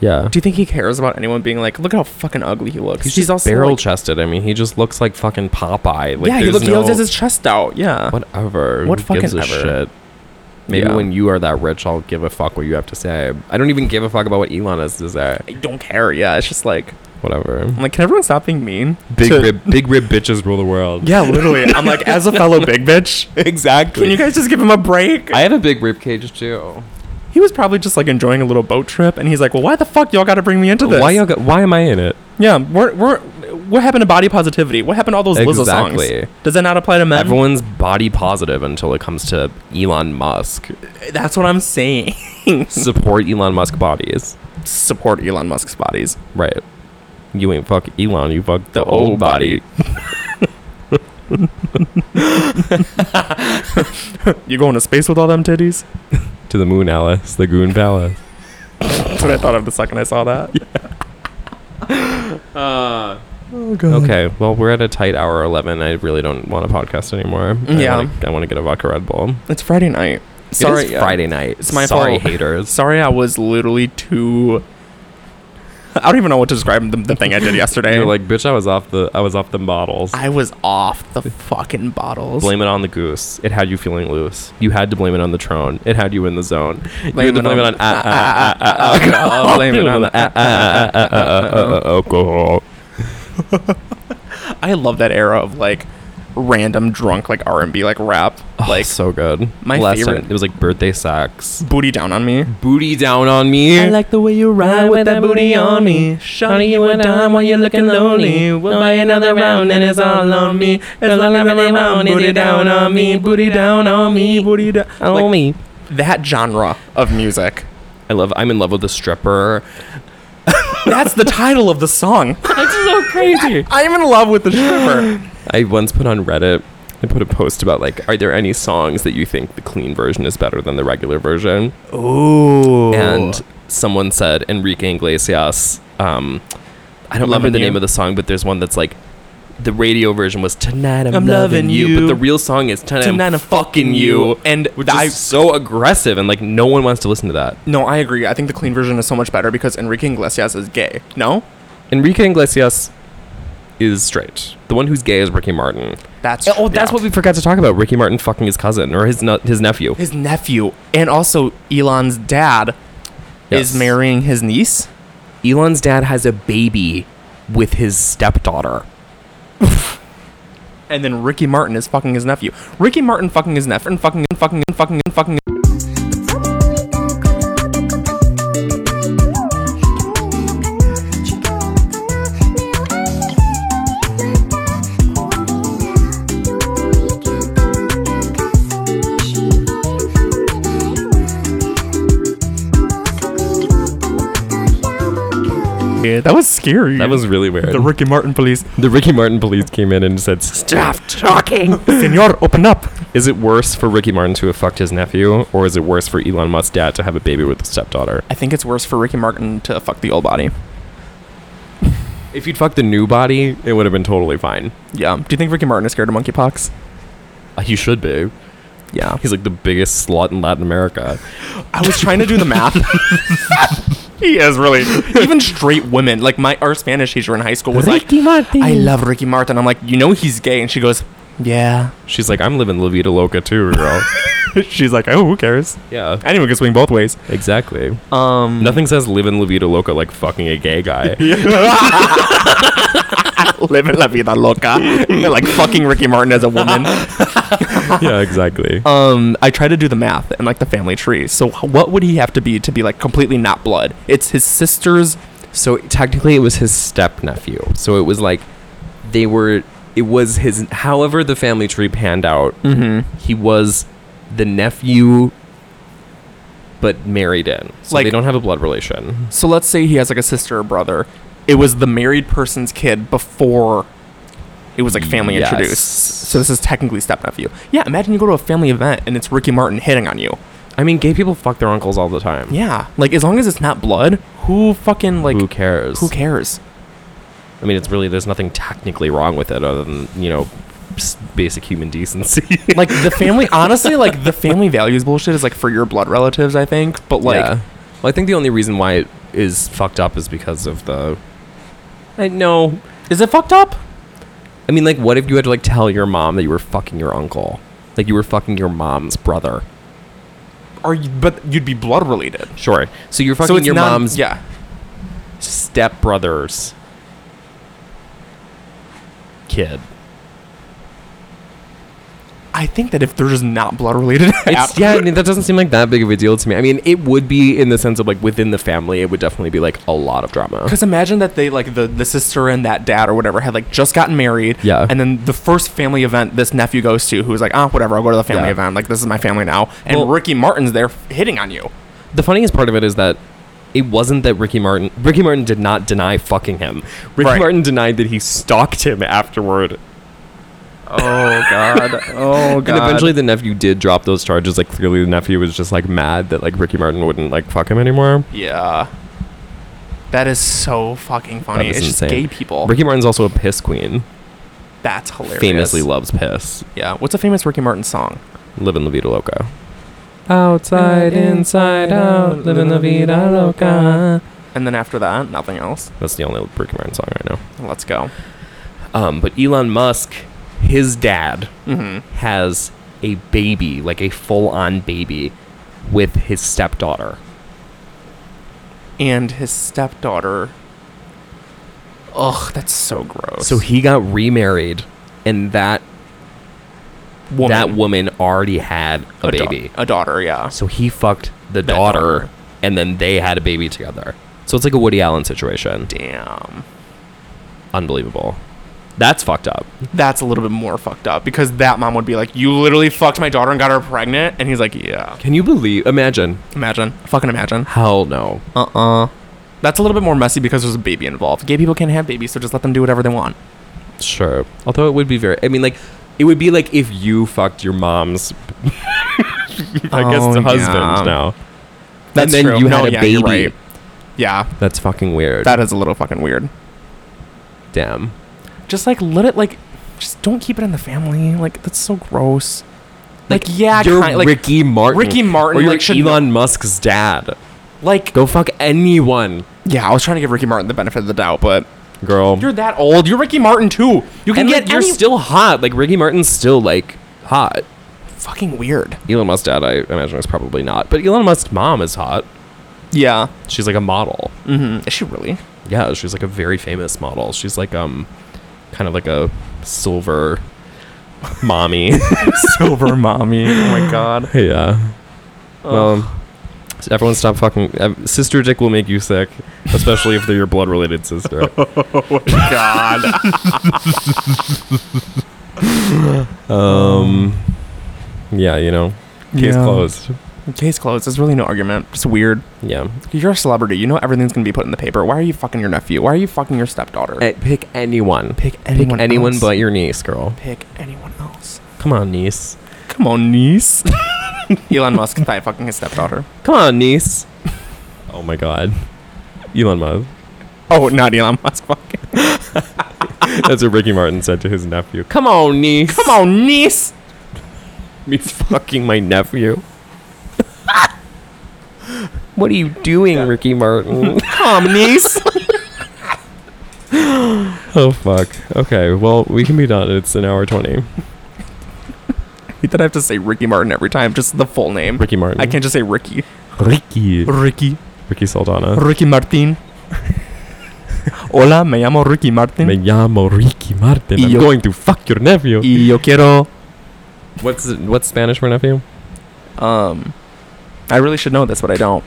[SPEAKER 4] Yeah.
[SPEAKER 5] Do you think he cares about anyone being like, "Look how fucking ugly he looks"?
[SPEAKER 4] He's,
[SPEAKER 5] She's
[SPEAKER 4] just barrel chested. I mean, he just looks like fucking Popeye. Like,
[SPEAKER 5] yeah, he
[SPEAKER 4] there's
[SPEAKER 5] looks. He
[SPEAKER 4] no-
[SPEAKER 5] always has his chest out. Yeah.
[SPEAKER 4] Whatever.
[SPEAKER 5] What
[SPEAKER 4] Who gives
[SPEAKER 5] fucking
[SPEAKER 4] a
[SPEAKER 5] ever?
[SPEAKER 4] Shit? Maybe
[SPEAKER 5] Yeah.
[SPEAKER 4] when you are that rich, I'll give a fuck what you have to say. I don't even give a fuck about what Elon has to say.
[SPEAKER 5] I don't care. Yeah, it's just like
[SPEAKER 4] Whatever.
[SPEAKER 5] I'm like, can everyone stop being mean?
[SPEAKER 4] Big
[SPEAKER 5] To-
[SPEAKER 4] rib, big rib bitches rule the world.
[SPEAKER 5] Yeah, literally. I'm like, as a fellow big bitch,
[SPEAKER 4] [LAUGHS] exactly.
[SPEAKER 5] can you guys just give him a break?
[SPEAKER 4] I have a big rib cage too.
[SPEAKER 5] he was probably just like enjoying a little boat trip, and he's like, well, why the fuck y'all got to bring me into this?
[SPEAKER 4] Why y'all? Got, why am I in it?
[SPEAKER 5] yeah, we're we're what happened to body positivity? What happened to all those Lizzo
[SPEAKER 4] Exactly.
[SPEAKER 5] songs? Does that not apply to men?
[SPEAKER 4] Everyone's body positive until it comes to Elon Musk.
[SPEAKER 5] That's what I'm saying. [LAUGHS]
[SPEAKER 4] Support Elon Musk bodies.
[SPEAKER 5] Support Elon Musk's bodies.
[SPEAKER 4] Right. You ain't fuck Elon. You fuck
[SPEAKER 5] The
[SPEAKER 4] the, old,
[SPEAKER 5] old
[SPEAKER 4] body.
[SPEAKER 5] You going to space with all them titties?
[SPEAKER 4] to the moon, Alice. The goon palace.
[SPEAKER 5] That's what I thought of the second I saw that.
[SPEAKER 4] Okay. Well, we're at a tight hour eleven. I really don't want a podcast anymore. I
[SPEAKER 5] Yeah.
[SPEAKER 4] wanna- I want to get a vodka Red Bull.
[SPEAKER 5] It's Friday night. Sorry,
[SPEAKER 4] it is
[SPEAKER 5] yeah.
[SPEAKER 4] Friday night.
[SPEAKER 5] It's my
[SPEAKER 4] Sorry,
[SPEAKER 5] fault.
[SPEAKER 4] haters.
[SPEAKER 5] Sorry, I was literally too. [LAUGHS] I don't even know what to describe the, the thing I did yesterday.
[SPEAKER 4] You're like, bitch. I was off the. I was off the models.
[SPEAKER 5] I was off the fucking bottles.
[SPEAKER 4] Blame it on the goose. It had you feeling loose. You had to blame it on the throne. It had you in the zone. you had to blame it on ah, ah, ah, ah, ah, alcohol. Blame it on the ah, ah, ah, ah, ah, ah, ah, alcohol.
[SPEAKER 5] I love that era of like random drunk like R and B like rap like
[SPEAKER 4] Like so good.
[SPEAKER 5] my
[SPEAKER 4] Last
[SPEAKER 5] favorite-
[SPEAKER 4] night, it was like birthday sex.
[SPEAKER 5] booty down on me.
[SPEAKER 4] Booty down on me.
[SPEAKER 5] like the way you ride with that booty on me. Shawty, you a dime while you're looking lonely. We'll buy another round and it's all on me. It's all on me, round, booty down on me, booty down on me, booty down on me. That genre of music.
[SPEAKER 4] I love. I'm in love with a stripper.
[SPEAKER 5] That's the title of the [LAUGHS] song. That's so crazy. I'm in love with the stripper.
[SPEAKER 4] I once put on Reddit. I put a post about like, are there any songs that you think the clean version is better than the regular version?
[SPEAKER 5] Ooh.
[SPEAKER 4] And someone said Enrique Iglesias. Um, I don't remember
[SPEAKER 5] Loving
[SPEAKER 4] the
[SPEAKER 5] You.
[SPEAKER 4] name of the song, but there's one that's like, the radio version was "Tonight I'm,
[SPEAKER 5] I'm
[SPEAKER 4] loving
[SPEAKER 5] loving
[SPEAKER 4] you, but
[SPEAKER 5] you.
[SPEAKER 4] the real song is "Tonight,
[SPEAKER 5] Tonight
[SPEAKER 4] I'm,
[SPEAKER 5] I'm
[SPEAKER 4] fucking
[SPEAKER 5] fucking
[SPEAKER 4] you,"
[SPEAKER 5] you. And
[SPEAKER 4] which
[SPEAKER 5] I-
[SPEAKER 4] is so aggressive, and like no one wants to listen to that.
[SPEAKER 5] no, I agree. I think the clean version is so much better because Enrique Iglesias is gay. No?
[SPEAKER 4] Enrique Iglesias is straight. The one who's gay is Ricky Martin.
[SPEAKER 5] That's
[SPEAKER 4] Oh, that's what we forgot to talk about. Ricky Martin fucking his cousin or his nu- his nephew.
[SPEAKER 5] his nephew and also Elon's dad
[SPEAKER 4] Yes.
[SPEAKER 5] is marrying his niece.
[SPEAKER 4] Elon's dad has a baby with his stepdaughter.
[SPEAKER 5] And then Ricky Martin is fucking his nephew. Ricky Martin fucking his nephew and fucking and fucking and fucking and fucking. Yeah, that was scary.
[SPEAKER 4] That was really weird.
[SPEAKER 5] the Ricky Martin police.
[SPEAKER 4] The Ricky Martin police came in and said, "Stop talking."
[SPEAKER 5] [LAUGHS] Senor, open up.
[SPEAKER 4] is it worse for Ricky Martin to have fucked his nephew, or is it worse for Elon Musk's dad to have a baby with his stepdaughter?
[SPEAKER 5] I think it's worse for Ricky Martin to fuck the old body.
[SPEAKER 4] If you'd fucked the new body, it would have been totally fine.
[SPEAKER 5] Yeah. Do you think Ricky Martin is scared of monkeypox?
[SPEAKER 4] Uh, He should be.
[SPEAKER 5] Yeah.
[SPEAKER 4] He's like the biggest slut in Latin America.
[SPEAKER 5] I was trying to do the math. [LAUGHS] he is really. Even straight women, like my our Spanish teacher in high school was like,
[SPEAKER 2] Martin.
[SPEAKER 5] "I love Ricky Martin." I'm like, "You know he's gay," and she goes, "Yeah." [LAUGHS]
[SPEAKER 4] She's like, "I'm living La Vida Loca too, [LAUGHS] girl."
[SPEAKER 5] She's like, "Oh, who cares?"
[SPEAKER 4] yeah,
[SPEAKER 5] Anyone can swing both ways.
[SPEAKER 4] exactly.
[SPEAKER 5] [LAUGHS] Um,
[SPEAKER 4] Nothing says living La Vida Loca like fucking a gay [LAUGHS] guy.
[SPEAKER 5] living la vida loca. They're [LAUGHS] like fucking Ricky Martin as a [LAUGHS] woman.
[SPEAKER 4] yeah, exactly.
[SPEAKER 5] Um, I tried to do the math and like the family tree. So h- what would he have to be to be like completely not blood? It's his sister's.
[SPEAKER 4] So technically, it was his step nephew. So it was like they were. It was his. However, the family tree panned out. He was the nephew, but married in. So
[SPEAKER 5] Like-
[SPEAKER 4] they don't have a blood relation.
[SPEAKER 5] So let's say he has like a sister or brother. It was the married person's kid before it was like family
[SPEAKER 4] Yes.
[SPEAKER 5] introduced. So this is technically step nephew. Yeah, imagine you go to a family event and it's Ricky Martin hitting on you.
[SPEAKER 4] I mean, gay people fuck their uncles all the time.
[SPEAKER 5] Yeah, like as long as it's not blood, who fucking like
[SPEAKER 4] who cares?
[SPEAKER 5] who cares?
[SPEAKER 4] I mean, it's really there's nothing technically wrong with it other than you know s- basic human decency. [LAUGHS]
[SPEAKER 5] like the family [LAUGHS] honestly like the family values bullshit is like for your blood relatives i think but like
[SPEAKER 4] Yeah. well, I think the only reason why it is fucked up is because of the. I know.
[SPEAKER 5] is it fucked up
[SPEAKER 4] I mean, like, what if you had to like tell your mom that you were fucking your uncle, like you were fucking your mom's brother?
[SPEAKER 5] or you, but you'd be blood related
[SPEAKER 4] Sure. So you're fucking your
[SPEAKER 5] non-
[SPEAKER 4] mom's
[SPEAKER 5] yeah
[SPEAKER 4] stepbrother's kid.
[SPEAKER 5] i think that if they're just not blood related [LAUGHS]
[SPEAKER 4] It's, yeah, I mean, that doesn't seem like that big of a deal to me. I mean, it would be in the sense of like within the family, it would definitely be like a lot of drama.
[SPEAKER 5] because imagine that they like the, the sister and that dad or whatever had like just gotten married
[SPEAKER 4] Yeah.
[SPEAKER 5] and then the first family event this nephew goes to who's like ah whatever i'll go to the family
[SPEAKER 4] Yeah.
[SPEAKER 5] event like this is my family now and
[SPEAKER 4] Well-
[SPEAKER 5] ricky martin's there f- hitting on you
[SPEAKER 4] The funniest part of it is that it wasn't that Ricky Martin. Ricky Martin did not deny fucking him. Ricky
[SPEAKER 5] Right.
[SPEAKER 4] Martin denied that he stalked him afterward
[SPEAKER 5] oh
[SPEAKER 4] [LAUGHS]
[SPEAKER 5] god oh god
[SPEAKER 4] And eventually the nephew did drop those charges. Like clearly the nephew was just like mad that like Ricky Martin wouldn't like fuck him anymore.
[SPEAKER 5] yeah that is so fucking funny.
[SPEAKER 4] is
[SPEAKER 5] It's just gay
[SPEAKER 4] insane.
[SPEAKER 5] people.
[SPEAKER 4] Ricky Martin's also a piss queen.
[SPEAKER 5] That's hilarious.
[SPEAKER 4] Famously loves piss.
[SPEAKER 5] Yeah. What's a famous Ricky Martin song?
[SPEAKER 4] Live in La Vida Loca. Outside, inside, out, living La Vida Loca.
[SPEAKER 5] And then after that, nothing else.
[SPEAKER 4] That's the only Ricky Martin song right now.
[SPEAKER 5] Let's go.
[SPEAKER 4] Um, but Elon Musk, his dad,
[SPEAKER 5] Mm-hmm.
[SPEAKER 4] has a baby, like a full on baby, with his stepdaughter.
[SPEAKER 5] And his stepdaughter. Ugh, that's so gross.
[SPEAKER 4] So he got remarried, and that
[SPEAKER 5] woman,
[SPEAKER 4] that woman already had a,
[SPEAKER 5] a da-
[SPEAKER 4] baby.
[SPEAKER 5] a daughter, yeah.
[SPEAKER 4] So he fucked the
[SPEAKER 5] That
[SPEAKER 4] daughter,
[SPEAKER 5] daughter.
[SPEAKER 4] and then they had a baby together. So it's like a Woody Allen situation.
[SPEAKER 5] Damn,
[SPEAKER 4] Unbelievable. That's fucked up.
[SPEAKER 5] that's a little bit more fucked up because that mom would be like, "You literally fucked my daughter and got her pregnant," and he's like, "Yeah."
[SPEAKER 4] Can you believe? Imagine.
[SPEAKER 5] Imagine, fucking imagine.
[SPEAKER 4] Hell no.
[SPEAKER 5] Uh uh That's a little bit more messy because there's a baby involved. Gay people can't have babies, so just let them do whatever they want.
[SPEAKER 4] Sure. Although it would be very. I mean, like, It would be like if you fucked your mom's, [LAUGHS] I guess,
[SPEAKER 5] Oh,
[SPEAKER 4] the husband
[SPEAKER 5] yeah.
[SPEAKER 4] now.
[SPEAKER 5] That's
[SPEAKER 4] and then
[SPEAKER 5] true.
[SPEAKER 4] you
[SPEAKER 5] No,
[SPEAKER 4] had a
[SPEAKER 5] yeah,
[SPEAKER 4] baby.
[SPEAKER 5] you're right. Yeah,
[SPEAKER 4] That's fucking weird.
[SPEAKER 5] that is a little fucking weird.
[SPEAKER 4] Damn.
[SPEAKER 5] Just like let it like, just don't keep it in the family. Like that's so gross. Like,
[SPEAKER 4] Like,
[SPEAKER 5] yeah,
[SPEAKER 4] you're
[SPEAKER 5] kind- like,
[SPEAKER 4] Ricky Martin.
[SPEAKER 5] Ricky Martin,
[SPEAKER 4] Or you're
[SPEAKER 5] like, should-
[SPEAKER 4] Elon Musk's dad.
[SPEAKER 5] Like
[SPEAKER 4] Go fuck anyone,
[SPEAKER 5] yeah, I was trying to give Ricky Martin the benefit of the doubt, but
[SPEAKER 4] girl.
[SPEAKER 5] you're that old. You're Ricky Martin too. You can
[SPEAKER 4] and
[SPEAKER 5] get
[SPEAKER 4] like, you're
[SPEAKER 5] any-
[SPEAKER 4] still hot. Like Ricky Martin's still like hot.
[SPEAKER 5] fucking weird.
[SPEAKER 4] Elon Musk's dad, I imagine, is probably not. But Elon Musk's mom is hot.
[SPEAKER 5] Yeah,
[SPEAKER 4] She's like a model.
[SPEAKER 5] Mm-hmm. is she really?
[SPEAKER 4] Yeah, she's like a very famous model. She's like um, kind of like a silver mommy.
[SPEAKER 5] Silver mommy. Oh my god.
[SPEAKER 4] yeah. Well, so everyone stop fucking. ev- Sister dick will make you sick, especially if they're your blood related [LAUGHS] sister. Oh
[SPEAKER 5] God.
[SPEAKER 4] [LAUGHS] Um, yeah, you know, case
[SPEAKER 5] Yeah.
[SPEAKER 4] closed.
[SPEAKER 5] Case closed. There's really no argument. Just weird.
[SPEAKER 4] Yeah.
[SPEAKER 5] You're a celebrity. You know everything's gonna be put in the paper. Why are you fucking your nephew? Why are you fucking your stepdaughter?
[SPEAKER 4] pick anyone.
[SPEAKER 5] Pick anyone else.
[SPEAKER 4] but your niece, girl.
[SPEAKER 5] Pick anyone else.
[SPEAKER 4] Come on, niece.
[SPEAKER 5] Come on, niece. [LAUGHS] Elon Musk thigh fucking his stepdaughter.
[SPEAKER 4] Come on, niece. oh my God, Elon Musk.
[SPEAKER 5] Oh, not Elon Musk. Fucking.
[SPEAKER 4] That's what Ricky Martin said to his nephew. Come on, niece.
[SPEAKER 5] Come on, niece.
[SPEAKER 4] me fucking my nephew. what are you doing, Ricky [LAUGHS] Martin?
[SPEAKER 5] Come, niece.
[SPEAKER 4] [LAUGHS] oh fuck. Okay, well we can be done. It's an hour twenty.
[SPEAKER 5] you did have to say Ricky Martin every time. Just the full name.
[SPEAKER 4] Ricky Martin.
[SPEAKER 5] I can't just say Ricky.
[SPEAKER 4] Ricky.
[SPEAKER 5] Ricky.
[SPEAKER 4] Ricky Saldana.
[SPEAKER 5] Ricky Martin. [LAUGHS] Hola, me llamo Ricky Martin.
[SPEAKER 4] Me llamo Ricky Martin. I'm
[SPEAKER 5] Yo.
[SPEAKER 4] going to fuck your nephew.
[SPEAKER 5] y yo quiero.
[SPEAKER 4] What's what's Spanish for nephew?
[SPEAKER 5] Um, I really should know this, but I don't.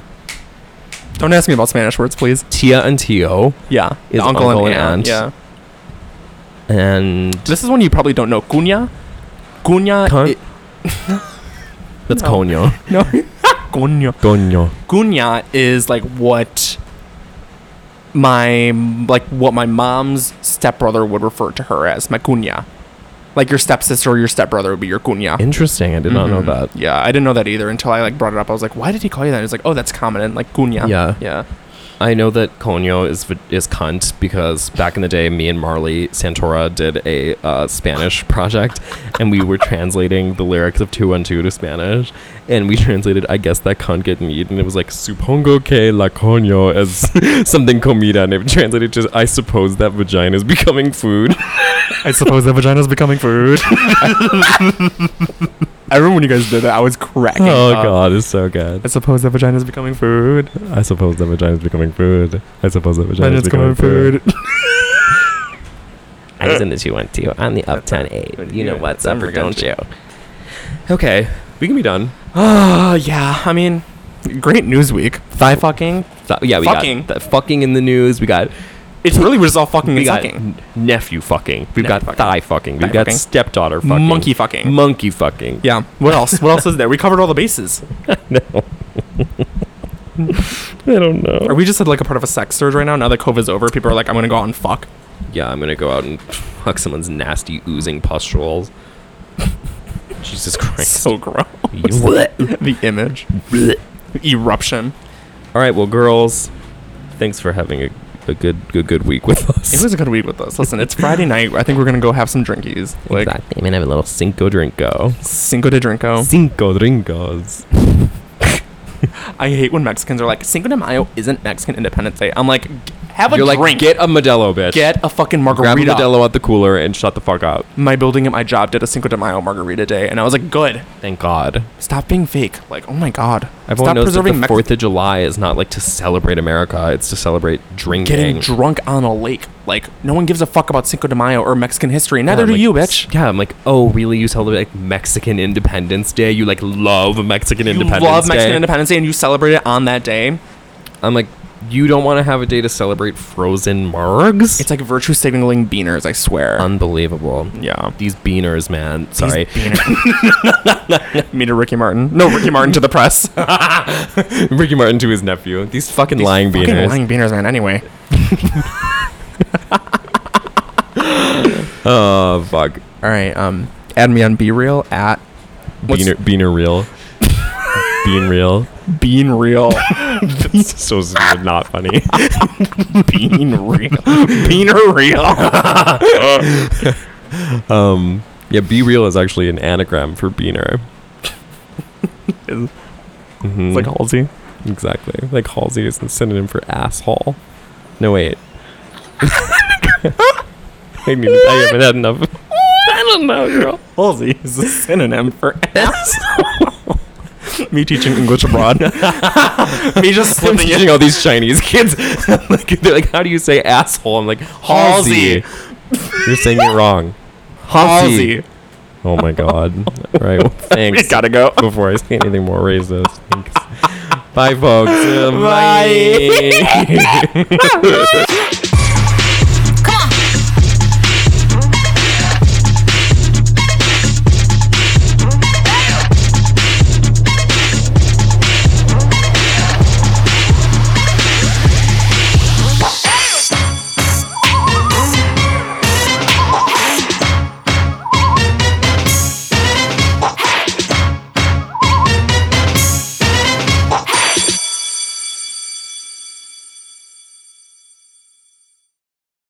[SPEAKER 5] Don't ask me about Spanish words, please.
[SPEAKER 4] Tia and Tio
[SPEAKER 5] Yeah,
[SPEAKER 4] Is
[SPEAKER 5] the uncle,
[SPEAKER 4] uncle
[SPEAKER 5] and,
[SPEAKER 4] and
[SPEAKER 5] aunt. Yeah,
[SPEAKER 4] aunt. and
[SPEAKER 5] this is one you probably don't know. Cuña, cuña,
[SPEAKER 4] Cunt?
[SPEAKER 5] i-
[SPEAKER 4] [LAUGHS] that's
[SPEAKER 5] No.
[SPEAKER 4] coño.
[SPEAKER 5] no, cuño.
[SPEAKER 4] Coño.
[SPEAKER 5] Cuña is like what my like what my mom's stepbrother would refer to her as my cuña. Like your stepsister or your stepbrother would be your cuña.
[SPEAKER 4] Interesting. I did not know
[SPEAKER 5] Mhm.
[SPEAKER 4] that.
[SPEAKER 5] Yeah, I didn't know that either until I like brought it up. I was like, why did he call you that? He's like, oh, that's common. And like cuña.
[SPEAKER 4] Yeah.
[SPEAKER 5] yeah.
[SPEAKER 4] I know that coño is v- is cunt because back in the day, me and Marley Santora did a uh, Spanish project, and we were translating the lyrics of Two One Two to Spanish, and we translated I guess that cunt get meat, and it was like supongo que la coño as [LAUGHS] something comida, and it translated to I suppose that vagina is becoming food.
[SPEAKER 5] I suppose that vagina's becoming [LAUGHS] food. I remember when you guys did that, I was cracking.
[SPEAKER 4] [LAUGHS] Oh
[SPEAKER 5] up.
[SPEAKER 4] god, it's so good.
[SPEAKER 5] I suppose that vagina's becoming food.
[SPEAKER 4] I suppose that vagina is becoming food. I suppose that vagina is
[SPEAKER 5] Vagina's
[SPEAKER 4] becoming
[SPEAKER 5] becoming
[SPEAKER 4] food.
[SPEAKER 5] [LAUGHS] food.
[SPEAKER 2] I was in the 212 on the Uptown 8. You know what's up, or don't you?
[SPEAKER 4] Okay, we can be done.
[SPEAKER 5] Oh yeah, I mean, great news week. Thigh fucking.
[SPEAKER 4] Th- yeah, we
[SPEAKER 5] Fucking.
[SPEAKER 4] got th- fucking in the news. We got
[SPEAKER 5] It's really just all fucking
[SPEAKER 4] we
[SPEAKER 5] and
[SPEAKER 4] got
[SPEAKER 5] sucking.
[SPEAKER 4] n- nephew fucking. We've
[SPEAKER 5] Nephew
[SPEAKER 4] got
[SPEAKER 5] fucking.
[SPEAKER 4] thigh fucking. We've
[SPEAKER 5] Thigh
[SPEAKER 4] got
[SPEAKER 5] fucking.
[SPEAKER 4] stepdaughter fucking.
[SPEAKER 5] Monkey fucking.
[SPEAKER 4] Monkey fucking.
[SPEAKER 5] Yeah. What else? What else is there? We covered all the bases.
[SPEAKER 4] I don't know.
[SPEAKER 5] Are we just at like a part of a sex surge right now? Now that COVID's over, people are like, I'm gonna go out and fuck.
[SPEAKER 4] Yeah, I'm gonna go out and fuck someone's nasty oozing pustules. [LAUGHS] Jesus Christ.
[SPEAKER 5] So gross. [LAUGHS] the image. Eruption.
[SPEAKER 4] All right, well, girls, thanks for having a, a good good good week with us.
[SPEAKER 5] It was a good week with us. Listen, it's Friday night. I think we're gonna go have some drinkies. Like Oh.
[SPEAKER 4] exactly. I'm gonna have a little cinco drinko.
[SPEAKER 5] Cinco de Drinko.
[SPEAKER 4] Cinco drinkos.
[SPEAKER 5] I hate when Mexicans are like Cinco de Mayo isn't Mexican Independence Day. I'm like, have a
[SPEAKER 4] You're
[SPEAKER 5] drink.
[SPEAKER 4] like, get a Modelo, bitch.
[SPEAKER 5] Get a fucking
[SPEAKER 4] Grab a
[SPEAKER 5] margarita.
[SPEAKER 4] Modelo out the cooler and shut the fuck up.
[SPEAKER 5] My building at my job did a Cinco de Mayo margarita day, and I was like, good.
[SPEAKER 4] Thank God.
[SPEAKER 5] Stop being fake. Like, oh my god.
[SPEAKER 4] Everyone
[SPEAKER 5] Stop
[SPEAKER 4] knows that the
[SPEAKER 5] Mex-
[SPEAKER 4] Fourth of July is not like to celebrate America; it's to celebrate drinking.
[SPEAKER 5] Getting drunk on a lake. Like, no one gives a fuck about Cinco de Mayo or Mexican history.
[SPEAKER 4] Yeah,
[SPEAKER 5] Neither
[SPEAKER 4] I'm
[SPEAKER 5] do
[SPEAKER 4] like,
[SPEAKER 5] you,
[SPEAKER 4] s-
[SPEAKER 5] bitch.
[SPEAKER 4] Yeah, I'm like, oh, really? You celebrate like Mexican Independence Day? You like love Mexican
[SPEAKER 5] You
[SPEAKER 4] Independence
[SPEAKER 5] love
[SPEAKER 4] Day?
[SPEAKER 5] Mexican Independence Day, and you celebrate it on that day.
[SPEAKER 4] I'm like, you don't want to have a day to celebrate frozen margs?
[SPEAKER 5] It's like virtue signaling beaners. I swear.
[SPEAKER 4] unbelievable.
[SPEAKER 5] yeah.
[SPEAKER 4] These beaners, man. Sorry.
[SPEAKER 5] [LAUGHS] Me to Ricky Martin. No, Ricky Martin to the press.
[SPEAKER 4] [LAUGHS] Ricky Martin to his nephew. These fucking [LAUGHS] lying
[SPEAKER 5] Fucking
[SPEAKER 4] beaners.
[SPEAKER 5] Lying beaners, man. Anyway.
[SPEAKER 4] Oh fuck. Oh,
[SPEAKER 5] All right. Um. add me on B Real at what's-
[SPEAKER 4] Beaner,
[SPEAKER 5] [LAUGHS]
[SPEAKER 4] beaner real. Bean real.
[SPEAKER 5] Bean
[SPEAKER 4] [LAUGHS]
[SPEAKER 5] Real.
[SPEAKER 4] That's so s- not funny.
[SPEAKER 5] Bean Real. Beaner Real.
[SPEAKER 4] Um, yeah, be real is actually an anagram for beaner.
[SPEAKER 5] It's
[SPEAKER 4] Mhm.
[SPEAKER 5] like Halsey.
[SPEAKER 4] exactly like Halsey is the synonym for asshole. No wait. I mean, I haven't had enough.
[SPEAKER 5] I don't know, girl. Halsey is a synonym
[SPEAKER 4] [LAUGHS]
[SPEAKER 5] for ass. me teaching English
[SPEAKER 4] [LAUGHS]
[SPEAKER 5] abroad. me just
[SPEAKER 4] I'm
[SPEAKER 5] slipping in.
[SPEAKER 4] teaching all these Chinese kids. [LAUGHS] like, they're like, how do you say asshole? I'm like, Halsey. You're saying it wrong.
[SPEAKER 5] Halsey.
[SPEAKER 4] Oh my god.
[SPEAKER 5] [LAUGHS]
[SPEAKER 4] All right. Well, thanks. gotta go before I say anything more racist. Thanks. Bye, [LAUGHS] folks. Uh,
[SPEAKER 5] Bye.
[SPEAKER 4] bye.